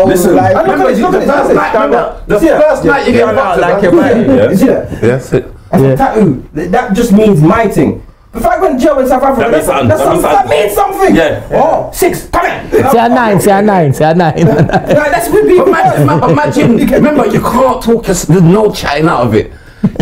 Speaker 4: Listen,
Speaker 5: I look at
Speaker 7: Remember,
Speaker 5: it.
Speaker 7: the
Speaker 5: Look at it.
Speaker 7: first night, remember, the first night you get
Speaker 9: yeah.
Speaker 7: fucked
Speaker 9: Like
Speaker 7: like
Speaker 9: your
Speaker 7: your
Speaker 5: You
Speaker 9: man.
Speaker 5: see that?
Speaker 7: That's it.
Speaker 5: That's a tattoo. That just means my thing. The fact went to jail in South Africa,
Speaker 4: That means
Speaker 5: that's,
Speaker 4: something.
Speaker 5: that's
Speaker 4: That
Speaker 5: something.
Speaker 4: means
Speaker 5: That means something.
Speaker 4: Yeah.
Speaker 5: Oh, six. Come in.
Speaker 2: Say a nine, say a nine, say a nine.
Speaker 5: Like, that's with people.
Speaker 7: Imagine, ma- imagine remember, you can't talk, us- there's no chatting out of it.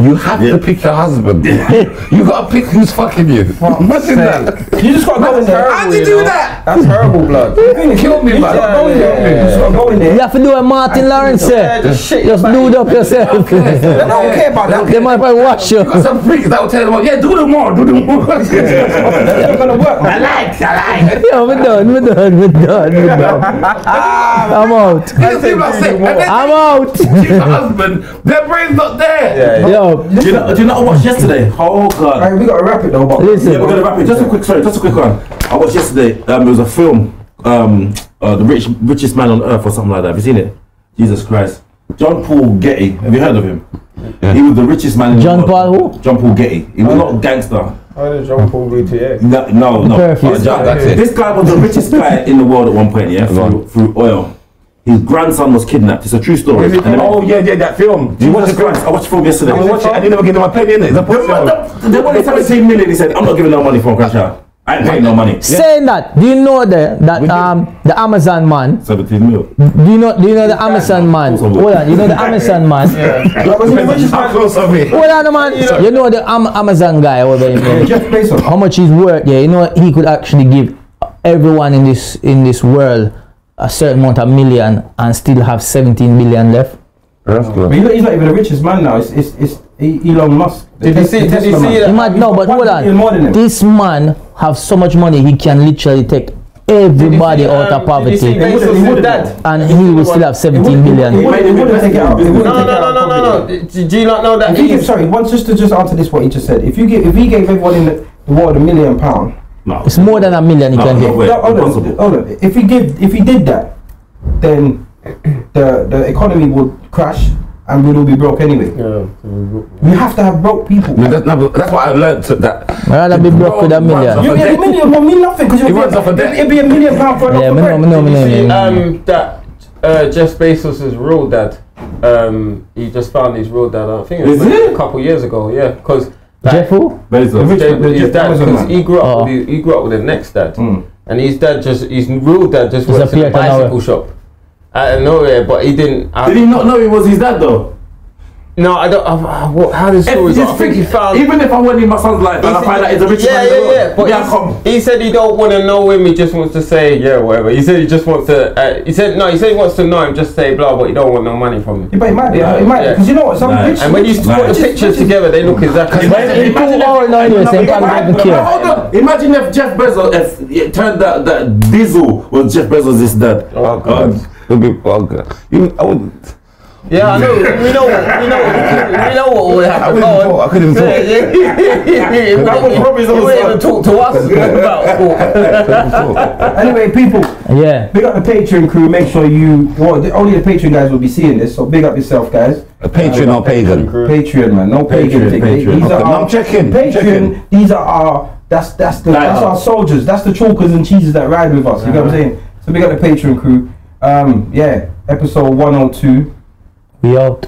Speaker 7: You have to pick your husband. you gotta pick who's fucking you. Imagine that.
Speaker 5: You just gotta go in there.
Speaker 7: How did you do that?
Speaker 5: That's terrible, blood.
Speaker 7: Kill me,
Speaker 5: You just gotta
Speaker 7: man.
Speaker 5: go in there. You just gotta go in there.
Speaker 2: You have to do what Martin Lawrence said.
Speaker 5: just shit
Speaker 2: Just
Speaker 5: your
Speaker 2: dude up yourself.
Speaker 5: They don't care about that.
Speaker 2: They might probably watch you.
Speaker 7: Got some freaks that will tell them, yeah, do them more, do them more. I
Speaker 5: It's not gonna work, man.
Speaker 7: like, I like.
Speaker 2: Yeah, we're done, we're done, we're done, we're done.
Speaker 5: Ah,
Speaker 2: I'm out.
Speaker 7: These people are sick. And then
Speaker 2: I'm out.
Speaker 7: they choose a husband, their brain's not there.
Speaker 2: Yo,
Speaker 4: Do you know? Do you know? I watched yesterday. Oh God.
Speaker 5: Hey, we gotta wrap it though, but
Speaker 2: listen.
Speaker 4: Yeah, we're gonna wrap it. Just a quick, sorry, just a quick one. I watched yesterday. Um, it was a film. Um, uh, the rich, richest man on earth, or something like that. Have you seen it? Jesus Christ. John Paul Getty. Have you heard of him? He was the richest man. In
Speaker 2: John
Speaker 4: the world.
Speaker 2: Paul who?
Speaker 4: John Paul Getty. He
Speaker 9: Oh,
Speaker 4: was not a gangster.
Speaker 9: How did Oh, John Paul BTA?
Speaker 4: No, no, no.
Speaker 2: Perfect.
Speaker 4: Uh, John-
Speaker 7: That's it.
Speaker 4: This guy was the richest guy in the world at one point. Yeah, through, through oil. His grandson was kidnapped. It's a true story. And they-
Speaker 7: Oh, yeah, yeah, that film.
Speaker 4: Do you watch the film? I watched the film yesterday.
Speaker 7: I watch it. I didn't ever get to my penny in it. It's a
Speaker 4: They
Speaker 7: pussy film.
Speaker 4: wanted- they wanted 17 million. He said, I'm not giving no money for a crash out. I ain't paying no money.
Speaker 2: Saying that, do you know the that um the Amazon man?
Speaker 4: 17 mil.
Speaker 2: Do you know do you know the Amazon man? Hold on, you know the Amazon man.
Speaker 7: How close are we?
Speaker 2: Hold on, man. You know the Am- Amazon guy over there. you know,
Speaker 5: Jeff Bezos.
Speaker 2: How much he's worth? Yeah, you know he could actually give everyone in this in this world a certain amount of million and still have 17 billion left.
Speaker 5: But he's not, he's not even the richest man now. It's it's, it's E- Elon Musk.
Speaker 9: Did you see- did you see that?
Speaker 2: You uh, might know, but hold
Speaker 5: One billion more than
Speaker 2: on.
Speaker 5: him.
Speaker 2: This man have so much money he can literally take everybody
Speaker 5: Um,
Speaker 2: out of
Speaker 9: Did
Speaker 2: poverty,
Speaker 9: you see
Speaker 5: He
Speaker 9: Bezos'
Speaker 5: wouldn't
Speaker 9: dad?
Speaker 2: and he will still have 17
Speaker 5: He
Speaker 2: billion.
Speaker 5: wouldn't, he wouldn't take it out. He wouldn't
Speaker 9: No,
Speaker 5: take it
Speaker 9: no,
Speaker 5: out
Speaker 9: no,
Speaker 5: of poverty.
Speaker 9: no, no, no. Do do you not know that
Speaker 5: If he
Speaker 9: he's...
Speaker 5: gives, sorry, once just to just answer this what he just said. If you give, if he gave everyone in the, the world a million pound,
Speaker 4: No.
Speaker 2: It's more than a million he
Speaker 4: No,
Speaker 2: can
Speaker 4: no
Speaker 2: get.
Speaker 4: way.
Speaker 5: no, hold on,
Speaker 4: Impossible.
Speaker 5: hold on. If he give, if he did that, then the the economy would crash and we'd all be broke anyway. We have to have broke people.
Speaker 7: No, that's, no, that's what I learned to- that.
Speaker 2: I'd rather be broke with a million.
Speaker 5: You get a million won't mean nothing because
Speaker 7: He runs off a debt.
Speaker 5: it'd be a million pound for a
Speaker 2: Yeah,
Speaker 5: loaf
Speaker 2: me
Speaker 5: of
Speaker 2: know,
Speaker 5: bread.
Speaker 2: me know, me
Speaker 9: Did
Speaker 2: know,
Speaker 9: you
Speaker 2: me
Speaker 9: see
Speaker 2: know.
Speaker 9: um, that uh, Jeff Bezos' real dad? Um, he just found his real dad. I think it was
Speaker 4: Is
Speaker 9: like
Speaker 4: it?
Speaker 9: a couple years ago. Yeah, because
Speaker 2: Jeff who?
Speaker 4: Bezos.
Speaker 9: his dad,
Speaker 5: Amazon
Speaker 9: because
Speaker 5: man. Hmm.
Speaker 9: he grew up,
Speaker 2: Oh.
Speaker 9: with his, he grew up with the next dad, and his dad just his real dad just works in a
Speaker 2: appeared out of
Speaker 9: bicycle
Speaker 2: nowhere.
Speaker 9: shop. Out of nowhere, but he didn't. I,
Speaker 4: Did he not know he was his dad though?
Speaker 9: no, I don't. I, I, what, how did story go? I think he found.
Speaker 4: even if I went in my son's life and I find out he's a rich
Speaker 9: yeah,
Speaker 4: man, in the
Speaker 9: yeah,
Speaker 4: world,
Speaker 9: yeah. But
Speaker 4: me, I
Speaker 9: he's-
Speaker 4: come.
Speaker 9: he said he don't want to know him. He just wants to say yeah, whatever. He said he just wants to. Uh, he said no. He said he wants to know him. Just say blah, but he don't want no money from him.
Speaker 5: Yeah, but it might be,
Speaker 9: Yeah,
Speaker 5: it might
Speaker 9: yeah.
Speaker 5: because you know what, some
Speaker 4: Nah.
Speaker 5: rich.
Speaker 9: And when you
Speaker 5: rich-
Speaker 9: put the
Speaker 5: rich-
Speaker 9: pictures
Speaker 5: rich-
Speaker 9: together, they look exactly.
Speaker 2: Imagine two hours now, anyway, same time I don't
Speaker 4: But
Speaker 2: care.
Speaker 4: hold on. Imagine if Jeff Bezos if it turned out that Diesel was Jeff Bezos' dad.
Speaker 9: Oh, God.
Speaker 7: It'd be vulgar. You, I would.
Speaker 9: Yeah, I know. We know. We know. We know what would happen.
Speaker 7: couldn't talk, I couldn't talk.
Speaker 9: That
Speaker 7: was probably
Speaker 9: You
Speaker 7: also-
Speaker 9: wouldn't even talk to us about sport.
Speaker 5: Anyway, people,
Speaker 2: Yeah.
Speaker 5: big up the Patreon crew. Make sure you well, the, only the Patreon guys will be seeing this. So big up yourself, guys.
Speaker 7: A patron or pagan.
Speaker 5: Patreon man, no pagan
Speaker 4: Patreon,
Speaker 5: thing.
Speaker 4: Patreon.
Speaker 5: These are
Speaker 7: Okay, no,
Speaker 5: our,
Speaker 7: I'm checking,
Speaker 5: Patreon.
Speaker 7: checking.
Speaker 5: These are our that's that's the that's
Speaker 4: Nah.
Speaker 5: our soldiers. That's the chalkers and cheeses that ride with us. You know what I'm saying? So big up the Patreon crew. Um, yeah, episode 102.
Speaker 2: We out.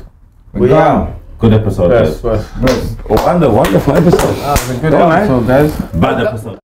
Speaker 5: We down.
Speaker 4: Good episode.
Speaker 9: Yes,
Speaker 4: Yes. Oh,
Speaker 9: yes.
Speaker 5: Rest.
Speaker 7: Oh, and a wonderful episode.
Speaker 9: Good episode, guys.
Speaker 4: Bad episode.